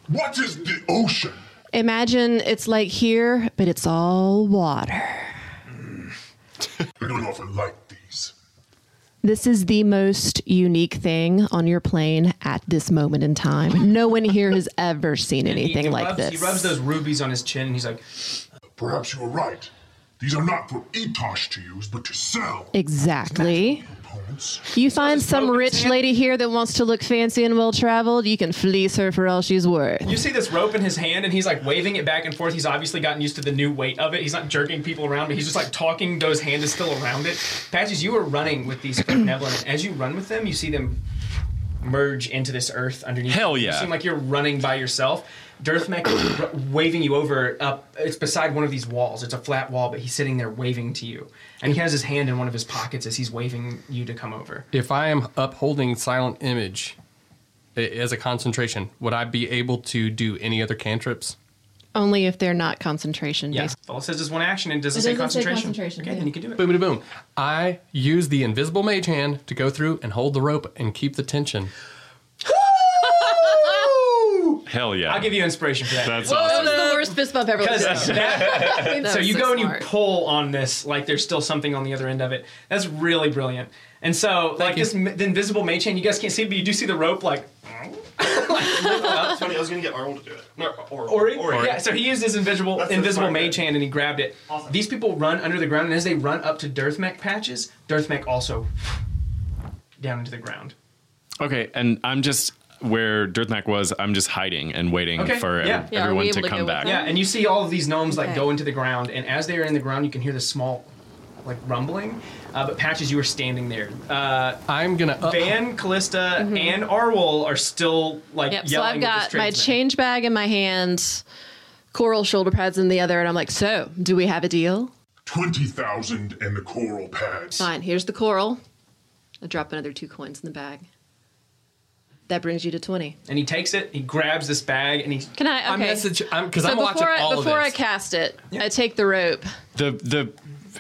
[SPEAKER 6] What is the ocean?
[SPEAKER 2] Imagine it's like here, but it's all water.
[SPEAKER 6] I don't often like these.
[SPEAKER 2] This is the most unique thing on your plane at this moment in time. No one here has ever seen
[SPEAKER 1] He- he
[SPEAKER 2] anything like
[SPEAKER 1] rubs-
[SPEAKER 2] this.
[SPEAKER 1] He rubs those rubies on his chin and he's like,
[SPEAKER 6] Perhaps you are right. These are not for Etosh to use, but to sell.
[SPEAKER 2] Exactly.
[SPEAKER 6] Opponents.
[SPEAKER 2] You find some
[SPEAKER 1] broken
[SPEAKER 2] rich
[SPEAKER 1] hand.
[SPEAKER 2] lady here that wants to look fancy and well traveled, you can fleece her for all she's worth.
[SPEAKER 1] you see this rope in his hand and he's like waving it back and forth. He's obviously gotten used to the new weight of it. He's not jerking people around, but he's just like talking. Those hand is still around it. Patches, you are running with these Nevlin, and as you run with them, you see them merge into this earth underneath.
[SPEAKER 3] Hell
[SPEAKER 1] You
[SPEAKER 3] yeah.
[SPEAKER 1] seem like you're running by yourself. Dearthmech is r- waving you over up. It's beside one of these walls. It's a flat wall, but he's sitting there waving to you, and he has his hand in one of his pockets as he's waving you to come over.
[SPEAKER 4] If I am upholding silent image i- as a concentration, would I be able to do any other cantrips?
[SPEAKER 2] Only if they're not concentration
[SPEAKER 1] Yeah.
[SPEAKER 2] based.
[SPEAKER 1] Well, it says it's one action and it doesn't,
[SPEAKER 2] It
[SPEAKER 1] say,
[SPEAKER 2] doesn't say
[SPEAKER 1] concentration.
[SPEAKER 2] concentration,
[SPEAKER 1] Okay,
[SPEAKER 2] yeah.
[SPEAKER 1] then you can do it.
[SPEAKER 4] Boom, boom, boom. I use the invisible mage hand to go through and hold the rope and keep the tension.
[SPEAKER 3] Hell yeah.
[SPEAKER 1] I'll give you inspiration for that.
[SPEAKER 3] That's
[SPEAKER 2] That
[SPEAKER 3] awesome.
[SPEAKER 2] was the worst fist bump ever.
[SPEAKER 1] Because that-
[SPEAKER 2] That
[SPEAKER 1] so
[SPEAKER 2] was
[SPEAKER 1] you
[SPEAKER 2] so
[SPEAKER 1] go and you
[SPEAKER 2] smart.
[SPEAKER 1] pull on this like there's still something on the other end of it. That's really brilliant. And so like this this the invisible mage hand, you guys can't see, but you do see the rope like.
[SPEAKER 5] That's funny. I was gonna get Arnold to do it. No, or,
[SPEAKER 1] Ori, yeah. So he used his invisible
[SPEAKER 5] That's the
[SPEAKER 1] invisible
[SPEAKER 5] smart
[SPEAKER 1] mage
[SPEAKER 5] guy.
[SPEAKER 1] hand and he grabbed it.
[SPEAKER 5] Awesome.
[SPEAKER 1] These people run under the ground, and as they run up to Dearthmech patches, Dearthmech also down into the ground.
[SPEAKER 3] Okay, and I'm just where Dirtmac was. I'm just hiding and waiting
[SPEAKER 1] Okay,
[SPEAKER 3] for ev-
[SPEAKER 1] yeah. Yeah,
[SPEAKER 2] are
[SPEAKER 3] everyone
[SPEAKER 2] we
[SPEAKER 3] to
[SPEAKER 2] able to go
[SPEAKER 3] come
[SPEAKER 2] with
[SPEAKER 3] back.
[SPEAKER 2] them?
[SPEAKER 1] Yeah, and you see all of these gnomes like
[SPEAKER 2] Okay.
[SPEAKER 1] go into the ground, and as they are in the ground, you can hear the small like rumbling. Uh, but patches, you are standing there. Uh,
[SPEAKER 4] I'm gonna up-
[SPEAKER 1] Van, Callista, and Arwol are still like
[SPEAKER 2] Mm-hmm. Yep. So
[SPEAKER 1] yelling.
[SPEAKER 2] I've
[SPEAKER 1] at
[SPEAKER 2] got
[SPEAKER 1] this
[SPEAKER 2] my
[SPEAKER 1] tradesman.
[SPEAKER 2] change bag in my hand, coral shoulder pads in the other, and I'm like, so do we have a deal?
[SPEAKER 6] 20,000 and the coral pads.
[SPEAKER 2] Fine. Here's the coral. I drop another two coins in the bag. That brings you to twenty.
[SPEAKER 1] And he takes it. He grabs this bag and he.
[SPEAKER 2] Can I? Okay.
[SPEAKER 4] I message I'm because
[SPEAKER 2] so
[SPEAKER 4] I'm watching
[SPEAKER 2] before I,
[SPEAKER 4] all
[SPEAKER 2] before
[SPEAKER 4] of
[SPEAKER 2] I
[SPEAKER 4] this.
[SPEAKER 2] cast it, I take the rope.
[SPEAKER 3] The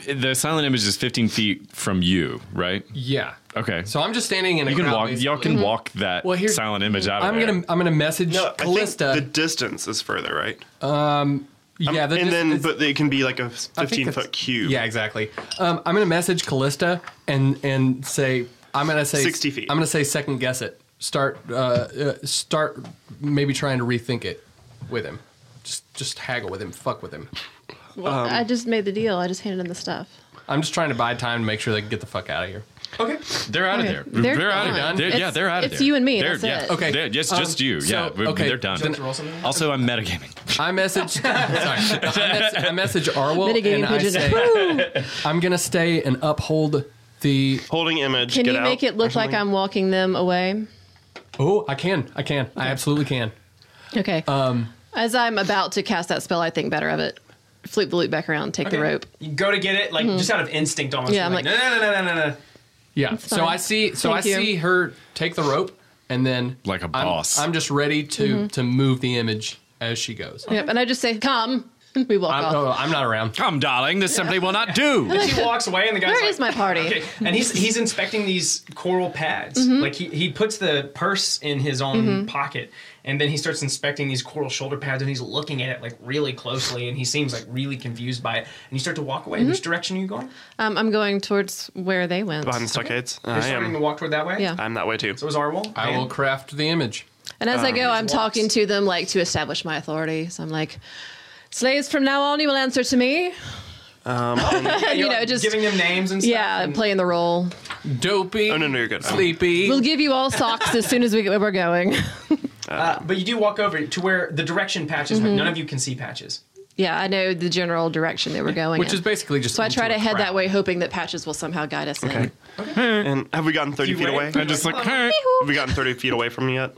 [SPEAKER 3] the the silent image is 15 feet from you, right?
[SPEAKER 4] yeah.
[SPEAKER 3] Okay,
[SPEAKER 4] So I'm just standing in a
[SPEAKER 3] you can
[SPEAKER 4] crowd,
[SPEAKER 3] walk. Y'all
[SPEAKER 4] basically.
[SPEAKER 2] Mm-hmm.
[SPEAKER 3] can walk that
[SPEAKER 4] Well, here's-
[SPEAKER 3] silent image
[SPEAKER 1] Mm-hmm.
[SPEAKER 3] out. Of
[SPEAKER 4] I'm
[SPEAKER 3] there.
[SPEAKER 4] gonna I'm gonna message
[SPEAKER 5] No, I think
[SPEAKER 4] Callista.
[SPEAKER 5] the distance is further, right?
[SPEAKER 4] Um, yeah, the
[SPEAKER 5] and then,
[SPEAKER 4] distance-
[SPEAKER 5] but it can be like a
[SPEAKER 4] I think
[SPEAKER 5] 15
[SPEAKER 4] that's-
[SPEAKER 5] foot cube.
[SPEAKER 4] Yeah, exactly. Um, I'm gonna message Callista and and say I'm gonna say
[SPEAKER 5] 60 feet.
[SPEAKER 4] I'm gonna say second guess it. Start uh, uh, start maybe trying to rethink it with him. Just just haggle with him. Fuck with him. Um,
[SPEAKER 2] I just made the deal. I just handed him the stuff.
[SPEAKER 4] I'm just trying to buy time to make sure they can get the fuck out of here.
[SPEAKER 1] Okay.
[SPEAKER 3] They're out of
[SPEAKER 2] Okay,
[SPEAKER 3] there.
[SPEAKER 2] they're
[SPEAKER 3] They're, out of there.
[SPEAKER 4] gone.
[SPEAKER 3] They're- yeah,
[SPEAKER 2] It's-
[SPEAKER 3] they're out of there.
[SPEAKER 2] it's you and me,
[SPEAKER 3] They're,
[SPEAKER 2] that's
[SPEAKER 3] yeah.
[SPEAKER 2] it.
[SPEAKER 4] Okay,
[SPEAKER 3] They're, just
[SPEAKER 4] um,
[SPEAKER 3] just you.
[SPEAKER 4] so,
[SPEAKER 3] yeah. we-
[SPEAKER 4] okay,
[SPEAKER 3] They're done.
[SPEAKER 1] Do you want to roll something?
[SPEAKER 3] also, I'm metagaming.
[SPEAKER 4] I message sorry. I, mess, I message Arwell
[SPEAKER 2] Mitigating
[SPEAKER 4] and I
[SPEAKER 2] pigeon.
[SPEAKER 4] say I'm gonna stay and uphold the.
[SPEAKER 5] Holding image.
[SPEAKER 2] Can
[SPEAKER 5] get
[SPEAKER 2] you
[SPEAKER 5] out,
[SPEAKER 2] make it
[SPEAKER 5] or
[SPEAKER 2] look like
[SPEAKER 5] something.
[SPEAKER 2] I'm walking them away?
[SPEAKER 4] Oh, I can. I can. I absolutely can.
[SPEAKER 2] Okay. Um, As I'm about to cast that spell, I think better of it. Flip the loop back around, take the rope.
[SPEAKER 1] You go to get it, like just out of instinct, almost.
[SPEAKER 2] Mm-hmm. Yeah,
[SPEAKER 1] You're
[SPEAKER 2] I'm like-
[SPEAKER 1] no, no, no, no, no, no.
[SPEAKER 4] Yeah. So
[SPEAKER 2] fine.
[SPEAKER 4] I see. So
[SPEAKER 2] Thank
[SPEAKER 4] I
[SPEAKER 2] you.
[SPEAKER 4] see her take the rope, and then
[SPEAKER 3] Like a
[SPEAKER 4] I'm-
[SPEAKER 3] boss.
[SPEAKER 4] I'm, just ready to
[SPEAKER 2] Mm-hmm.
[SPEAKER 4] to move the image as she goes.
[SPEAKER 2] Yep. And I just say, "Come." We walk
[SPEAKER 4] I'm,
[SPEAKER 2] off.
[SPEAKER 4] oh, I'm not around.
[SPEAKER 3] Come, darling. This simply will not do.
[SPEAKER 1] She walks away, and the guy's
[SPEAKER 2] Where
[SPEAKER 1] like,
[SPEAKER 2] is my party?
[SPEAKER 1] Okay. And he's he's inspecting these coral pads.
[SPEAKER 2] Mm-hmm.
[SPEAKER 1] Like he, he puts the purse in his own pocket, and then he starts inspecting these coral shoulder pads, and he's looking at it like really closely, and he seems like really confused by it. And you start to walk
[SPEAKER 2] Mm-hmm.
[SPEAKER 1] away. Which direction are you going?
[SPEAKER 2] Um, I'm going towards where they went.
[SPEAKER 5] behind the stockades?
[SPEAKER 1] You're
[SPEAKER 5] I
[SPEAKER 1] starting to
[SPEAKER 5] am.
[SPEAKER 1] walk toward that way.
[SPEAKER 2] Yeah.
[SPEAKER 5] I'm that way too.
[SPEAKER 1] So is Arwol.
[SPEAKER 4] I will
[SPEAKER 1] And-
[SPEAKER 4] craft the image.
[SPEAKER 2] And as I go, I'm
[SPEAKER 1] Uh, walks.
[SPEAKER 2] talking to them like to establish my authority. So I'm like, slaves from now on, you will answer to me.
[SPEAKER 5] Um,
[SPEAKER 1] Yeah,
[SPEAKER 2] you
[SPEAKER 1] you're
[SPEAKER 2] know, just-
[SPEAKER 1] giving them names and stuff.
[SPEAKER 2] Yeah,
[SPEAKER 1] and-
[SPEAKER 2] playing the role.
[SPEAKER 4] Dopey.
[SPEAKER 5] Oh, no, no, you're good. I'm-
[SPEAKER 4] Sleepy.
[SPEAKER 2] We'll give you all socks as soon as we get where we're going.
[SPEAKER 5] Uh,
[SPEAKER 1] Uh, But you do walk over to where the direction patches
[SPEAKER 2] Mm-hmm.
[SPEAKER 1] went. None of you can see patches.
[SPEAKER 2] yeah, I know the general direction that we're going.
[SPEAKER 4] which
[SPEAKER 2] in.
[SPEAKER 4] is basically just.
[SPEAKER 2] so I
[SPEAKER 4] into
[SPEAKER 2] try
[SPEAKER 4] a
[SPEAKER 2] to head that
[SPEAKER 4] crowd.
[SPEAKER 2] way, hoping that patches will somehow guide us in.
[SPEAKER 5] and have we gotten 30
[SPEAKER 1] You
[SPEAKER 5] feet
[SPEAKER 1] wait.
[SPEAKER 5] away?
[SPEAKER 3] I'm just like, hey.
[SPEAKER 5] Have we gotten 30 feet away from you yet?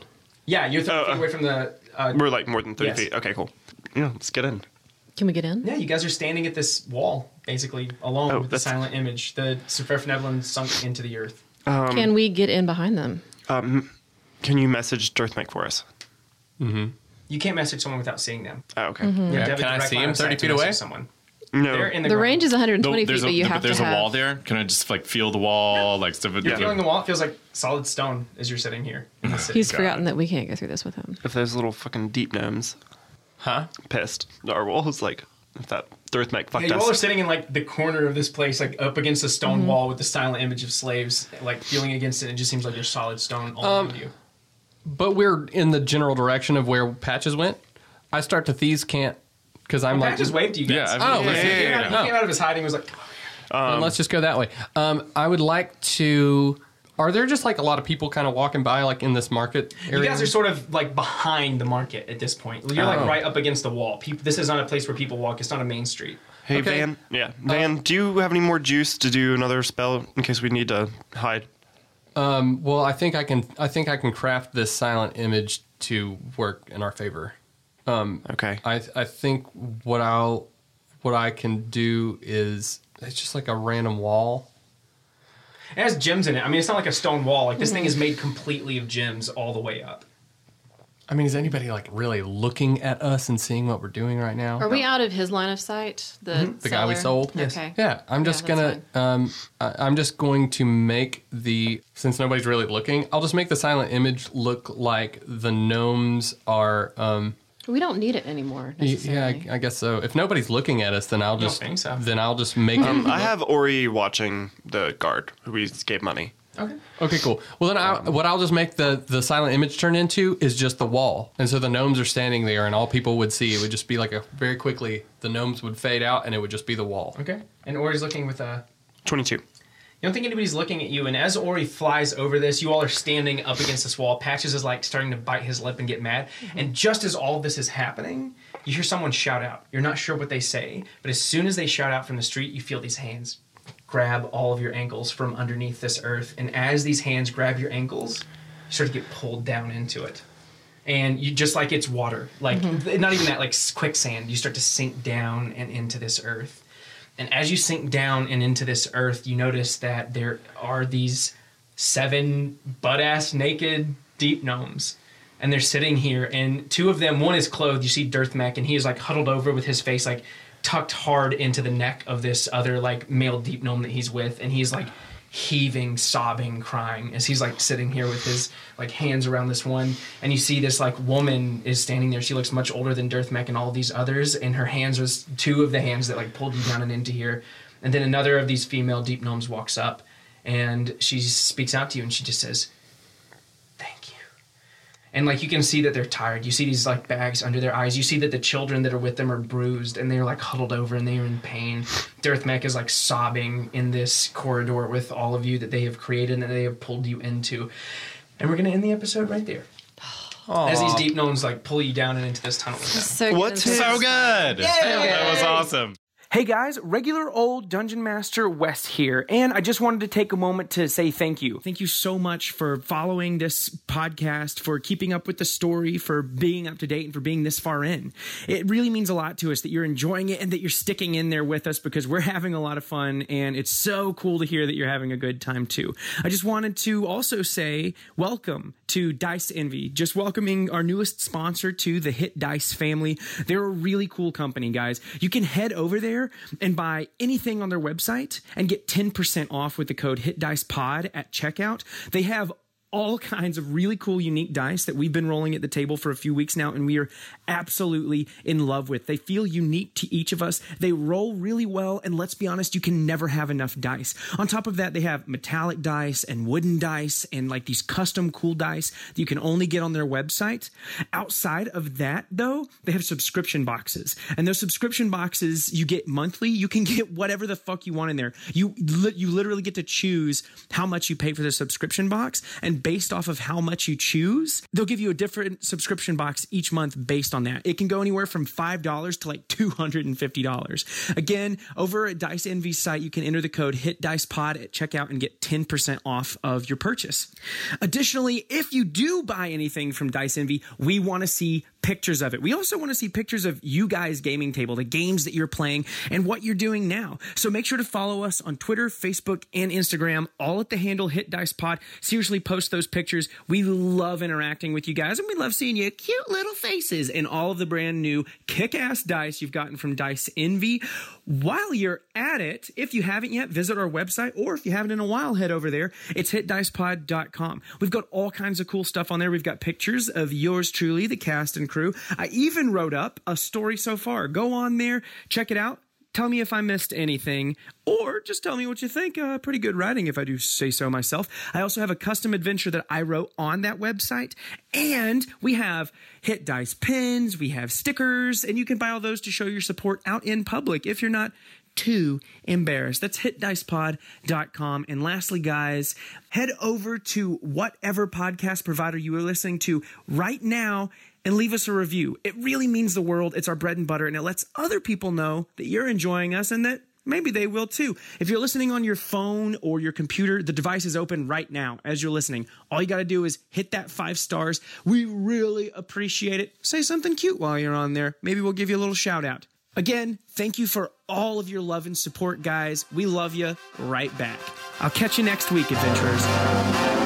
[SPEAKER 1] Yeah, you're 30
[SPEAKER 5] Oh,
[SPEAKER 1] feet
[SPEAKER 5] uh,
[SPEAKER 1] away from the. Uh,
[SPEAKER 5] We're like more than 30
[SPEAKER 1] Yes.
[SPEAKER 5] feet. Okay, cool. Yeah, let's get in.
[SPEAKER 2] Can we get in?
[SPEAKER 1] yeah, you guys are standing at this wall, basically, alone
[SPEAKER 5] Oh,
[SPEAKER 1] with the
[SPEAKER 5] that's-
[SPEAKER 1] silent image. The Sephiroth sunk into the earth.
[SPEAKER 4] um,
[SPEAKER 2] Can we get in behind them?
[SPEAKER 5] Um, Can you message Dearthmike for us?
[SPEAKER 1] You can't message someone without seeing them.
[SPEAKER 5] Oh, okay.
[SPEAKER 1] You have to have
[SPEAKER 4] Mm-hmm. Can I
[SPEAKER 1] a Mm-hmm. direct
[SPEAKER 4] see
[SPEAKER 1] line
[SPEAKER 4] him
[SPEAKER 1] of sight
[SPEAKER 4] 30
[SPEAKER 1] to
[SPEAKER 4] feet
[SPEAKER 1] message
[SPEAKER 4] away?
[SPEAKER 1] Someone.
[SPEAKER 5] No.
[SPEAKER 1] They're in the,
[SPEAKER 2] The
[SPEAKER 1] ground.
[SPEAKER 2] range is 120
[SPEAKER 3] there's
[SPEAKER 2] feet,
[SPEAKER 3] a,
[SPEAKER 2] but you
[SPEAKER 3] but
[SPEAKER 2] have
[SPEAKER 3] there's
[SPEAKER 2] to
[SPEAKER 3] a
[SPEAKER 2] have.
[SPEAKER 3] wall there. Can I just like feel the wall? Like stuff.
[SPEAKER 1] Feeling the wall it feels like solid stone as you're sitting here. in the city.
[SPEAKER 2] He's forgotten that we can't go through this with him.
[SPEAKER 5] If those little fucking deep gnomes,
[SPEAKER 4] Huh?
[SPEAKER 5] pissed. Narwhal's like, if that Thurthmec
[SPEAKER 1] Yeah,
[SPEAKER 5] fucked
[SPEAKER 1] you all are
[SPEAKER 5] us.
[SPEAKER 1] sitting in like the corner of this place, like up against a
[SPEAKER 4] Mm-hmm.
[SPEAKER 1] stone wall with the silent image of slaves, like feeling against it. It just seems like there's solid stone all
[SPEAKER 4] Um,
[SPEAKER 1] around you.
[SPEAKER 4] But we're in the general direction of where patches went. I start to thieves can't because I'm
[SPEAKER 1] I
[SPEAKER 4] like,
[SPEAKER 1] just waved to you
[SPEAKER 3] Yeah,
[SPEAKER 1] guys.
[SPEAKER 3] I've-
[SPEAKER 4] Oh,
[SPEAKER 1] He
[SPEAKER 4] yeah,
[SPEAKER 1] came
[SPEAKER 4] yeah,
[SPEAKER 1] out-
[SPEAKER 4] yeah, yeah.
[SPEAKER 1] He came out of his hiding. and Was like,
[SPEAKER 4] "Um, let's just go that way. Um, I would like to. Are there just like a lot of people kind of walking by like in this market area?
[SPEAKER 1] you guys are sort of like behind the market at this point. You're like
[SPEAKER 4] Oh.
[SPEAKER 1] right up against the wall. People, this is not a place where people walk. It's not a main street.
[SPEAKER 5] Hey,
[SPEAKER 4] Okay.
[SPEAKER 5] Van.
[SPEAKER 1] Uh,
[SPEAKER 5] Yeah. Van, do you have any more juice to do another spell in case we need to hide?
[SPEAKER 4] Um, well, I think I can. I think I can craft this silent image to work in our favor. Um,
[SPEAKER 5] Okay.
[SPEAKER 4] I I think what I'll what I can do is it's just like a random wall.
[SPEAKER 1] It has gems in it. I mean, it's not like a stone wall. Like
[SPEAKER 4] Mm-hmm.
[SPEAKER 1] this thing is made completely of gems all the way up.
[SPEAKER 4] I mean, is anybody like really looking at us and seeing what we're doing right now?
[SPEAKER 2] Are we out of his line of sight? The
[SPEAKER 4] Mm-hmm. the guy we
[SPEAKER 2] seller?
[SPEAKER 4] sold?
[SPEAKER 2] Okay.
[SPEAKER 4] Yeah, I'm just
[SPEAKER 2] Yeah, that's
[SPEAKER 4] gonna um I, I'm just going to make the since nobody's really looking, I'll just make the silent image look like the gnomes are um
[SPEAKER 2] We don't need it anymore.
[SPEAKER 4] y- yeah, I,
[SPEAKER 2] Necessarily.
[SPEAKER 4] I guess so. If nobody's looking at us, then I'll just
[SPEAKER 1] think so.
[SPEAKER 4] then I'll just make it
[SPEAKER 5] Um, I have Ori watching the guard who we gave money.
[SPEAKER 1] Okay.
[SPEAKER 4] Okay, cool. Well, then I, what I'll just make the the silent image turn into is just the wall, and so the gnomes are standing there, and all people would see it would just be like a very quickly the gnomes would fade out, and it would just be the wall.
[SPEAKER 1] Okay. And Ori's looking with a.
[SPEAKER 5] 22.
[SPEAKER 1] You don't think anybody's looking at you, and as Ori flies over this, you all are standing up against this wall. Patches is like starting to bite his lip and get mad. And just as all this is happening, you hear someone shout out. You're not sure what they say, but as soon as they shout out from the street, you feel these hands grab all of your ankles from underneath this earth. And as these hands grab your ankles, you start to get pulled down into it. And you just like it's water, like th- not even that, like s- quicksand. You start to sink down and into this earth. And as you sink down and into this earth, you notice that there are these seven butt ass naked deep gnomes. And they're sitting here, and two of them, one is clothed. You see Dirthmek, and he is like huddled over with his face like tucked hard into the neck of this other like male deep gnome that he's with. And he's like heaving, sobbing, crying as he's like sitting here with his like hands around this one. And you see this like woman is standing there. She looks much older than Dirthmek and all these others. And her hands was two of the hands that like pulled you down and into here. And then another of these female deep gnomes walks up and she speaks out to you and she just says, Thank you and like you can see that they're tired you see these like bags under their eyes you see that the children that are with them are bruised and they're like huddled over and they're in pain Dirthmek is like sobbing in this corridor with all of you that they have created and that they have pulled you into and we're gonna end the episode right there as these deep gnomes like pull you down and into this tunnel with them.
[SPEAKER 2] So
[SPEAKER 3] What's so good? That was awesome.
[SPEAKER 10] Hey guys, regular old Dungeon Master Wes here, and I just wanted to take a moment to say thank you. Thank you so much for following this podcast, for keeping up with the story, for being up to date, and for being this far in. It really means a lot to us that you're enjoying it and that you're sticking in there with us because we're having a lot of fun, and it's so cool to hear that you're having a good time too. I just wanted to also say welcome to Dice Envy, just welcoming our newest sponsor to the Hit Dice family. They're a really cool company, guys. You can head over there and buy anything on their website and get 10% off with the code HitDicePod at checkout. They have all kinds of really cool, unique dice that we've been rolling at the table for a few weeks now, and we are absolutely in love with. They feel unique to each of us. They roll really well, and let's be honest, you can never have enough dice. On top of that, they have metallic dice and wooden dice and like these custom cool dice that you can only get on their website. Outside of that, though, they have subscription boxes, and those subscription boxes you get monthly. You can get whatever the fuck you want in there. You li- you literally get to choose how much you pay for the subscription box, and based off of how much you choose, they'll give you a different subscription box each month based on that. It can go anywhere from five dollars to like two hundred and fifty dollars. Again, over at Dice Envy's site, you can enter the code Hit Dice Pod at checkout and get ten percent off of your purchase. Additionally, if you do buy anything from Dice Envy, we want to see pictures of it. We also want to see pictures of you guys' gaming table, the games that you're playing, and what you're doing now. So make sure to follow us on Twitter, Facebook, and Instagram, all at the handle Hit Dice Pod. Seriously, post
[SPEAKER 1] us those pictures. We love interacting with you guys, and we love seeing your cute little faces and all of the brand new kick ass dice you've gotten from Dice Envy. While you're at it, if you haven't yet, visit our website, or if you haven't in a while, head over there. It's hitdicepod.com. We've got all kinds of cool stuff on there. We've got pictures of yours truly, the cast and crew. I even wrote up a story so far. Go on there, check it out. Tell me if I missed anything, or just tell me what you think. Uh, pretty good writing, if I do say so myself. I also have a custom adventure that I wrote on that website, and we have hit dice pins, we have stickers, and you can buy all those to show your support out in public if you're not too embarrassed. That's hitdicepod.com. And lastly, guys, head over to whatever podcast provider you are listening to right now and leave us a review. It really means the world. It's our bread and butter, and it lets other people know that you're enjoying us and that maybe they will too. If you're listening on your phone or your computer, the device is open right now as you're listening. All you got to do is hit that five stars. We really appreciate it. Say something cute while you're on there. Maybe we'll give you a little shout out. Again, thank you for all of your love and support, guys. We love you right back. I'll catch you next week, adventurers.